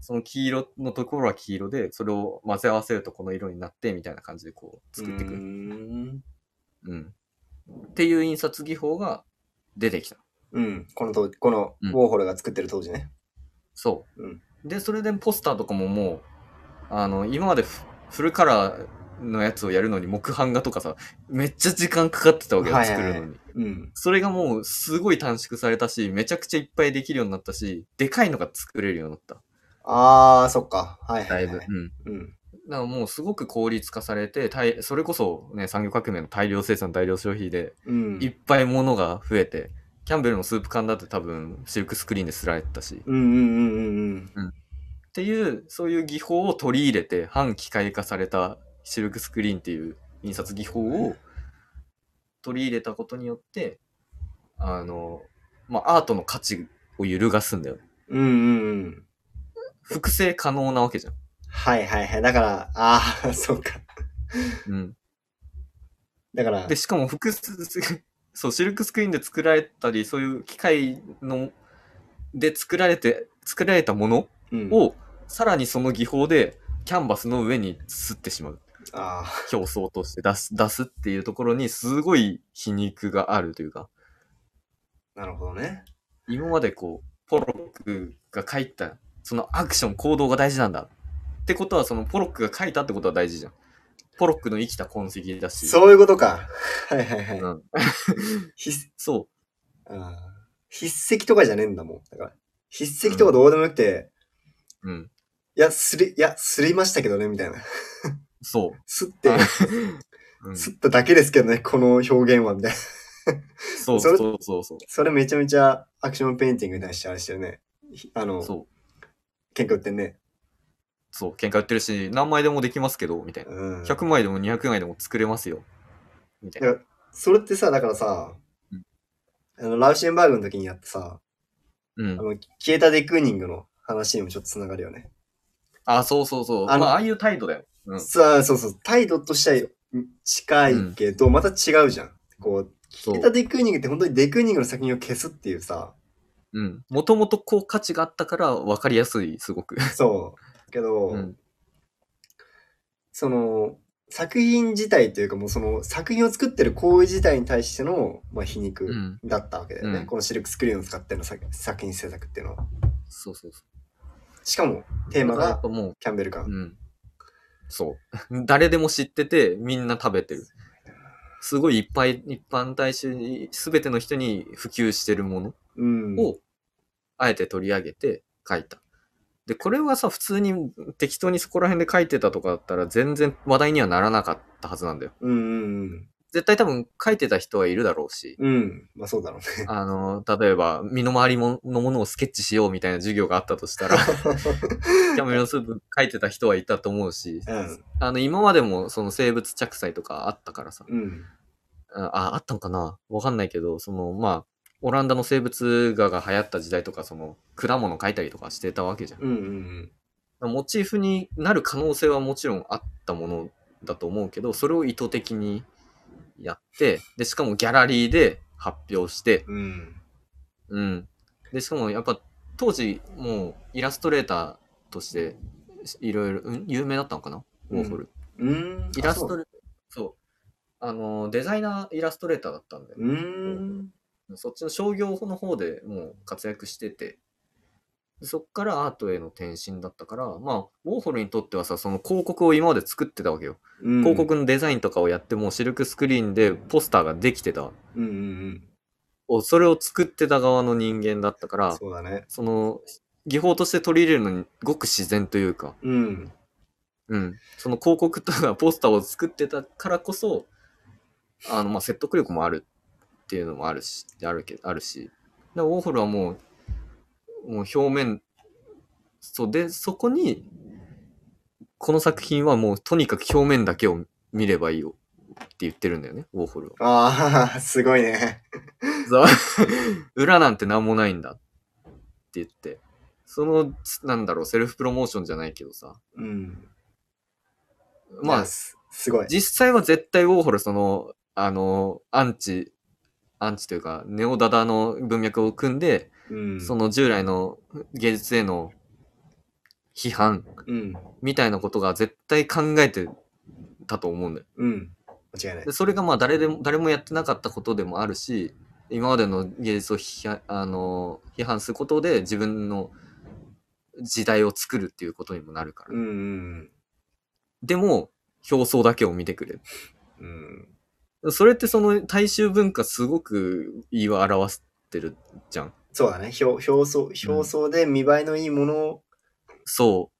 Speaker 2: その黄色のところは黄色で、それを混ぜ合わせるとこの色になって、みたいな感じでこう作っていく。
Speaker 1: うーん。
Speaker 2: うん。っていう印刷技法が出てきた。
Speaker 1: うん。この当この、
Speaker 2: うん
Speaker 1: ウォーホルが作ってる当時ね。
Speaker 2: そう。
Speaker 1: うん
Speaker 2: で、それでポスターとかももう、あの、今までフフルカラーのやつをやるのに木版画とかさ、めっちゃ時間かかってたわけよ、
Speaker 1: はいはい
Speaker 2: 作
Speaker 1: はい
Speaker 2: るのに。
Speaker 1: うん。
Speaker 2: それがもうすごい短縮されたし、めちゃくちゃいっぱいできるようになったし、でかいのが作れるようになった。
Speaker 1: ああ、そっか。はいは
Speaker 2: だい
Speaker 1: い、は
Speaker 2: ぶ。
Speaker 1: い。
Speaker 2: うん。
Speaker 1: うん。
Speaker 2: だからもうすごく効率化されて、大それこそね、産業革命の大量生産、大量消費で、
Speaker 1: うん。
Speaker 2: いっぱい物が増えて、キャンベルのスープ缶だって多分シルクスクリーンですられてたし、っ
Speaker 1: うんうんうんうんうん。
Speaker 2: ていう、そういう技法を取り入れて、半機械化されたシルクスクリーンっていう印刷技法を取り入れたことによって、あの、まあ、アートの価値を揺るがすんだよね。
Speaker 1: うんうんうん。
Speaker 2: 複製可能なわけじゃん。
Speaker 1: はいはいはい。だから、ああ、 そうか。
Speaker 2: うん。
Speaker 1: だから、
Speaker 2: で、しかも複数、 そう、シルクスクリーンで作られたり、そういう機械の、で作られて、作られたもの
Speaker 1: うん、
Speaker 2: をさらにその技法でキャンバスの上にすってしまう
Speaker 1: ああ、
Speaker 2: 表層として出す出すっていうところにすごい皮肉があるというか
Speaker 1: なるほどね。
Speaker 2: 今までこうポロックが書いたそのアクション行動が大事なんだってことはそのポロックが書いたってことは大事じゃんポロックの生きた痕跡だし
Speaker 1: そういうことか。はいはいはい。
Speaker 2: うん、
Speaker 1: 筆
Speaker 2: そ
Speaker 1: ああ筆跡とかじゃねえんだもん。だから筆跡とかどうでもよくて、
Speaker 2: ううん
Speaker 1: いや、すり、いや、すりましたけどね、みたいな。
Speaker 2: そ
Speaker 1: すって、
Speaker 2: う、うん、
Speaker 1: す
Speaker 2: そ
Speaker 1: っただけですけどね、この表現は、みたいな。
Speaker 2: う
Speaker 1: それ
Speaker 2: そうそうそう
Speaker 1: それめちゃめちゃアクションペインティングに対してあれしてるね。ひあの、
Speaker 2: そう
Speaker 1: 喧嘩売ってんね。
Speaker 2: そう喧嘩売ってるし何枚でもできますけどみたいな
Speaker 1: うん。
Speaker 2: 100枚でも200枚でも作れますよみたいな
Speaker 1: それってさ、だからさ
Speaker 2: うん、
Speaker 1: あの、ラウシェンバーグの時にやったさ、
Speaker 2: うん
Speaker 1: あの、消えたデクーニングの話にもちょっと繋がるよね。
Speaker 2: あ、そうそうそう。
Speaker 1: あの
Speaker 2: まあ、ああいう態度だよ。うん。
Speaker 1: さあ、そうそう、態度としては近いけど、また違うじゃん。こう、
Speaker 2: そ
Speaker 1: 消えた
Speaker 2: う。
Speaker 1: デクーニングって本当にデクーニングの作品を消すっていう さ、
Speaker 2: うん。もともとこう価値があったから分かりやすい、すごく。
Speaker 1: そう。けど、
Speaker 2: うん。
Speaker 1: その、作品自体というかもうその作品を作ってる行為自体に対しての、まあ、皮
Speaker 2: う
Speaker 1: 肉
Speaker 2: ん。
Speaker 1: だったわけだよね。
Speaker 2: うん
Speaker 1: このシルクスクリーンを使っての作作品制作っていうのは。
Speaker 2: そうそうそ
Speaker 1: しかも、
Speaker 2: う。
Speaker 1: テーマ
Speaker 2: だからやっ
Speaker 1: が
Speaker 2: ぱもう、
Speaker 1: キャンベル感。
Speaker 2: うん。そう。誰でも知ってて、みんな食べてる。すごいいっぱい、一般大衆に、すべての人に普及してるもの
Speaker 1: うん。
Speaker 2: を、あえて取り上げて書いた。で、これはさ、普通に適当にそこら辺で書いてたとかだったら、全然話題にはならなかったはずなんだよ。
Speaker 1: うんうん
Speaker 2: 絶対多分書いてた人はいるだろうし、
Speaker 1: うん。うん。まあそうだろうね。
Speaker 2: あの、例えば、身の回りものものをスケッチしようみたいな授業があったとしたら、キャメロンスープ書いてた人はいたと思うし、
Speaker 1: うん。
Speaker 2: あの、今までもその生物着彩とかあったからさ、
Speaker 1: うん。
Speaker 2: あ、あったんかなわかんないけど、その、まあ、オランダの生物画が流行った時代とか、その、果物描いたりとかしてたわけじゃん。
Speaker 1: うんうん
Speaker 2: モチーフになる可能性はもちろんあったものだと思うけど、それを意図的にやって、で、しかもギャラリーで発表して、
Speaker 1: うん。うん。
Speaker 2: うん。で、しかもやっぱ当時もうイラストレーターとしていろいろ、うん有名だったのかなウォーホル。
Speaker 1: うん。
Speaker 2: イラス
Speaker 1: あ
Speaker 2: ト
Speaker 1: そう
Speaker 2: レそう。あの、デザイナーイラストレーターだったんで、
Speaker 1: うん。
Speaker 2: そっちの商業の方でもう活躍してて、そっからアートへの転身だったから、まあ、ウォーホルにとってはさ、その広告を今まで作ってたわけよ。
Speaker 1: うん
Speaker 2: 広告のデザインとかをやって、もうシルクスクリーンでポスターができてた。
Speaker 1: うんうん
Speaker 2: おそれを作ってた側の人間だったか
Speaker 1: うん
Speaker 2: ら、
Speaker 1: そうだね
Speaker 2: その、技法として取り入れるのにごく自然というか、
Speaker 1: うん
Speaker 2: うん。その広告とかポスターを作ってたからこそ、あの、まあ、説得力もあるっていうのもあるし、あるけあるし。で、ウォーホルはもう、もう表面、そう、で、そこに、この作品はもうとにかく表面だけを見ればいいよって言ってるんだよね、ウォーホルは。
Speaker 1: ああすごいね
Speaker 2: そう 裏なんて何もないんだって言って。その、なんだろう、セルフプロモーションじゃないけどさ。
Speaker 1: うんい
Speaker 2: まあ
Speaker 1: や、すすごい
Speaker 2: 実際は絶対ウォーホルその、あの、アンチ、アンチというか、ネオダダの文脈を組んで、
Speaker 1: うん
Speaker 2: その従来の芸術への批判
Speaker 1: うん
Speaker 2: みたいなことが絶対考えてたと思うんだよ。
Speaker 1: うん間違いない
Speaker 2: でそれがまあ誰でも、誰もやってなかったことでもあるし、今までの芸術を批判あの批判することで自分の時代を作るっていうことにもなるから。
Speaker 1: うんうん
Speaker 2: でも、表層だけを見てくれ
Speaker 1: うん
Speaker 2: それってその大衆文化すごく言い表してるじゃん。
Speaker 1: そうだね表表層表層で見栄えのいいもの
Speaker 2: そ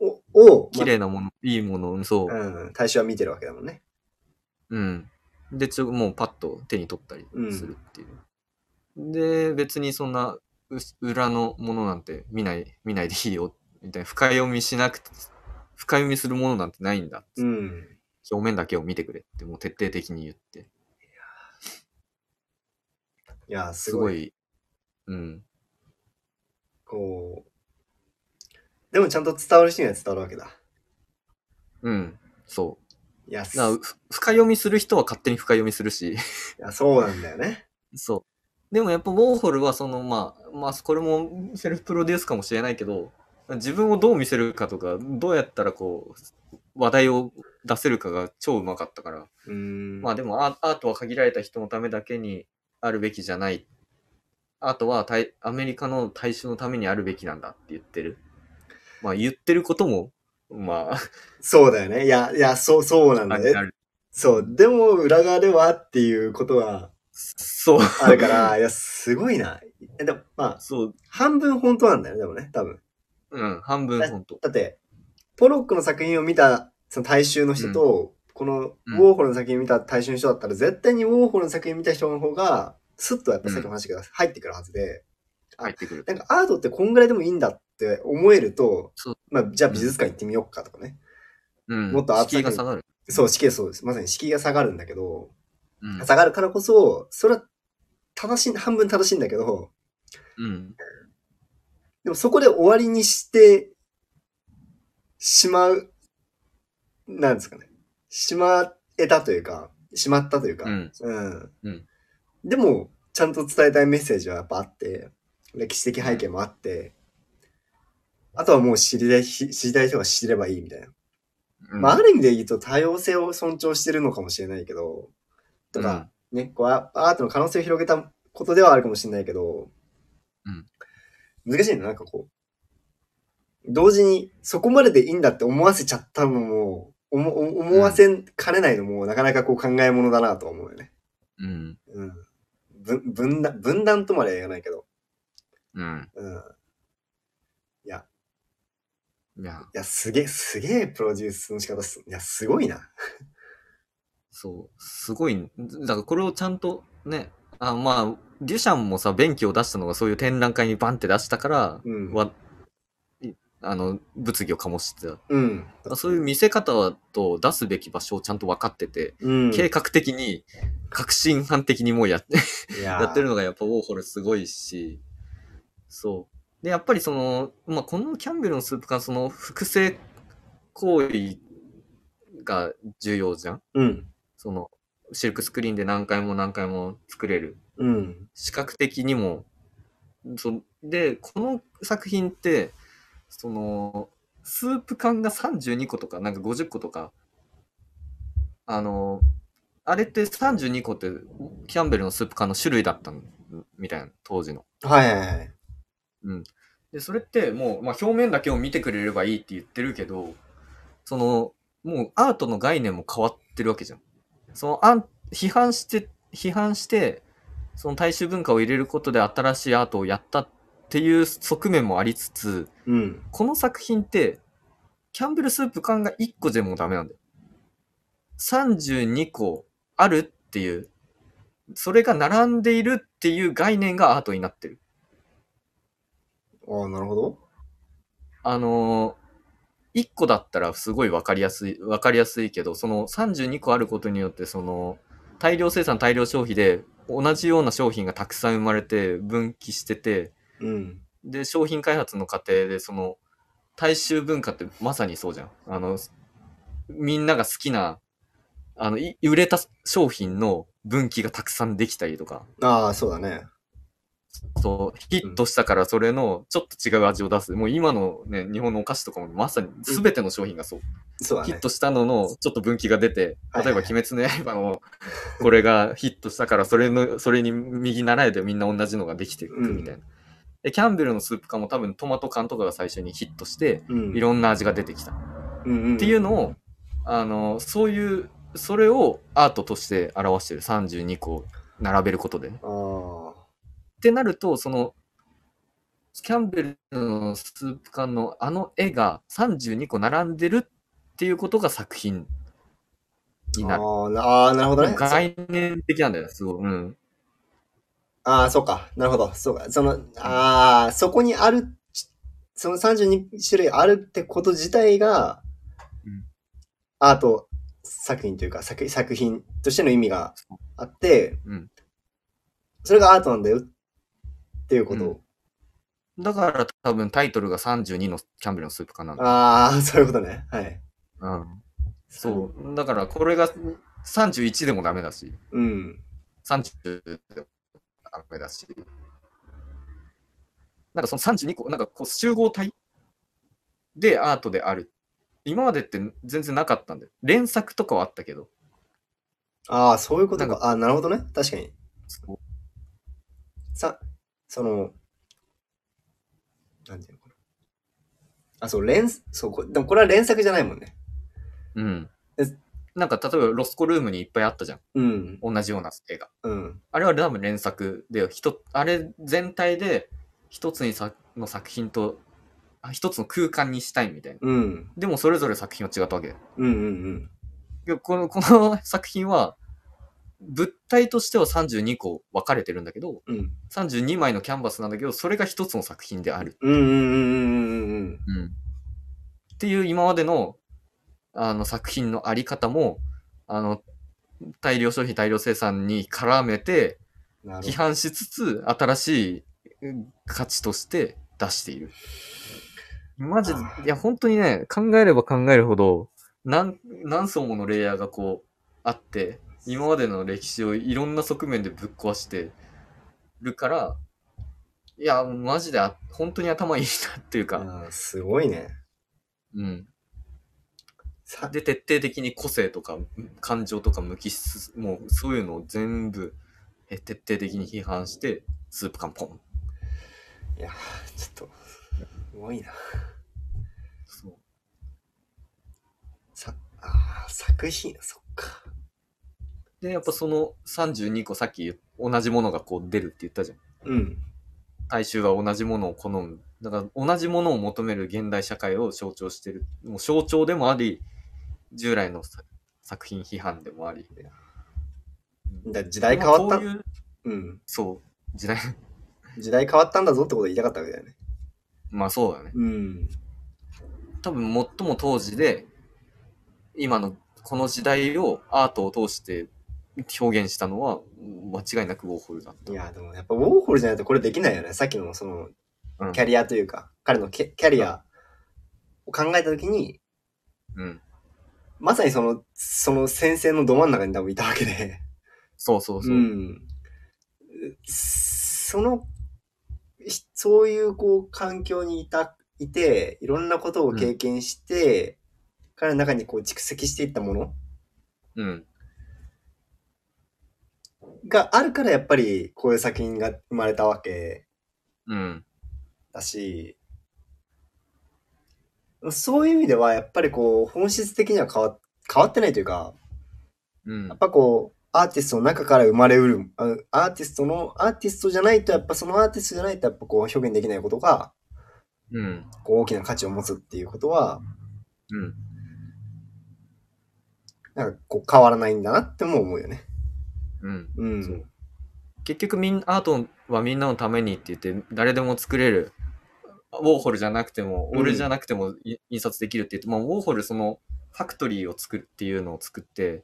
Speaker 1: をを
Speaker 2: う。綺麗なもの、いいもの、そ
Speaker 1: うん、対象は見てるわけだもんね。
Speaker 2: う。うん。で、ちょ、もうパッと手に取ったりするっていう。で、別にそんなう裏のものなんて見ない、見ないでいいよ。みたいな。深読みしなくて、深読みするものなんてないんだっつって、
Speaker 1: うん。
Speaker 2: 表面だけを見てくれって、もう徹底的に言って。
Speaker 1: いや、す
Speaker 2: す
Speaker 1: ご
Speaker 2: ご
Speaker 1: い。
Speaker 2: い、うん。
Speaker 1: こう。でもちゃんと伝わる人には伝わるわけだ。
Speaker 2: うん。そう。
Speaker 1: いや、す
Speaker 2: だからふ深読みする人は勝手に深読みするし。
Speaker 1: いやそうなんだよね。
Speaker 2: そう。でもやっぱウォーホルはそのまあ、まあこれもセルフプロデュースかもしれないけど、自分をどう見せるかとか、どうやったらこう、話題を出せるかが超うまかったから、
Speaker 1: うーん。
Speaker 2: まあでもアアートは限られた人のためだけにあるべきじゃない。アートは大アメリカの大衆のためにあるべきなんだって言ってる。まあ言ってることも、まあ、
Speaker 1: そうだよね。いや、いや、そう、そうなん
Speaker 2: あ
Speaker 1: だ
Speaker 2: れ
Speaker 1: よ
Speaker 2: あ
Speaker 1: ね。
Speaker 2: る。
Speaker 1: そう。でも、裏側ではっていうことは
Speaker 2: そう、
Speaker 1: ある から、いや、すごいな。えでも、まあ、
Speaker 2: そう、
Speaker 1: 半分本当なんだよね、でもね、多分。
Speaker 2: うん、半分本当。
Speaker 1: だって、ポロックの作品を見た、その大衆の人と、この
Speaker 2: う
Speaker 1: ウ
Speaker 2: ん
Speaker 1: ォーホルの作品を見た大衆の人だったら、絶対にウォーホルの作品を見た人の方が、スッとやっぱさっきの話が入ってくるはずで、
Speaker 2: 入ってくる。
Speaker 1: なんかアートってこんぐらいでもいいんだって思えると
Speaker 2: そう、
Speaker 1: まあ、じゃあ美術館行ってみよっかとかね。
Speaker 2: うん、
Speaker 1: もっとアート
Speaker 2: 敷居が下がる。
Speaker 1: そう、敷居、そうです。まさに敷居が下がるんだけど、
Speaker 2: うん
Speaker 1: 下がるからこそ、それは正しい、半分正しいんだけど、
Speaker 2: うん。
Speaker 1: でもそこで終わりにしてしまう、なんですかね。しまえたというか、しまったというか、
Speaker 2: うんうん
Speaker 1: でも、ちゃんと伝えたいメッセージはやっぱあって、歴史的背景もあって、あとはもう知りたいひ、知りたい人が知ればいいみたいな。
Speaker 2: うん
Speaker 1: まあ、ある意味で言うと多様性を尊重してるのかもしれないけど、とか、ね、こうアアートの可能性を広げたことではあるかもしれないけど、
Speaker 2: うん
Speaker 1: 難しいな、なんかこう、同時にそこまででいいんだって思わせちゃったのも、おもお思わせかねないのも、なかなかこう考えものだなとは思うよね。
Speaker 2: うん。
Speaker 1: うん。ぶ分断、分断とまでは言わないけど、
Speaker 2: うん。
Speaker 1: うん。い
Speaker 2: いや、
Speaker 1: や、すげえ、すげえプロデュースの仕方っす。いや、すごいな。
Speaker 2: そう、すごい、だからこれをちゃんとね、あまあ、デュシャンもさ、便器を出したのがそういう展覧会にバンって出したから、
Speaker 1: うん
Speaker 2: わいあの、物議を醸してた。
Speaker 1: うん。
Speaker 2: そういう見せ方と出すべき場所をちゃんと分かってて、
Speaker 1: うん。
Speaker 2: 計画的に、革新犯的にもうやって、
Speaker 1: いやー
Speaker 2: やってるのがやっぱウォーホルすごいし、そう。で、やっぱりその、まあ、このキャンベルのスープ缶、その複製行為が重要じゃん
Speaker 1: うん。
Speaker 2: その、シルクスクリーンで何回も何回も作れる。
Speaker 1: うん。
Speaker 2: 視覚的にも。そで、この作品って、その、スープ缶が32個とか、なんか50個とか、あの、あれって32個って、キャンベルのスープ缶の種類だったのみたいな、当時の。
Speaker 1: はいはいはい。
Speaker 2: うん。で、それってもう、まあ、表面だけを見てくれればいいって言ってるけど、その、もうアートの概念も変わってるわけじゃん。その、あん批判して、批判して、その大衆文化を入れることで新しいアートをやったっていう側面もありつつ、
Speaker 1: うん。
Speaker 2: この作品って、キャンベルスープ缶が1個でもダメなんだよ。32個あるっていう、それが並んでいるっていう概念がアートになってる。
Speaker 1: ああ、なるほど。
Speaker 2: あのー、1個だったらすごいわかりやすい、わかりやすいけど、その32個あることによって、その、大量生産、大量消費で、同じような商品がたくさん生まれて、分岐してて、
Speaker 1: うん。
Speaker 2: で、商品開発の過程で、その、大衆文化ってまさにそうじゃん。あの、みんなが好きな、あの、い売れた商品の分岐がたくさんできたりとか、
Speaker 1: ああ、そうだね。
Speaker 2: そう、ヒットしたからそれのちょっと違う味を出す。もう今のね、日本のお菓子とかもまさに全ての商品がそう。
Speaker 1: そうだ
Speaker 2: ヒ
Speaker 1: ね
Speaker 2: ッ。トしたののちょっと分岐が出て、
Speaker 1: はい
Speaker 2: 例えば鬼滅の刃のこれがヒットしたからそれの、それに右習えでみんな同じのができていくみたいな。で、キャンベルのスープ缶も多分トマト缶とかが最初にヒットして、
Speaker 1: うん
Speaker 2: いろんな味が出てきた。
Speaker 1: っ
Speaker 2: っていうのを、あの、そういう、それをアートとして表してる。32個並べることで。
Speaker 1: を。ああ。
Speaker 2: ってなると、その、キャンベルのスープ缶のあの絵が32個並んでるっていうことが作品になる。
Speaker 1: あーなあー、なるほどね。
Speaker 2: 概念的なんだよね、すごい。うん。
Speaker 1: ああ、そうか。なるほど。そうか。その、ああ、そこにある、その32種類あるってこと自体が、
Speaker 2: うん
Speaker 1: アート作品というか作、作品としての意味があって、
Speaker 2: うん
Speaker 1: それがアートなんだよっていうこと。
Speaker 2: うんだから多分タイトルが32のキャンベルのスープ缶なんだ。
Speaker 1: ああ、そういうことね。はい。
Speaker 2: うん。そう。だからこれが31でもダメだし、
Speaker 1: う。うん。
Speaker 2: 30でもダメだし。なんかその32個、なんかこう集合体でアートである。今までって全然なかったんだよ。連作とかはあったけど。
Speaker 1: ああ、そういうこと
Speaker 2: なん
Speaker 1: か。ああー、なるほどね。確かに。
Speaker 2: そう
Speaker 1: さ、その、なんていうのかな。あ、そう、連、そう、こでもこれは連作じゃないもんね。
Speaker 2: うん
Speaker 1: え。
Speaker 2: なんか例えばロスコルームにいっぱいあったじゃん。
Speaker 1: うん、
Speaker 2: 同じような絵が。
Speaker 1: うん、
Speaker 2: あれは多分連作で、ひとあれ全体で一つにさの作品と、あ一つの空間にしたいみたいな。
Speaker 1: うん、
Speaker 2: でもそれぞれ作品は違ったわけだよ
Speaker 1: うん、うん、
Speaker 2: いや。この、 この作品は、物体としては32個分かれてるんだけど、
Speaker 1: うん、うん、
Speaker 2: 32枚のキャンバスなんだけど、それが一つの作品である。
Speaker 1: うん、うん、うん、
Speaker 2: っていう今までのあの作品のあり方もあの大量消費大量生産に絡めて
Speaker 1: うん、なる
Speaker 2: 批
Speaker 1: ほど。
Speaker 2: 判しつつ新しいうん価値として出している。マジで
Speaker 1: あ、
Speaker 2: いや本当にね、考えれば考えるほど何何層ものレイヤーがこうあって今までの歴史をいろんな側面でぶっ壊してるからいやマジであ本当に頭いいなっていうか、
Speaker 1: あーすごいね。
Speaker 2: うん、
Speaker 1: さ
Speaker 2: で、徹底的に個性とか感情とか無機質、もうそういうのを全部え徹底的に批判して、スープ缶ポン。
Speaker 1: いやー、ちょっと、すごいな。
Speaker 2: そう
Speaker 1: さ、あー作品、そっか。
Speaker 2: で、やっぱその32個さっき同じものがこう出るって言ったじゃん。
Speaker 1: うん、
Speaker 2: 大衆は同じものを好む。だから同じものを求める現代社会を象徴してる。もう象徴でもあり、従来の作作品批判でもあり。
Speaker 1: だ時代変わった
Speaker 2: まあこういう、
Speaker 1: うん。
Speaker 2: そう、時代、
Speaker 1: 時代変わったんだぞってことを言いたかったわけだよね。
Speaker 2: まあそうだね。
Speaker 1: うん、
Speaker 2: 多分最も当時で今のこの時代をアートを通して表現したのは間違いなくウォーホルだった。
Speaker 1: いや、でもやっぱウォーホルじゃないとこれできないよね。さっきのその
Speaker 2: うん
Speaker 1: キャリアというか、彼のキャキャリアを考えたときに、
Speaker 2: うん。
Speaker 1: まさにその、その先生のど真ん中に多分いたわけで。
Speaker 2: そうそうそう。
Speaker 1: ん。その、ひそういうこう環境にいた、いて、いろんなことを経験して、彼の中にこう蓄積していったもの
Speaker 2: うん。
Speaker 1: があるからやっぱりこういう作品が生まれたわけ
Speaker 2: うん。
Speaker 1: だし、そういう意味では、やっぱりこう、本質的には変わ変わってないというか、
Speaker 2: うん
Speaker 1: やっぱこう、アーティストの中から生まれうる、あアーティストの、アーティストじゃないと、やっぱそのアーティストじゃないと、やっぱこう、表現できないことが、
Speaker 2: うん
Speaker 1: こう、大きな価値を持つっていうことは、
Speaker 2: うん
Speaker 1: なんかこう、変わらないんだなっても思うよね。
Speaker 2: うん
Speaker 1: う。
Speaker 2: そうん結局みんアートはみんなのためにって言って誰でも作れるウォーホルじゃなくても
Speaker 1: うん
Speaker 2: 俺じゃなくてもい印刷できるって言って、まあ、ウォーホルそのファクトリーを作るっていうのを作って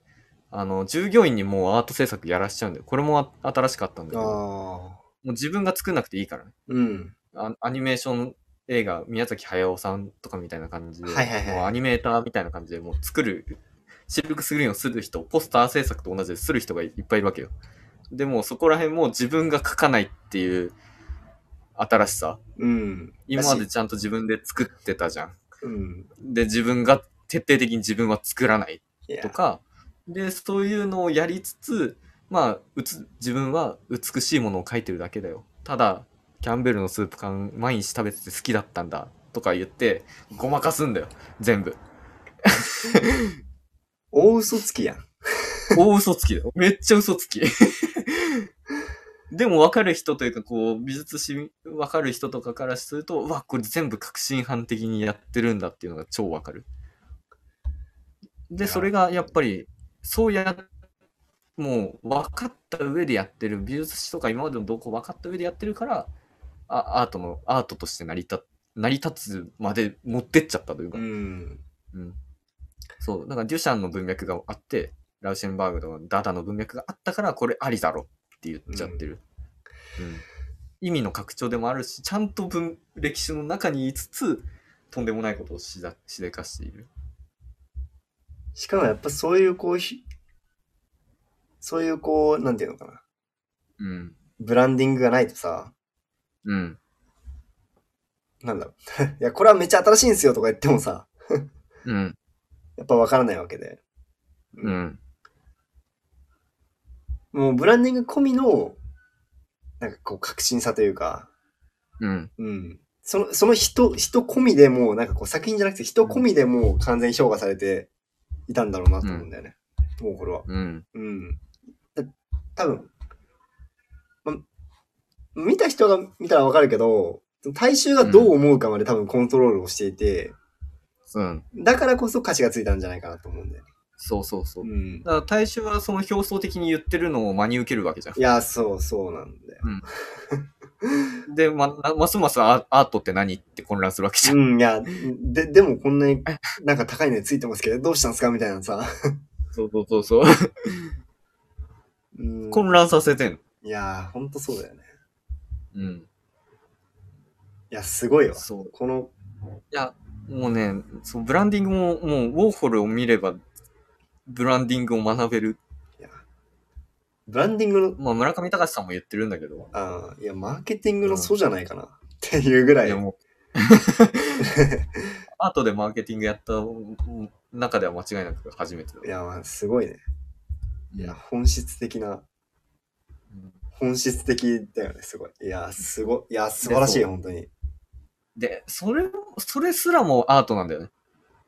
Speaker 2: あの従業員にもうアート制作やらしちゃうんだよこれもあ新しかったんだけども
Speaker 1: ああ。
Speaker 2: う自分が作んなくていいからね
Speaker 1: うん。
Speaker 2: あアニメーション映画宮崎駿さんとかみたいな感じで、
Speaker 1: はいはいはい
Speaker 2: もうアニメーターみたいな感じでもう作るシルクスクリーンをする人ポスター制作と同じでする人がいっぱいいるわけよでもうそこら辺も自分が描かないっていう新しさ
Speaker 1: うん。
Speaker 2: 今まで
Speaker 1: だし。
Speaker 2: ちゃんと自分で作ってたじゃん
Speaker 1: うん。
Speaker 2: で自分が徹底的に自分は作らない
Speaker 1: いや
Speaker 2: とかでそういうのをやりつつまあうつ自分は美しいものを描いてるだけだよただキャンベルのスープ缶毎日食べてて好きだったんだとか言ってごまかすんだよ全部
Speaker 1: 大嘘つきやん。
Speaker 2: 大嘘つきだよめっちゃ嘘つきでも分かる人というかこう美術史分かる人とかからするとうわこれ全部革新犯的にやってるんだっていうのが超分かる
Speaker 1: いや
Speaker 2: でそれがやっぱりそうやもう分かった上でやってる美術史とか今までの動向分かった上でやってるからあアートのアートとして成り立成り立つまで持ってっちゃったというか、
Speaker 1: うん。
Speaker 2: うん。そう、だからデュシャンの文脈があって、ラウシェンバーグのダダの文脈があったから、これありだろって言っちゃってる。うん意味の拡張でもあるし、ちゃんと文歴史の中に言いつつ、とんでもないことをしだしでかしている。
Speaker 1: しかもやっぱそういうこうひ、そういうこう、なんていうのかな。
Speaker 2: うん。
Speaker 1: ブランディングがないとさ、
Speaker 2: うん。
Speaker 1: なんだろう。 いや、これはめっちゃ新しいんですよとか言ってもさ、
Speaker 2: うん。
Speaker 1: やっぱわからないわけで。
Speaker 2: うん。
Speaker 1: もうブランディング込みの、なんかこう、革新さというか、
Speaker 2: うん。
Speaker 1: うん。その、その人、人込みでもう、なんかこう、作品じゃなくて人込みでもう完全に評価されていたんだろうなと思うんだよね。もうこれは。
Speaker 2: うん。
Speaker 1: うん。だ多分、ま、見た人が見たらわかるけど、大衆がどう思うかまで多分コントロールをしていて、
Speaker 2: うん。
Speaker 1: だからこそ価値がついたんじゃないかなと思うんだよね。
Speaker 2: そうそうそうう。
Speaker 1: ん。
Speaker 2: だから大衆はその表層的に言ってるのを真に受けるわけじゃん
Speaker 1: い。や、そうそうなんだよ。
Speaker 2: で、ま、なますますアアートって何って混乱するわけじゃん。
Speaker 1: うん、いや、で、でもこんなになんか高いのについてますけど、どうしたんですかみたいなさ。
Speaker 2: そうそうそうそう。
Speaker 1: うん、
Speaker 2: 混乱させてんの。
Speaker 1: いや、ほんとそうだよね。
Speaker 2: うん。
Speaker 1: いや、すごいわ。
Speaker 2: そう。
Speaker 1: この、
Speaker 2: いや、もうね、そうブランディングも、もう、ウォーホルを見れば、ブランディングを学べる。
Speaker 1: いや、ブランディングの、
Speaker 2: まあ、村上隆さんも言ってるんだけど。
Speaker 1: あーいや、マーケティングの素じゃないかな。っていうぐら
Speaker 2: い
Speaker 1: い。
Speaker 2: や、も う、アートでマーケティングやった中では間違いなく初めてだ。
Speaker 1: いや、まあすごいね。
Speaker 2: い
Speaker 1: いや、、本質的な、本質的だよね、すごい。いや、すごい。いや、素晴らしい、
Speaker 2: そう
Speaker 1: 本当に。
Speaker 2: で、それ、それすらもアートなんだよね。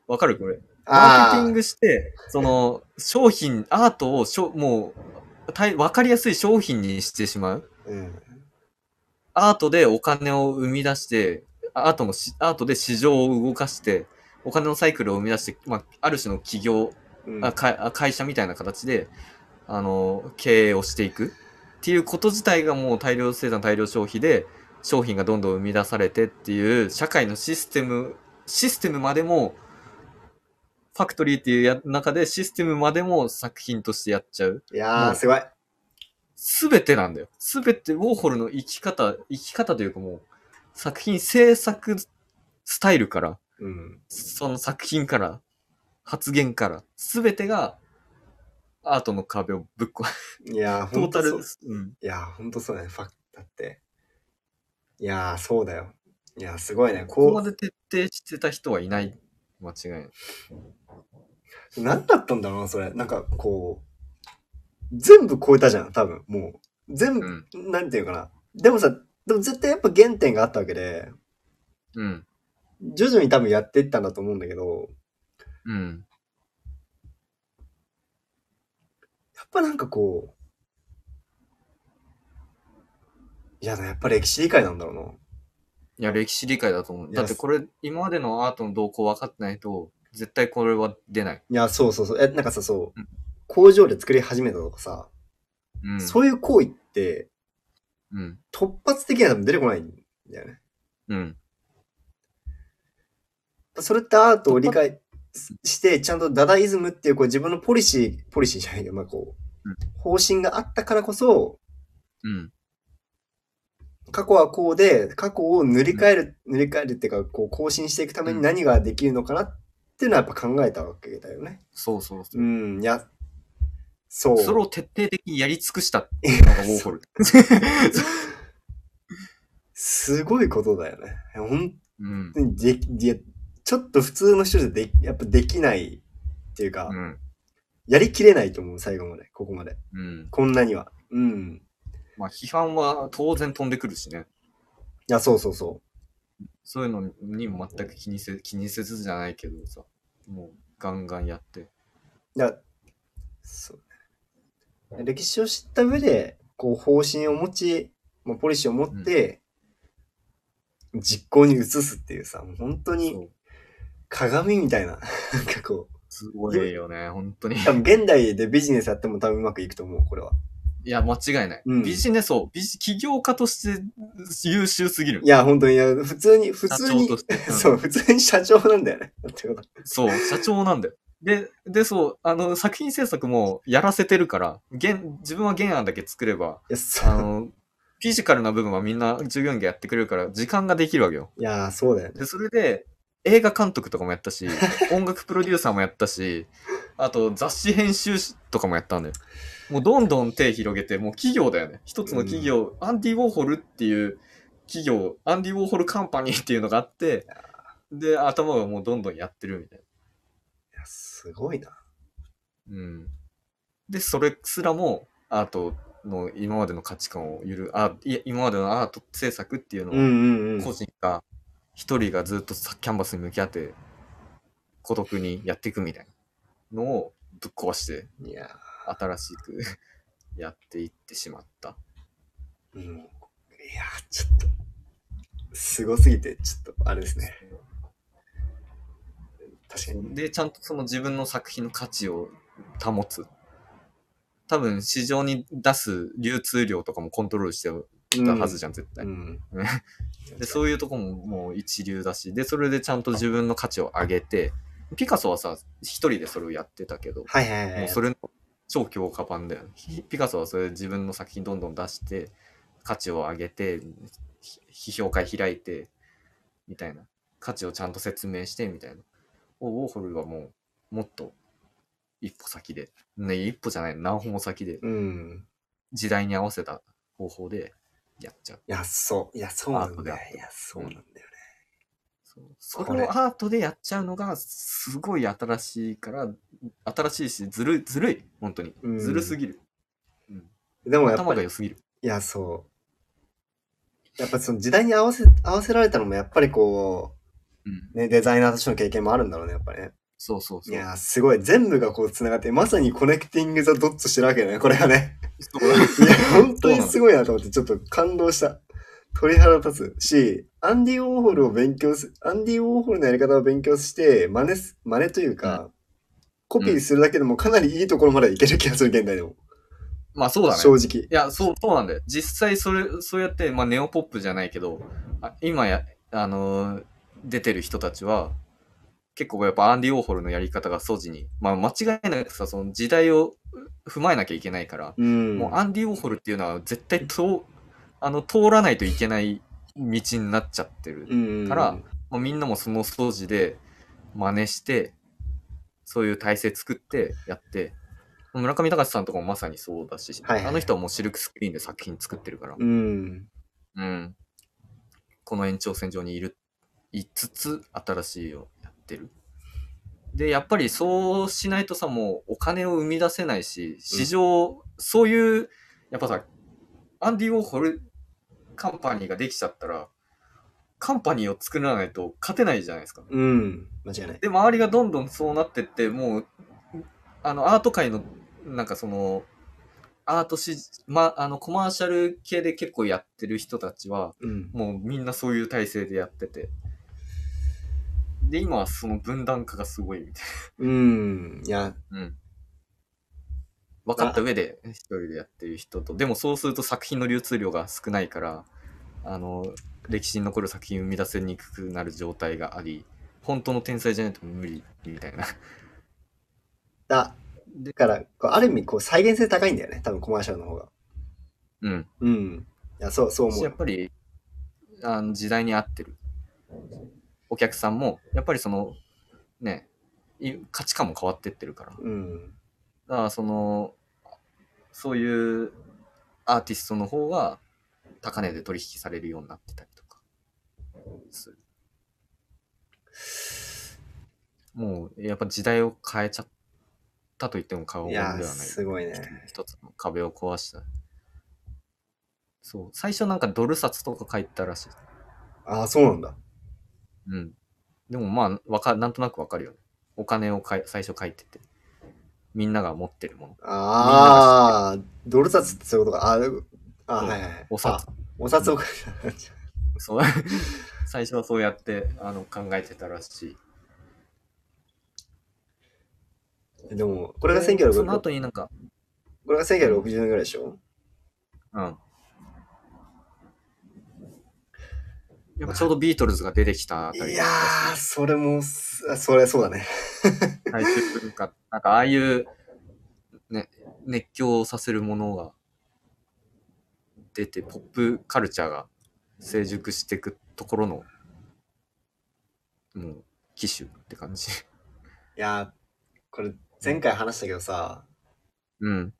Speaker 2: わかるこれ。マー
Speaker 1: あ
Speaker 2: ケティングして、その、商品、アートをしょ、もう、たいわかりやすい商品にしてしまう。
Speaker 1: ーうん。
Speaker 2: アートでお金を生み出して、アートのし、アートで市場を動かして、お金のサイクルを生み出して、まあ、ある種の企業、
Speaker 1: うん
Speaker 2: あかあ会社みたいな形で、あの、経営をしていくっていうこと自体がもう大量生産、大量消費で、商品がどんどん生み出されてっていう、社会のシステム、システムまでも、ファクトリーっていうや中でシステムまでも作品としてやっちゃう。
Speaker 1: いや
Speaker 2: も
Speaker 1: ー、
Speaker 2: う
Speaker 1: すごい。
Speaker 2: すべてなんだよ。すべて、ウォーホルの生き方、生き方というかもう、作品制作スタイルから、
Speaker 1: うん。
Speaker 2: その作品から、発言から、すべてが、アートの壁をぶっ壊、
Speaker 1: いやー、
Speaker 2: トー
Speaker 1: 本
Speaker 2: タ
Speaker 1: 当
Speaker 2: ル
Speaker 1: そう。い、
Speaker 2: うん。
Speaker 1: やー、本当そうだね、ファクだって。いやー、そうだよ。いやー、すごいね。
Speaker 2: ここま
Speaker 1: こ
Speaker 2: で徹底してた人はいない。間違いない。
Speaker 1: う、なんだったんだろうな、それ。なんか、こう、全部超えたじゃん、多分、もう。全
Speaker 2: う
Speaker 1: 部、
Speaker 2: ん。
Speaker 1: なんていうかな。でもさ、でも絶対やっぱ原点があったわけで、
Speaker 2: うん。
Speaker 1: 徐々に多分やってったんだと思うんだけど、
Speaker 2: うん。
Speaker 1: やっぱなんかこう、いや、やっぱ歴史理解なんだろうな。
Speaker 2: いや、歴史理解だと思う。
Speaker 1: いや
Speaker 2: だってこれ、今までのアートの動向分かってないと、絶対これは出ない。
Speaker 1: いや、そうそうそう。え、なんかさ、そう
Speaker 2: うん、
Speaker 1: 工場で作り始めたとかさ、
Speaker 2: うん。
Speaker 1: そういう行為って、
Speaker 2: うん。
Speaker 1: 突発的には多分出てこないんだよね。
Speaker 2: うん。
Speaker 1: それってアートを理解して、ちゃんとダダイズムっていう、こう自分のポリシー、ポリシーじゃないけど、まあこう、
Speaker 2: うん
Speaker 1: 方針があったからこそ、
Speaker 2: うん。
Speaker 1: 過去はこうで、過去を塗り替える、塗り替えるっていうか、こう更新していくために何ができるのかなっていうのはやっぱ考えたわけだよね。
Speaker 2: そうそうそうう。
Speaker 1: ん、いや、そう。
Speaker 2: それを徹底的にやり尽くしたっていうのがウォーホ ル。
Speaker 1: すごいことだよね。本
Speaker 2: うん。
Speaker 1: 当にでき、いやちょっと普通の人じゃでき、やっぱできないっていうか、
Speaker 2: うん。
Speaker 1: やりきれないと思う、最後まで、ここまで。
Speaker 2: うん。
Speaker 1: こんなには。うん。
Speaker 2: まあ、批判は当然飛んでくるしね。
Speaker 1: いや、そうそうそう。
Speaker 2: そういうのにも全く気にせ気にせずじゃないけどさ、もうガンガンやって。
Speaker 1: だそう歴史を知った上でこう方針を持ち、まあ、ポリシーを持って、実行に移すっていうさもう本当
Speaker 2: そ
Speaker 1: に
Speaker 2: う。
Speaker 1: 鏡みたいななんかこう
Speaker 2: すごいよね、本当に。
Speaker 1: 多分現代でビジネスやっても多分うまくいくと思うこれはい
Speaker 2: や、間違いない。
Speaker 1: うん
Speaker 2: ビジネスを、ビジ、起業家として優秀すぎる
Speaker 1: い。や本当にいや普通に普
Speaker 2: 社
Speaker 1: 通
Speaker 2: 長
Speaker 1: に
Speaker 2: とし て。うん
Speaker 1: そう普通に社長なんだよねだってこと
Speaker 2: そう、社長なんだよ。で、で、そう、あの、作品制作もやらせてるから、現、自分は原案だけ作れば、
Speaker 1: いやそ
Speaker 2: あ
Speaker 1: う
Speaker 2: の、フィジカルな部分はみんな従業員がやってくれるから、時間ができるわけよ。
Speaker 1: いやそうだよね
Speaker 2: で、それで、映画監督とかもやったし、音楽プロデューサーもやったし、あと雑誌編集とかもやったんだよ。もうどんどん手広げて、もう企業だよね。一つの企業、アンディ・ウォーホルっていう企業、アンディ・ウォーホルカンパニーっていうのがあって、で、頭がもうどんどんやってるみたい
Speaker 1: いやすごいな
Speaker 2: な。うん。で、それすらも、アートの今までの価値観をゆる、あいや今までのアート制作っていうのを
Speaker 1: うんうんうん
Speaker 2: 個人が一人がずっとさキャンバスに向き合って孤独にやっていくみたいなのをぶっ壊して
Speaker 1: いや
Speaker 2: 新しく やっていってしまった
Speaker 1: もういやちょっとすごすぎてちょっとあれですね確かに。
Speaker 2: でちゃんとその自分の作品の価値を保つ多分市場に出す流通量とかもコントロールしてたはずじゃん、絶対
Speaker 1: うん。
Speaker 2: でそういうとこももう一流だしでそれでちゃんと自分の価値を上げてピカソはさ一人でそれをやってたけど
Speaker 1: はいはいはい。
Speaker 2: もうそれの超強化版だよね。ひピカソはそれ自分の作品どんどん出して、価値を上げて、ひ批評会開いて、みたいな。価値をちゃんと説明して、みたいな。をウォーホルはもう、もっと一歩先で、ね、一歩じゃない、何歩も先で、
Speaker 1: うん。
Speaker 2: 時代に合わせた方法でやっちゃう。
Speaker 1: いや、そう。いや、そうなんだよ
Speaker 2: あそうだ。
Speaker 1: いや、そうなんだよね。
Speaker 2: そうそ
Speaker 1: こ
Speaker 2: こ
Speaker 1: れ
Speaker 2: のアートでやっちゃうのが、すごい新しいから、新しいし、ずるい、ずるい、本当に
Speaker 1: う。ん
Speaker 2: ずるすぎる。
Speaker 1: でもやっぱ
Speaker 2: 頭が
Speaker 1: り、い
Speaker 2: 良すぎる。
Speaker 1: や、そう。やっぱその時代に合わせ、合わせられたのもやっぱりこ
Speaker 2: うん
Speaker 1: う、ね、デザイナーとしての経験もあるんだろうね、やっぱりね。
Speaker 2: そうそう
Speaker 1: い
Speaker 2: そう。
Speaker 1: や、すごい。全部がこう繋がって、まさにコネクティング・ザ・ドッツしてるわけだね、これはね。
Speaker 2: そうだね
Speaker 1: いや、本当にすごいなと思って、ちょっと感動した。鳥肌立つし、アンディ・ウォーホルを勉強す、アンディ・ウォーホルのやり方を勉強して、真似す、真似というか、コピーするだけでもかなりいいところまでいける気がする、現代でも。
Speaker 2: まあそうだね。
Speaker 1: 正
Speaker 2: い
Speaker 1: 直。
Speaker 2: や、そう、そうなんだよ。実際それ、そうやって、まあネオポップじゃないけど、あ今や、あのー出てる人たちは、結構やっぱアンディ・ウォーホルのやり方が素地に、まあ間違いなくさ、その時代を踏まえなきゃいけないから、
Speaker 1: うん。
Speaker 2: もうアンディ・ウォーホルっていうのは絶対通、あの、通らないといけない道になっちゃってる。
Speaker 1: うん
Speaker 2: から、まあ、みんなもその素地で真似して、そういう体制作ってやって、村上隆さんとかもまさにそうだし、
Speaker 1: はいはい
Speaker 2: あの人はもうシルクスクリーンで作品作ってるから、
Speaker 1: うん。
Speaker 2: うん。この延長線上にいる、いつつ新しいをやってる。で、やっぱりそうしないとさ、もうお金を生み出せないし、市場、そういう、やっぱさ、アンディ・ウォーホルカンパニーができちゃったら、カンパニーを作らないと勝てないじゃないですか。
Speaker 1: うん。間違いない。
Speaker 2: で、周りがどんどんそうなってって、もう、あの、アート界の、なんかその、アートし、ま、あの、コマーシャル系で結構やってる人たちは、
Speaker 1: うん。
Speaker 2: もうみんなそういう体制でやってて。で、今はその分断化がすごいみたい
Speaker 1: うん。いや、
Speaker 2: な。うん。分かった上で一人でやってる人と、でもそうすると作品の流通量が少ないから、あの、歴史に残る作品を生み出せにくくなる状態があり、本当の天才じゃないと無理みたいな。
Speaker 1: だ、だから、こうある意味、こう、再現性高いんだよね。多分コマーシャルの方が。
Speaker 2: うん。
Speaker 1: うん。いや、そう、そう思
Speaker 2: やっ
Speaker 1: う。
Speaker 2: ぱり、あの時代に合ってる。お客さんも、やっぱりその、ね、い価値観も変わってってるから。
Speaker 1: うん。
Speaker 2: だからそのそういうアーティストの方が高値で取引されるようになってたりとかするもうやっぱ時代を変えちゃったと言っても過言
Speaker 1: い
Speaker 2: では
Speaker 1: や
Speaker 2: な、い
Speaker 1: すごいね。
Speaker 2: 一つの壁を壊したそう最初なんかドル札とか書いてたらしい
Speaker 1: ああ、そうなんだ。
Speaker 2: うんでもまあわかなんとなくわかるよねお金をかい最初書いててみんなが持ってるもの
Speaker 1: ああ、ドル札ってそういうことか。あーあー、
Speaker 2: そう
Speaker 1: はいはいはい。
Speaker 2: お札
Speaker 1: あ。お札を買う。
Speaker 2: そう 最初はそうやってあの考えてたらしい。
Speaker 1: でも、これが
Speaker 2: でそ
Speaker 1: 1960
Speaker 2: の後になんか、
Speaker 1: これが1960年ぐらいでしょ
Speaker 2: うん。やっぱちょうどビートルズが出てきたあたり
Speaker 1: いやー、それもす、あそれそうだね。
Speaker 2: 最終文化、なんかああいう、ね、熱狂させるものが出て、ポップカルチャーが成熟していくところの、もう、機種って感じ。
Speaker 1: いやー、これ前回話したけどさ、
Speaker 2: うん。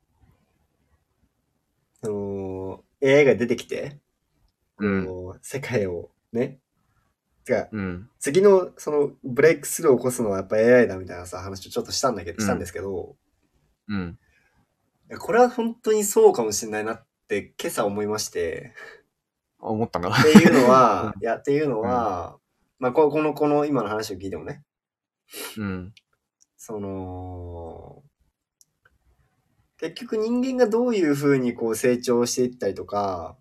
Speaker 1: その、AI が出てきて、
Speaker 2: うん。
Speaker 1: こう世界をね、てか、
Speaker 2: うん。
Speaker 1: 次のそのブレイクスルーを起こすのはやっぱ AI だみたいなさ、話をちょっとしたんだけど、
Speaker 2: うん
Speaker 1: したんですけど、
Speaker 2: うん。
Speaker 1: いやこれは本当にそうかもしれないなって今朝思いまして、
Speaker 2: あ、思ったんだ。
Speaker 1: っていうのは、いや、っていうのは、まあ、ここの、この今の話を聞いてもね、
Speaker 2: うん。
Speaker 1: その、結局人間がどういうふうにこう成長していったりとか、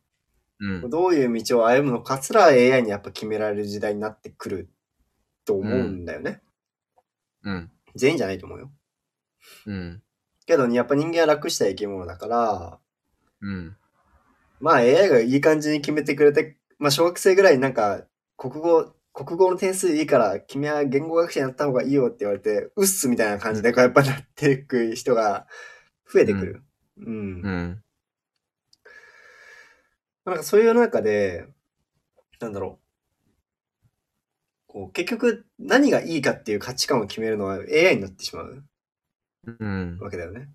Speaker 2: うん。
Speaker 1: どういう道を歩むのかすら AI にやっぱ決められる時代になってくると思うんだよね。
Speaker 2: うん。
Speaker 1: 全員じゃないと思うよ。
Speaker 2: うん。
Speaker 1: けど、やっぱ人間は楽したい生き物だから、
Speaker 2: うん。
Speaker 1: まあ AI がいい感じに決めてくれて、まあ小学生ぐらいになんか国語、国語の点数いいから君は言語学者になった方がいいよって言われて、うっすみたいな感じでこうやっぱなっていく人が増えてくる。うん。
Speaker 2: うん。
Speaker 1: なんかそういう中で、なんだろう。こう結局何がいいかっていう価値観を決めるのは AI になってしまう
Speaker 2: うん。
Speaker 1: わけだよね。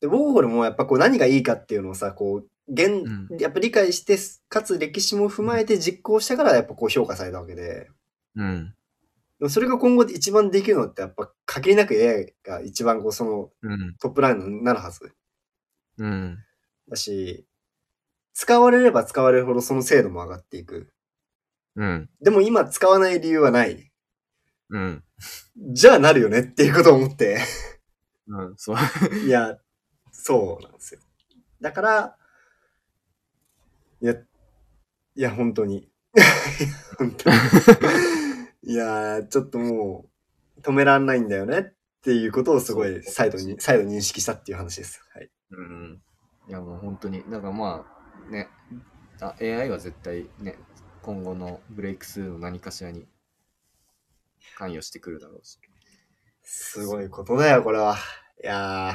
Speaker 1: で、ウォーホルもやっぱこう何がいいかっていうのをさ、こう、現
Speaker 2: うん、
Speaker 1: やっぱ理解して、かつ歴史も踏まえて実行したからやっぱこう評価されたわけで、
Speaker 2: うん。
Speaker 1: でもそれが今後一番できるのってやっぱ限りなく AI が一番こうその
Speaker 2: うん。
Speaker 1: トップラインになるはず
Speaker 2: うん。
Speaker 1: だし、使われれば使われるほどその精度も上がっていく。
Speaker 2: うん。
Speaker 1: でも今使わない理由はない。
Speaker 2: うん。
Speaker 1: じゃあなるよねっていうことを思って。
Speaker 2: うん。そう。
Speaker 1: いや、そうなんですよ。だから、いや、いや、本当に。本当に。いや、ちょっともう、止めらんないんだよねっていうことをすごい再度に、再度認識したっていう話です。はい。
Speaker 2: うん。いやもう本当に、だからまあ、ね、あ AI は絶対ね、今後のブレイクスルーの何かしらに関与してくるだろうし。
Speaker 1: すごいことだよ、これは。いや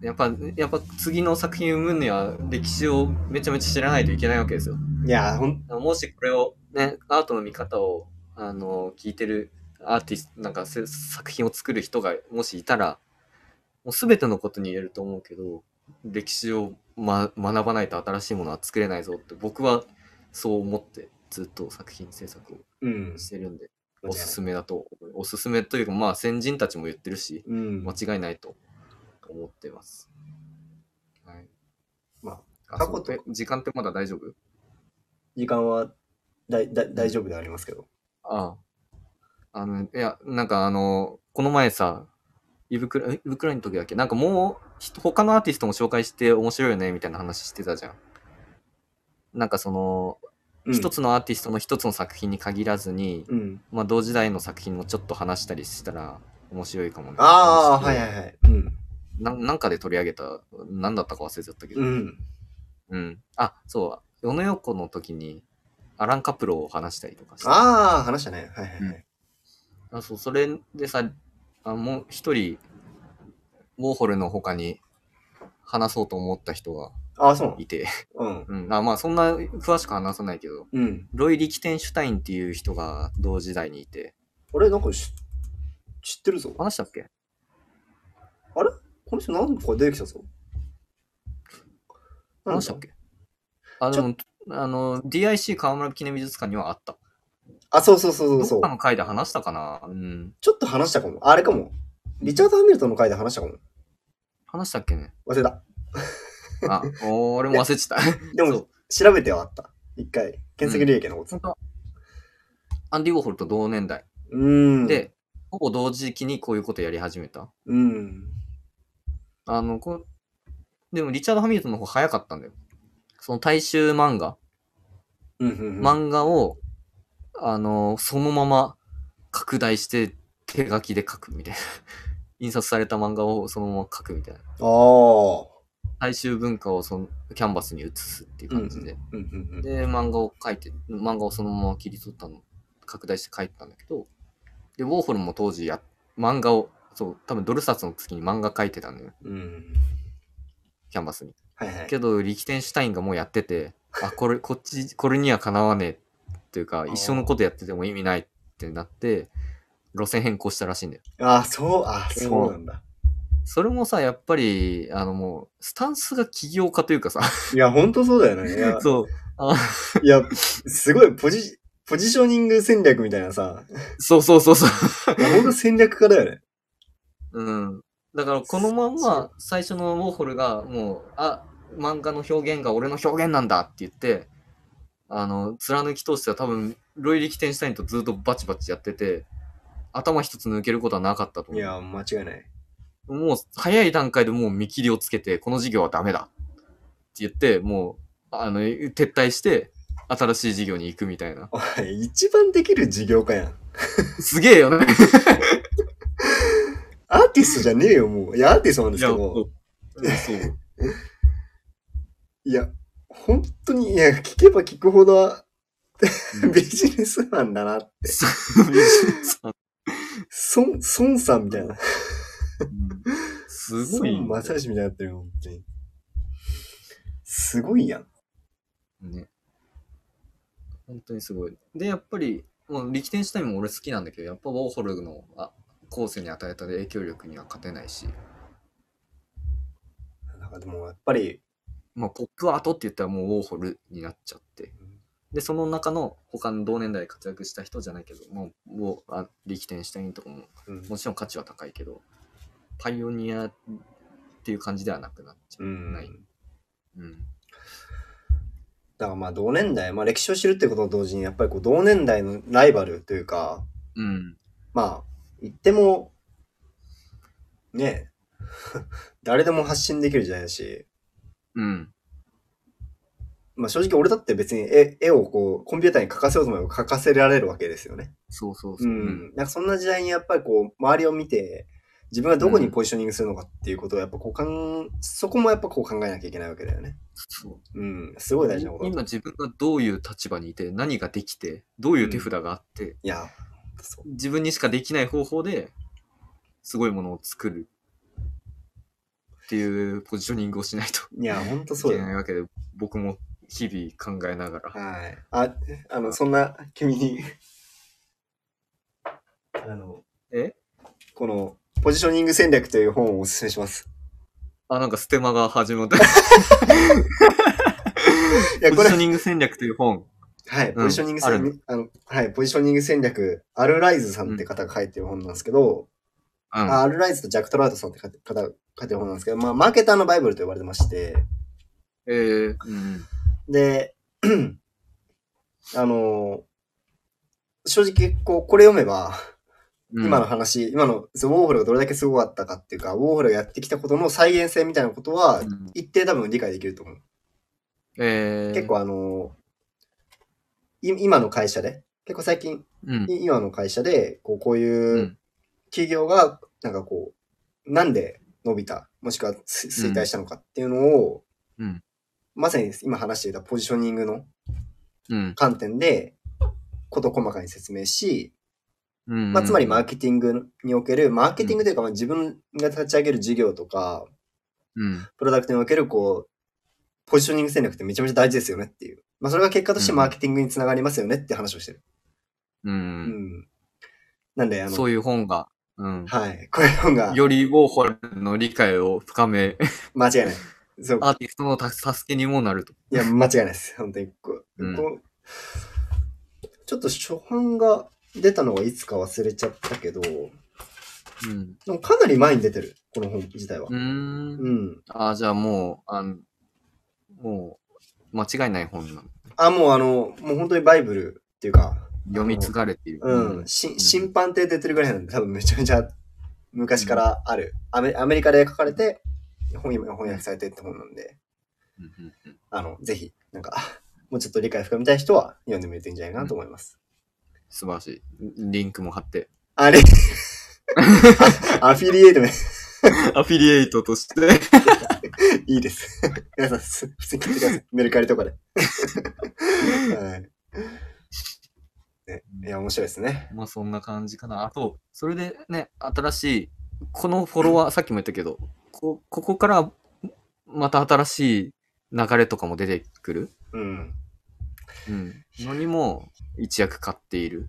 Speaker 2: やっぱ、やっぱ次の作品を生むには歴史をめちゃめちゃ知らないといけないわけですよ。
Speaker 1: ー、いやー、ほん、
Speaker 2: もしこれをね、アートの見方を、あの、聞いてるアーティスト、なんかせ作品を作る人がもしいたら、もう全てのことに言えると思うけど、歴史を、ま、学ばないと新しいものは作れないぞって、僕はそう思ってずっと作品制作
Speaker 1: うん
Speaker 2: を。してるんで、おすすめだと思う、おすすめというか、まあ先人たちも言ってるし、
Speaker 1: うん。
Speaker 2: 間違いないと思ってます。はい。
Speaker 1: ま
Speaker 2: あ、
Speaker 1: 過
Speaker 2: 過
Speaker 1: 去
Speaker 2: 去
Speaker 1: と
Speaker 2: 時間ってまだ大丈夫
Speaker 1: 時間はだいだ大丈夫でありますけど。
Speaker 2: ああ。あの、いや、なんかあの、この前さ、イブクラ、イブクライの時だっけなんかもうひ、他のアーティストも紹介して面白いよね、みたいな話してたじゃん。なんかその、
Speaker 1: うん
Speaker 2: 一、つのアーティストの一つの作品に限らずに、
Speaker 1: うん。
Speaker 2: まあ同時代の作品もちょっと話したりしたら面白いかもね。
Speaker 1: ああ、はい
Speaker 2: い
Speaker 1: はいはい。うん。
Speaker 2: な。なんかで取り上げた、なんだったか忘れちゃったけど。
Speaker 1: うん。
Speaker 2: うん。あ、そう。世の横の時に、アラン・カプロを話したりとかして。
Speaker 1: ああ、話したね。はいはいはい。
Speaker 2: あそう、それでさ、あもう一人、ウォーホルの他に話そうと思った人が
Speaker 1: ああ、そうない
Speaker 2: て、
Speaker 1: の
Speaker 2: うん。あまあ、そんな詳しく話さないけど、
Speaker 1: うん。うん。
Speaker 2: ロイ・リキテンシュタインっていう人が同時代にいて、
Speaker 1: 俺、なんかし知ってるぞ。
Speaker 2: 話したっけ
Speaker 1: この人何個か出てきたぞ。
Speaker 2: 話したっけあ、でも、あの、DIC 河村記念美術館にはあった。
Speaker 1: あ、そうそうそうそうそ
Speaker 2: ど
Speaker 1: う
Speaker 2: っか。の回で話したかなうん。
Speaker 1: ちょっと話したかも。あれかも。リチャード・ハミルトンの回で話したかも。
Speaker 2: 話したっけね
Speaker 1: 忘れた。
Speaker 2: あ、お俺も忘れてた。
Speaker 1: で
Speaker 2: そ
Speaker 1: も
Speaker 2: う、
Speaker 1: 調べてはあった。一回。検索履歴のこと
Speaker 2: 本。当アンディ・ウォーホルと同年代。
Speaker 1: うーん。、
Speaker 2: で、ほぼ同時期にこういうことやり始めた。
Speaker 1: うん。
Speaker 2: あの、こでもリチャード・ハミルトンの方が早かったんだよ。その大衆漫画、
Speaker 1: うんうんうん。
Speaker 2: 漫画を、あの、そのまま拡大して手書きで書くみたいな。 印刷された漫画をそのまま書くみたいな。
Speaker 1: ああ。
Speaker 2: 大衆文化をそのキャンバスに写すっていう感じで。
Speaker 1: うんうん
Speaker 2: で、漫画を書いて、漫画をそのまま切り取ったの、拡大して書いてたんだけど、で、ウォーホルも当時や、漫画を、そう、多分ドル札の月に漫画書いてたんだよ、
Speaker 1: うん。うん。
Speaker 2: キャンバスに。
Speaker 1: はいはい。
Speaker 2: けど、リキテンシュタインがもうやってて、あ、これ、こっち、これにはかなわねえっていうか、
Speaker 1: ー
Speaker 2: 一生のことやってても意味ないってなって、路線変更したらしいんだよ。
Speaker 1: ああ、そう、ああ、そうなんだ。
Speaker 2: それもさ、やっぱり、あのもう、スタンスが起業家というかさ、、
Speaker 1: いや、ほんとそうだよね。いや
Speaker 2: そう、
Speaker 1: いやすごいポジ、ポジショニング戦略みたいなさ。
Speaker 2: そうそうそうそう。
Speaker 1: いやほんと戦略家だよね。
Speaker 2: うん。だからこのまんま最初のウォーホルがもう、あ、漫画の表現が俺の表現なんだって言って、あの、貫き通しては多分、ロイ・リキテンシュタインとずっとバチバチやってて、頭一つ抜けることはなかったと
Speaker 1: い
Speaker 2: 思
Speaker 1: や、間違いない。
Speaker 2: う。もう早い段階でもう見切りをつけて、この事業はダメだって言って、もう、あの、撤退して、新しい事業に行くみたいな。
Speaker 1: おい、一番できる事業家やん。
Speaker 2: すげえよね。
Speaker 1: アーティストじゃねえよ、もう。いや、アーティストなんで
Speaker 2: い
Speaker 1: す
Speaker 2: や、
Speaker 1: け
Speaker 2: そ
Speaker 1: ど。
Speaker 2: う。そう
Speaker 1: いや、本当に、いや、聞けば聞くほど、
Speaker 2: うん
Speaker 1: ビジネスマンだなって。孫、孫さんみたいな。
Speaker 2: すごいよね。
Speaker 1: 孫正義みたいになってるよ、本当に。すごいやん。
Speaker 2: ね。本当にすごい。で、やっぱり、もう力点自体も俺好きなんだけど、やっぱウォーホルのあ後世に与えた影響力には勝てないし、
Speaker 1: なんかでも、やっぱり、
Speaker 2: まあ、ポップアートって言ったらもうウォーホルになっちゃって。で、その中の他の同年代で活躍した人じゃないけど、もう、ウォーあ力点したいとかも、
Speaker 1: うん
Speaker 2: もちろん価値は高いけど、パイオニアっていう感じではなくなっちゃ
Speaker 1: う
Speaker 2: う。
Speaker 1: ん。
Speaker 2: ないうん。
Speaker 1: だからまあ同年代、まあ歴史を知るってことと同時に、やっぱりこう同年代のライバルというか、
Speaker 2: うん。
Speaker 1: まあ、言っても、ね え、誰でも発信できるじゃないし、
Speaker 2: うん。
Speaker 1: まあ正直俺だって別に絵絵をこう、コンピューターに描かせようと思えば描かせられるわけですよね。
Speaker 2: そうそうそうう。
Speaker 1: ん。なんかそんな時代にやっぱりこう、周りを見て、自分がどこにポジショニングするのかっていうことをやっぱこうかん、そこもやっぱこう考えなきゃいけないわけだよね。
Speaker 2: そう
Speaker 1: うん。すごい大事なことだ。
Speaker 2: 今自分がどういう立場にいて何ができてどういう手札があって、
Speaker 1: いや、そう。
Speaker 2: 自分にしかできない方法ですごいものを作るっていうポジショニングをしないと
Speaker 1: いや、ほんとそ
Speaker 2: いうけ
Speaker 1: だよ
Speaker 2: ないわけで僕も日々考えながら、
Speaker 1: はい。あ、あの、そんな君に、あの、
Speaker 2: え
Speaker 1: この、ポジショニング戦略という本をお勧めします。
Speaker 2: あなんかステマが始まった
Speaker 1: いや、
Speaker 2: ポ
Speaker 1: こ
Speaker 2: ジ
Speaker 1: れ
Speaker 2: ショ、ニング戦略という本
Speaker 1: はい、ポジショニング
Speaker 2: あ
Speaker 1: 戦
Speaker 2: る
Speaker 1: 略、あの、はい、ポジショニング戦略、アルライズさんって方が書いてる本なんですけど、
Speaker 2: うん
Speaker 1: あアルライズとジャック・トラウトさんって方が書いてる本なんですけど、まあ、マーケターのバイブルと呼ばれてまして、
Speaker 2: えーうん
Speaker 1: で、あのー正直、こう、これ読めば、
Speaker 2: うん
Speaker 1: 今の話、今のそうウォーホルがどれだけすごかったかっていうか、ウォーホルがやってきたことの再現性みたいなことは
Speaker 2: う、ん
Speaker 1: 一定多分理解できると思う。
Speaker 2: えー、
Speaker 1: 結構あのーい今の会社で、結構最近、
Speaker 2: うん、
Speaker 1: い今の会社で、こうこう
Speaker 2: う
Speaker 1: いうん企業が、なんかこう、なんで伸びた、もしくはす衰退したのかっていうのを、
Speaker 2: うん
Speaker 1: まさに今話していたポジショニングの
Speaker 2: うん
Speaker 1: 観点で、事細かに説明し、
Speaker 2: うん
Speaker 1: まあ、つまりマー
Speaker 2: ク、
Speaker 1: ケティングにおける、マーケティングというか、まあ自分が立ち上げる事業とか、
Speaker 2: うん
Speaker 1: プロダクトにおける、こう、ポジショニング戦略ってめちゃめちゃ大事ですよねっていう。まあ、それが結果としてマーケティングにつながりますよねって話をしてる。
Speaker 2: う
Speaker 1: うんん。なんで、あの、
Speaker 2: そういう本が、うん、
Speaker 1: はい。こういう本が、
Speaker 2: よりウォーホルの理解を深め、
Speaker 1: 間違いない。そう。
Speaker 2: アーティストのた助けにもなると。
Speaker 1: いや、間違いないです。本当にこう。
Speaker 2: うん
Speaker 1: こうちょっと初版が出たのがいつか忘れちゃったけど、で
Speaker 2: うん。
Speaker 1: もかなり前に出てる、この本自体は
Speaker 2: う。ーん。
Speaker 1: うん。
Speaker 2: ああ、じゃあもう、あの、もう、間違いない本なの。
Speaker 1: あ、もうあの、もう本当にバイブルっていうか、
Speaker 2: 読み継がれている。
Speaker 1: うん、し審判って出てるぐらいなんで、多分めちゃめちゃ昔からある。アメアメリカで書かれて、本今翻訳されてって本なんで、
Speaker 2: うんうんうん
Speaker 1: あの、ぜひ、なんか、もうちょっと理解深めたい人は読んでみるといいんじゃないかなと思います。
Speaker 2: 素晴らしい。リンクも貼って。
Speaker 1: あれ アフィリエイトね。
Speaker 2: アフィリエイトとして。
Speaker 1: いいです。 皆さん、す普通に聞いてくださ い。メルカリとかで。 はい。ね、いや、面白いですね。
Speaker 2: まあそんな感じかな。あと、それでね、新しい、このフォロワー、さっきも言ったけど、こここから、また新しい流れとかも出てくる、
Speaker 1: うん。
Speaker 2: うん、のにも一役買っている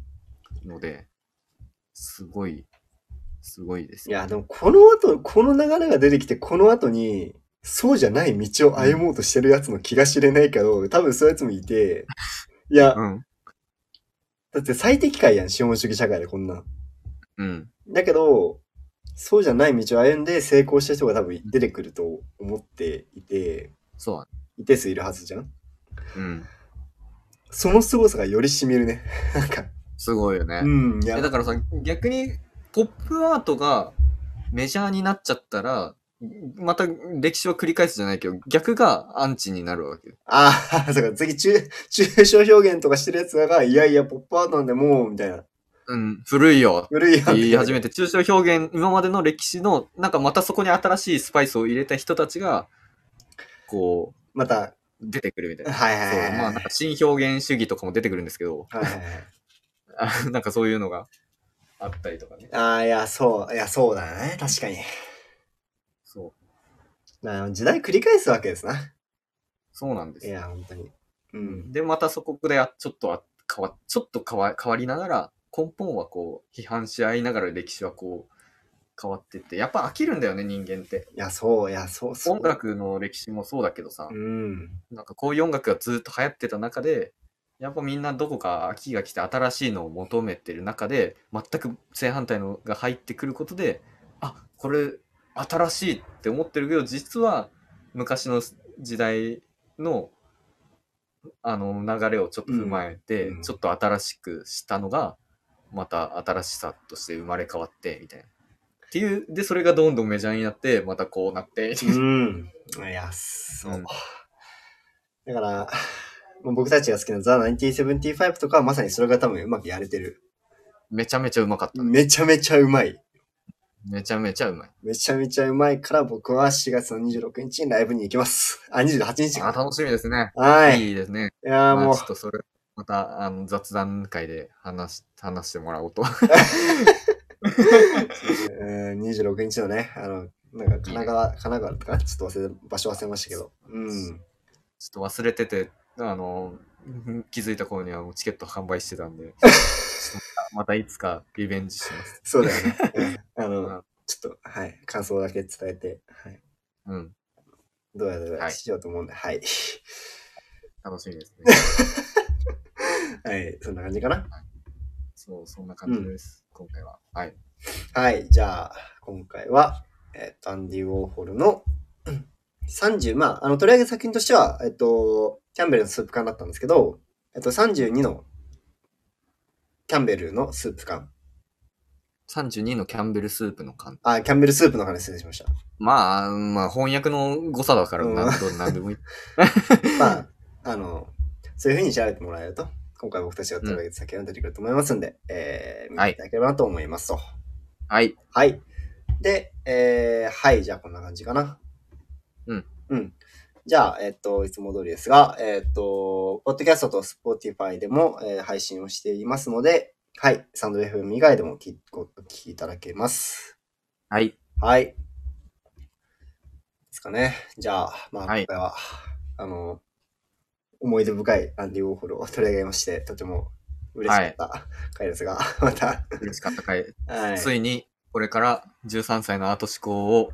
Speaker 2: ので、すごい、すごいです
Speaker 1: い
Speaker 2: ね。
Speaker 1: や、でもこの後、この流れが出てきて、この後に、そうじゃない道を歩もうとしてるやつの気が知れないけど、多分そういうやつもいて、いや、
Speaker 2: うん。
Speaker 1: だって最適解やん、資本主義社会でこんなん。
Speaker 2: うん。
Speaker 1: だけど、そうじゃない道を歩んで成功した人が多分出てくると思っていて、
Speaker 2: そうだね
Speaker 1: 一定数いるはずじゃん
Speaker 2: うん。
Speaker 1: その凄さがより染みるね。なんか、
Speaker 2: すごいよね。
Speaker 1: うん、いや
Speaker 2: え、だからさ、逆に、ポップアートがメジャーになっちゃったら、また歴史は繰り返すじゃないけど、逆がアンチになるわけよ。
Speaker 1: ああ、 そうか、次、中、抽象表現とかしてるやつらが、いやいや、ポップアートなんでもう、みたいな。
Speaker 2: うん、古いよ。
Speaker 1: 古いやん。
Speaker 2: 言い始めて、抽象表現、今までの歴史の、なんかまたそこに新しいスパイスを入れた人たちが、こう、
Speaker 1: また、
Speaker 2: 出てくるみたいな。
Speaker 1: はいはい
Speaker 2: そう、
Speaker 1: はい。
Speaker 2: まあなんか新表現主義とかも出てくるんですけど、
Speaker 1: はいはいはい
Speaker 2: あなんかそういうのがあったりとかね。
Speaker 1: ああ、いや、そう、いや、そうだね。確かに。
Speaker 2: そう、
Speaker 1: あの時代繰り返すわけですな。
Speaker 2: そうなんです
Speaker 1: い
Speaker 2: よ。
Speaker 1: や、本当に。うん。
Speaker 2: で、またそこであちょっとあ変わ、ちょっと変わ変わりながら、根本はこう、批判し合いながら歴史はこう、変わってって、やっぱ飽きるんだよね、人間って。
Speaker 1: いや、そう、いや、そう、そう。
Speaker 2: 音楽の歴史もそうだけどさ、
Speaker 1: うん。
Speaker 2: なんかこういう音楽がずっと流行ってた中で、やっぱみんなどこか秋が来て新しいのを求めてる中で、全く正反対のが入ってくることで、あ、これ新しいって思ってるけど、実は昔の時代のあの流れをちょっと踏まえて、
Speaker 1: うんうん
Speaker 2: ちょっと新しくしたのが、また新しさとして生まれ変わって、みたいな。っていう、で、それがどんどんメジャーになって、またこうなって、み たいな
Speaker 1: うん。いや、そう。
Speaker 2: うん
Speaker 1: だから、もう僕たちが好きなザ・1975とかはまさにそれが多分うまくやれてる。
Speaker 2: めちゃめちゃうまかった。
Speaker 1: めちゃめちゃうまい。
Speaker 2: めちゃめちゃうまい。
Speaker 1: めちゃめちゃうまいから僕は4月の26日にライブに行きます。あ、28日
Speaker 2: あ
Speaker 1: か。
Speaker 2: 楽しみですね。
Speaker 1: はい。い
Speaker 2: いいですね。
Speaker 1: や、
Speaker 2: まあ
Speaker 1: もう
Speaker 2: ちょっ、とそれ、またあの雑談会で話し 話してもらおうと。
Speaker 1: うん26日のね、あの、なんか神奈川、神奈川とかなちょっと忘れ、場所忘れましたけど。うん。
Speaker 2: ちょっと忘れてて、あの、気づいた頃にはもうチケット販売してたんで、ちょ っとまたいつかリベンジします。
Speaker 1: そうだよね。うんあ
Speaker 2: う
Speaker 1: の
Speaker 2: ん、
Speaker 1: ちょっと、はい、感想だけ伝えて、はい、
Speaker 2: うん、
Speaker 1: どうやらどうやら
Speaker 2: はい
Speaker 1: しようと思うんで、はい。
Speaker 2: 楽しみですね。
Speaker 1: はい、そんな感じかな。
Speaker 2: そう、そんな感じです、今回は。はい。
Speaker 1: はい、じゃあ、今回は、えっと、アンディ・ウォーホルのうん30、まあ、あの、取り上げ作品としては、えっと、キャンベルのスープ缶だったんですけど、えっと、32のキャンベルのスープ缶。
Speaker 2: 32のキャンベルスープの缶。
Speaker 1: あ、キャンベルスープの話失礼しました。
Speaker 2: まあ、まあ、翻訳の誤差だから
Speaker 1: うん
Speaker 2: なんとなんでもいい。
Speaker 1: まあ、あの、そういうふうに調べてもらえると、今回僕たちが取り上げて先が出てくると思いますんで、えー、見
Speaker 2: は
Speaker 1: て
Speaker 2: い
Speaker 1: いただければなと思いますと。
Speaker 2: はい。
Speaker 1: はい。で、えー、はい、じゃあこんな感じかな。
Speaker 2: うん。
Speaker 1: うん。じゃあ、えっと、いつも通りですが、えっと、ポッドキャストと Spotify でも、えー配信をしていますので、はい、サンド FM 以外でも聞いごお聞きいただけます。
Speaker 2: はい。
Speaker 1: はい。ですかね。じゃあ、まあ、
Speaker 2: はい
Speaker 1: 今回は、あの、思い出深いアンディ・ウォーホルを取り上げまして、とても嬉しかった回ですが、 また、
Speaker 2: 嬉しかった回。
Speaker 1: は
Speaker 2: ついに、これから13歳のアート思考を、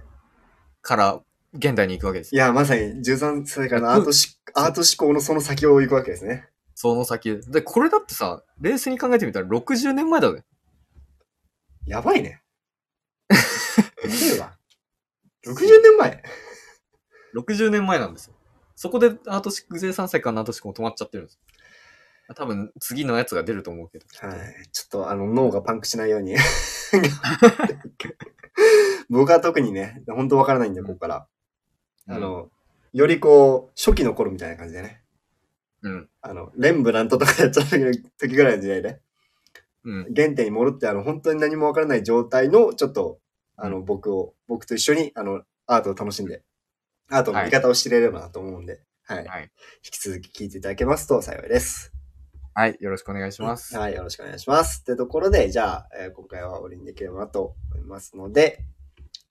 Speaker 2: から、現代に行くわけです
Speaker 1: い。や、まさに13歳からのアートし、アート思考のその先を行くわけですね。
Speaker 2: その先。で、これだってさ、冷静に考えてみたら60年前だぜ。
Speaker 1: やばいね。やばいわ。60年前
Speaker 2: 60年前なんですよ。そこでアートシック13歳からのアートシックも止まっちゃってるんですよ。多分、次のやつが出ると思うけど。
Speaker 1: はい。ちょっとあの脳がパンクしないように。僕は特にね、本当わからないんで、ここから。あの、よりこう、初期の頃みたいな感じでね。
Speaker 2: うん。
Speaker 1: あの、レンブラントとかやっちゃった時ぐらいの時代で、
Speaker 2: うん。
Speaker 1: 原点に戻って、あの、本当に何もわからない状態の、ちょっと、あの、僕を、僕と一緒に、あの、アートを楽しんで、アートの見方を知れればなと思うんで、はい。
Speaker 2: はい。
Speaker 1: 引き続き聞いていただけますと幸いです。
Speaker 2: はい。よろしくお願いします。
Speaker 1: はい、よろしくお願いします。ってところで、じゃあ、えー今回は終わりにできればなと思いますので、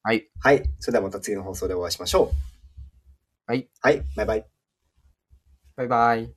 Speaker 2: はい。
Speaker 1: はい。それではまた次の放送でお会いしましょう。
Speaker 2: はい。
Speaker 1: はい、バイバイ。
Speaker 2: バイバイ。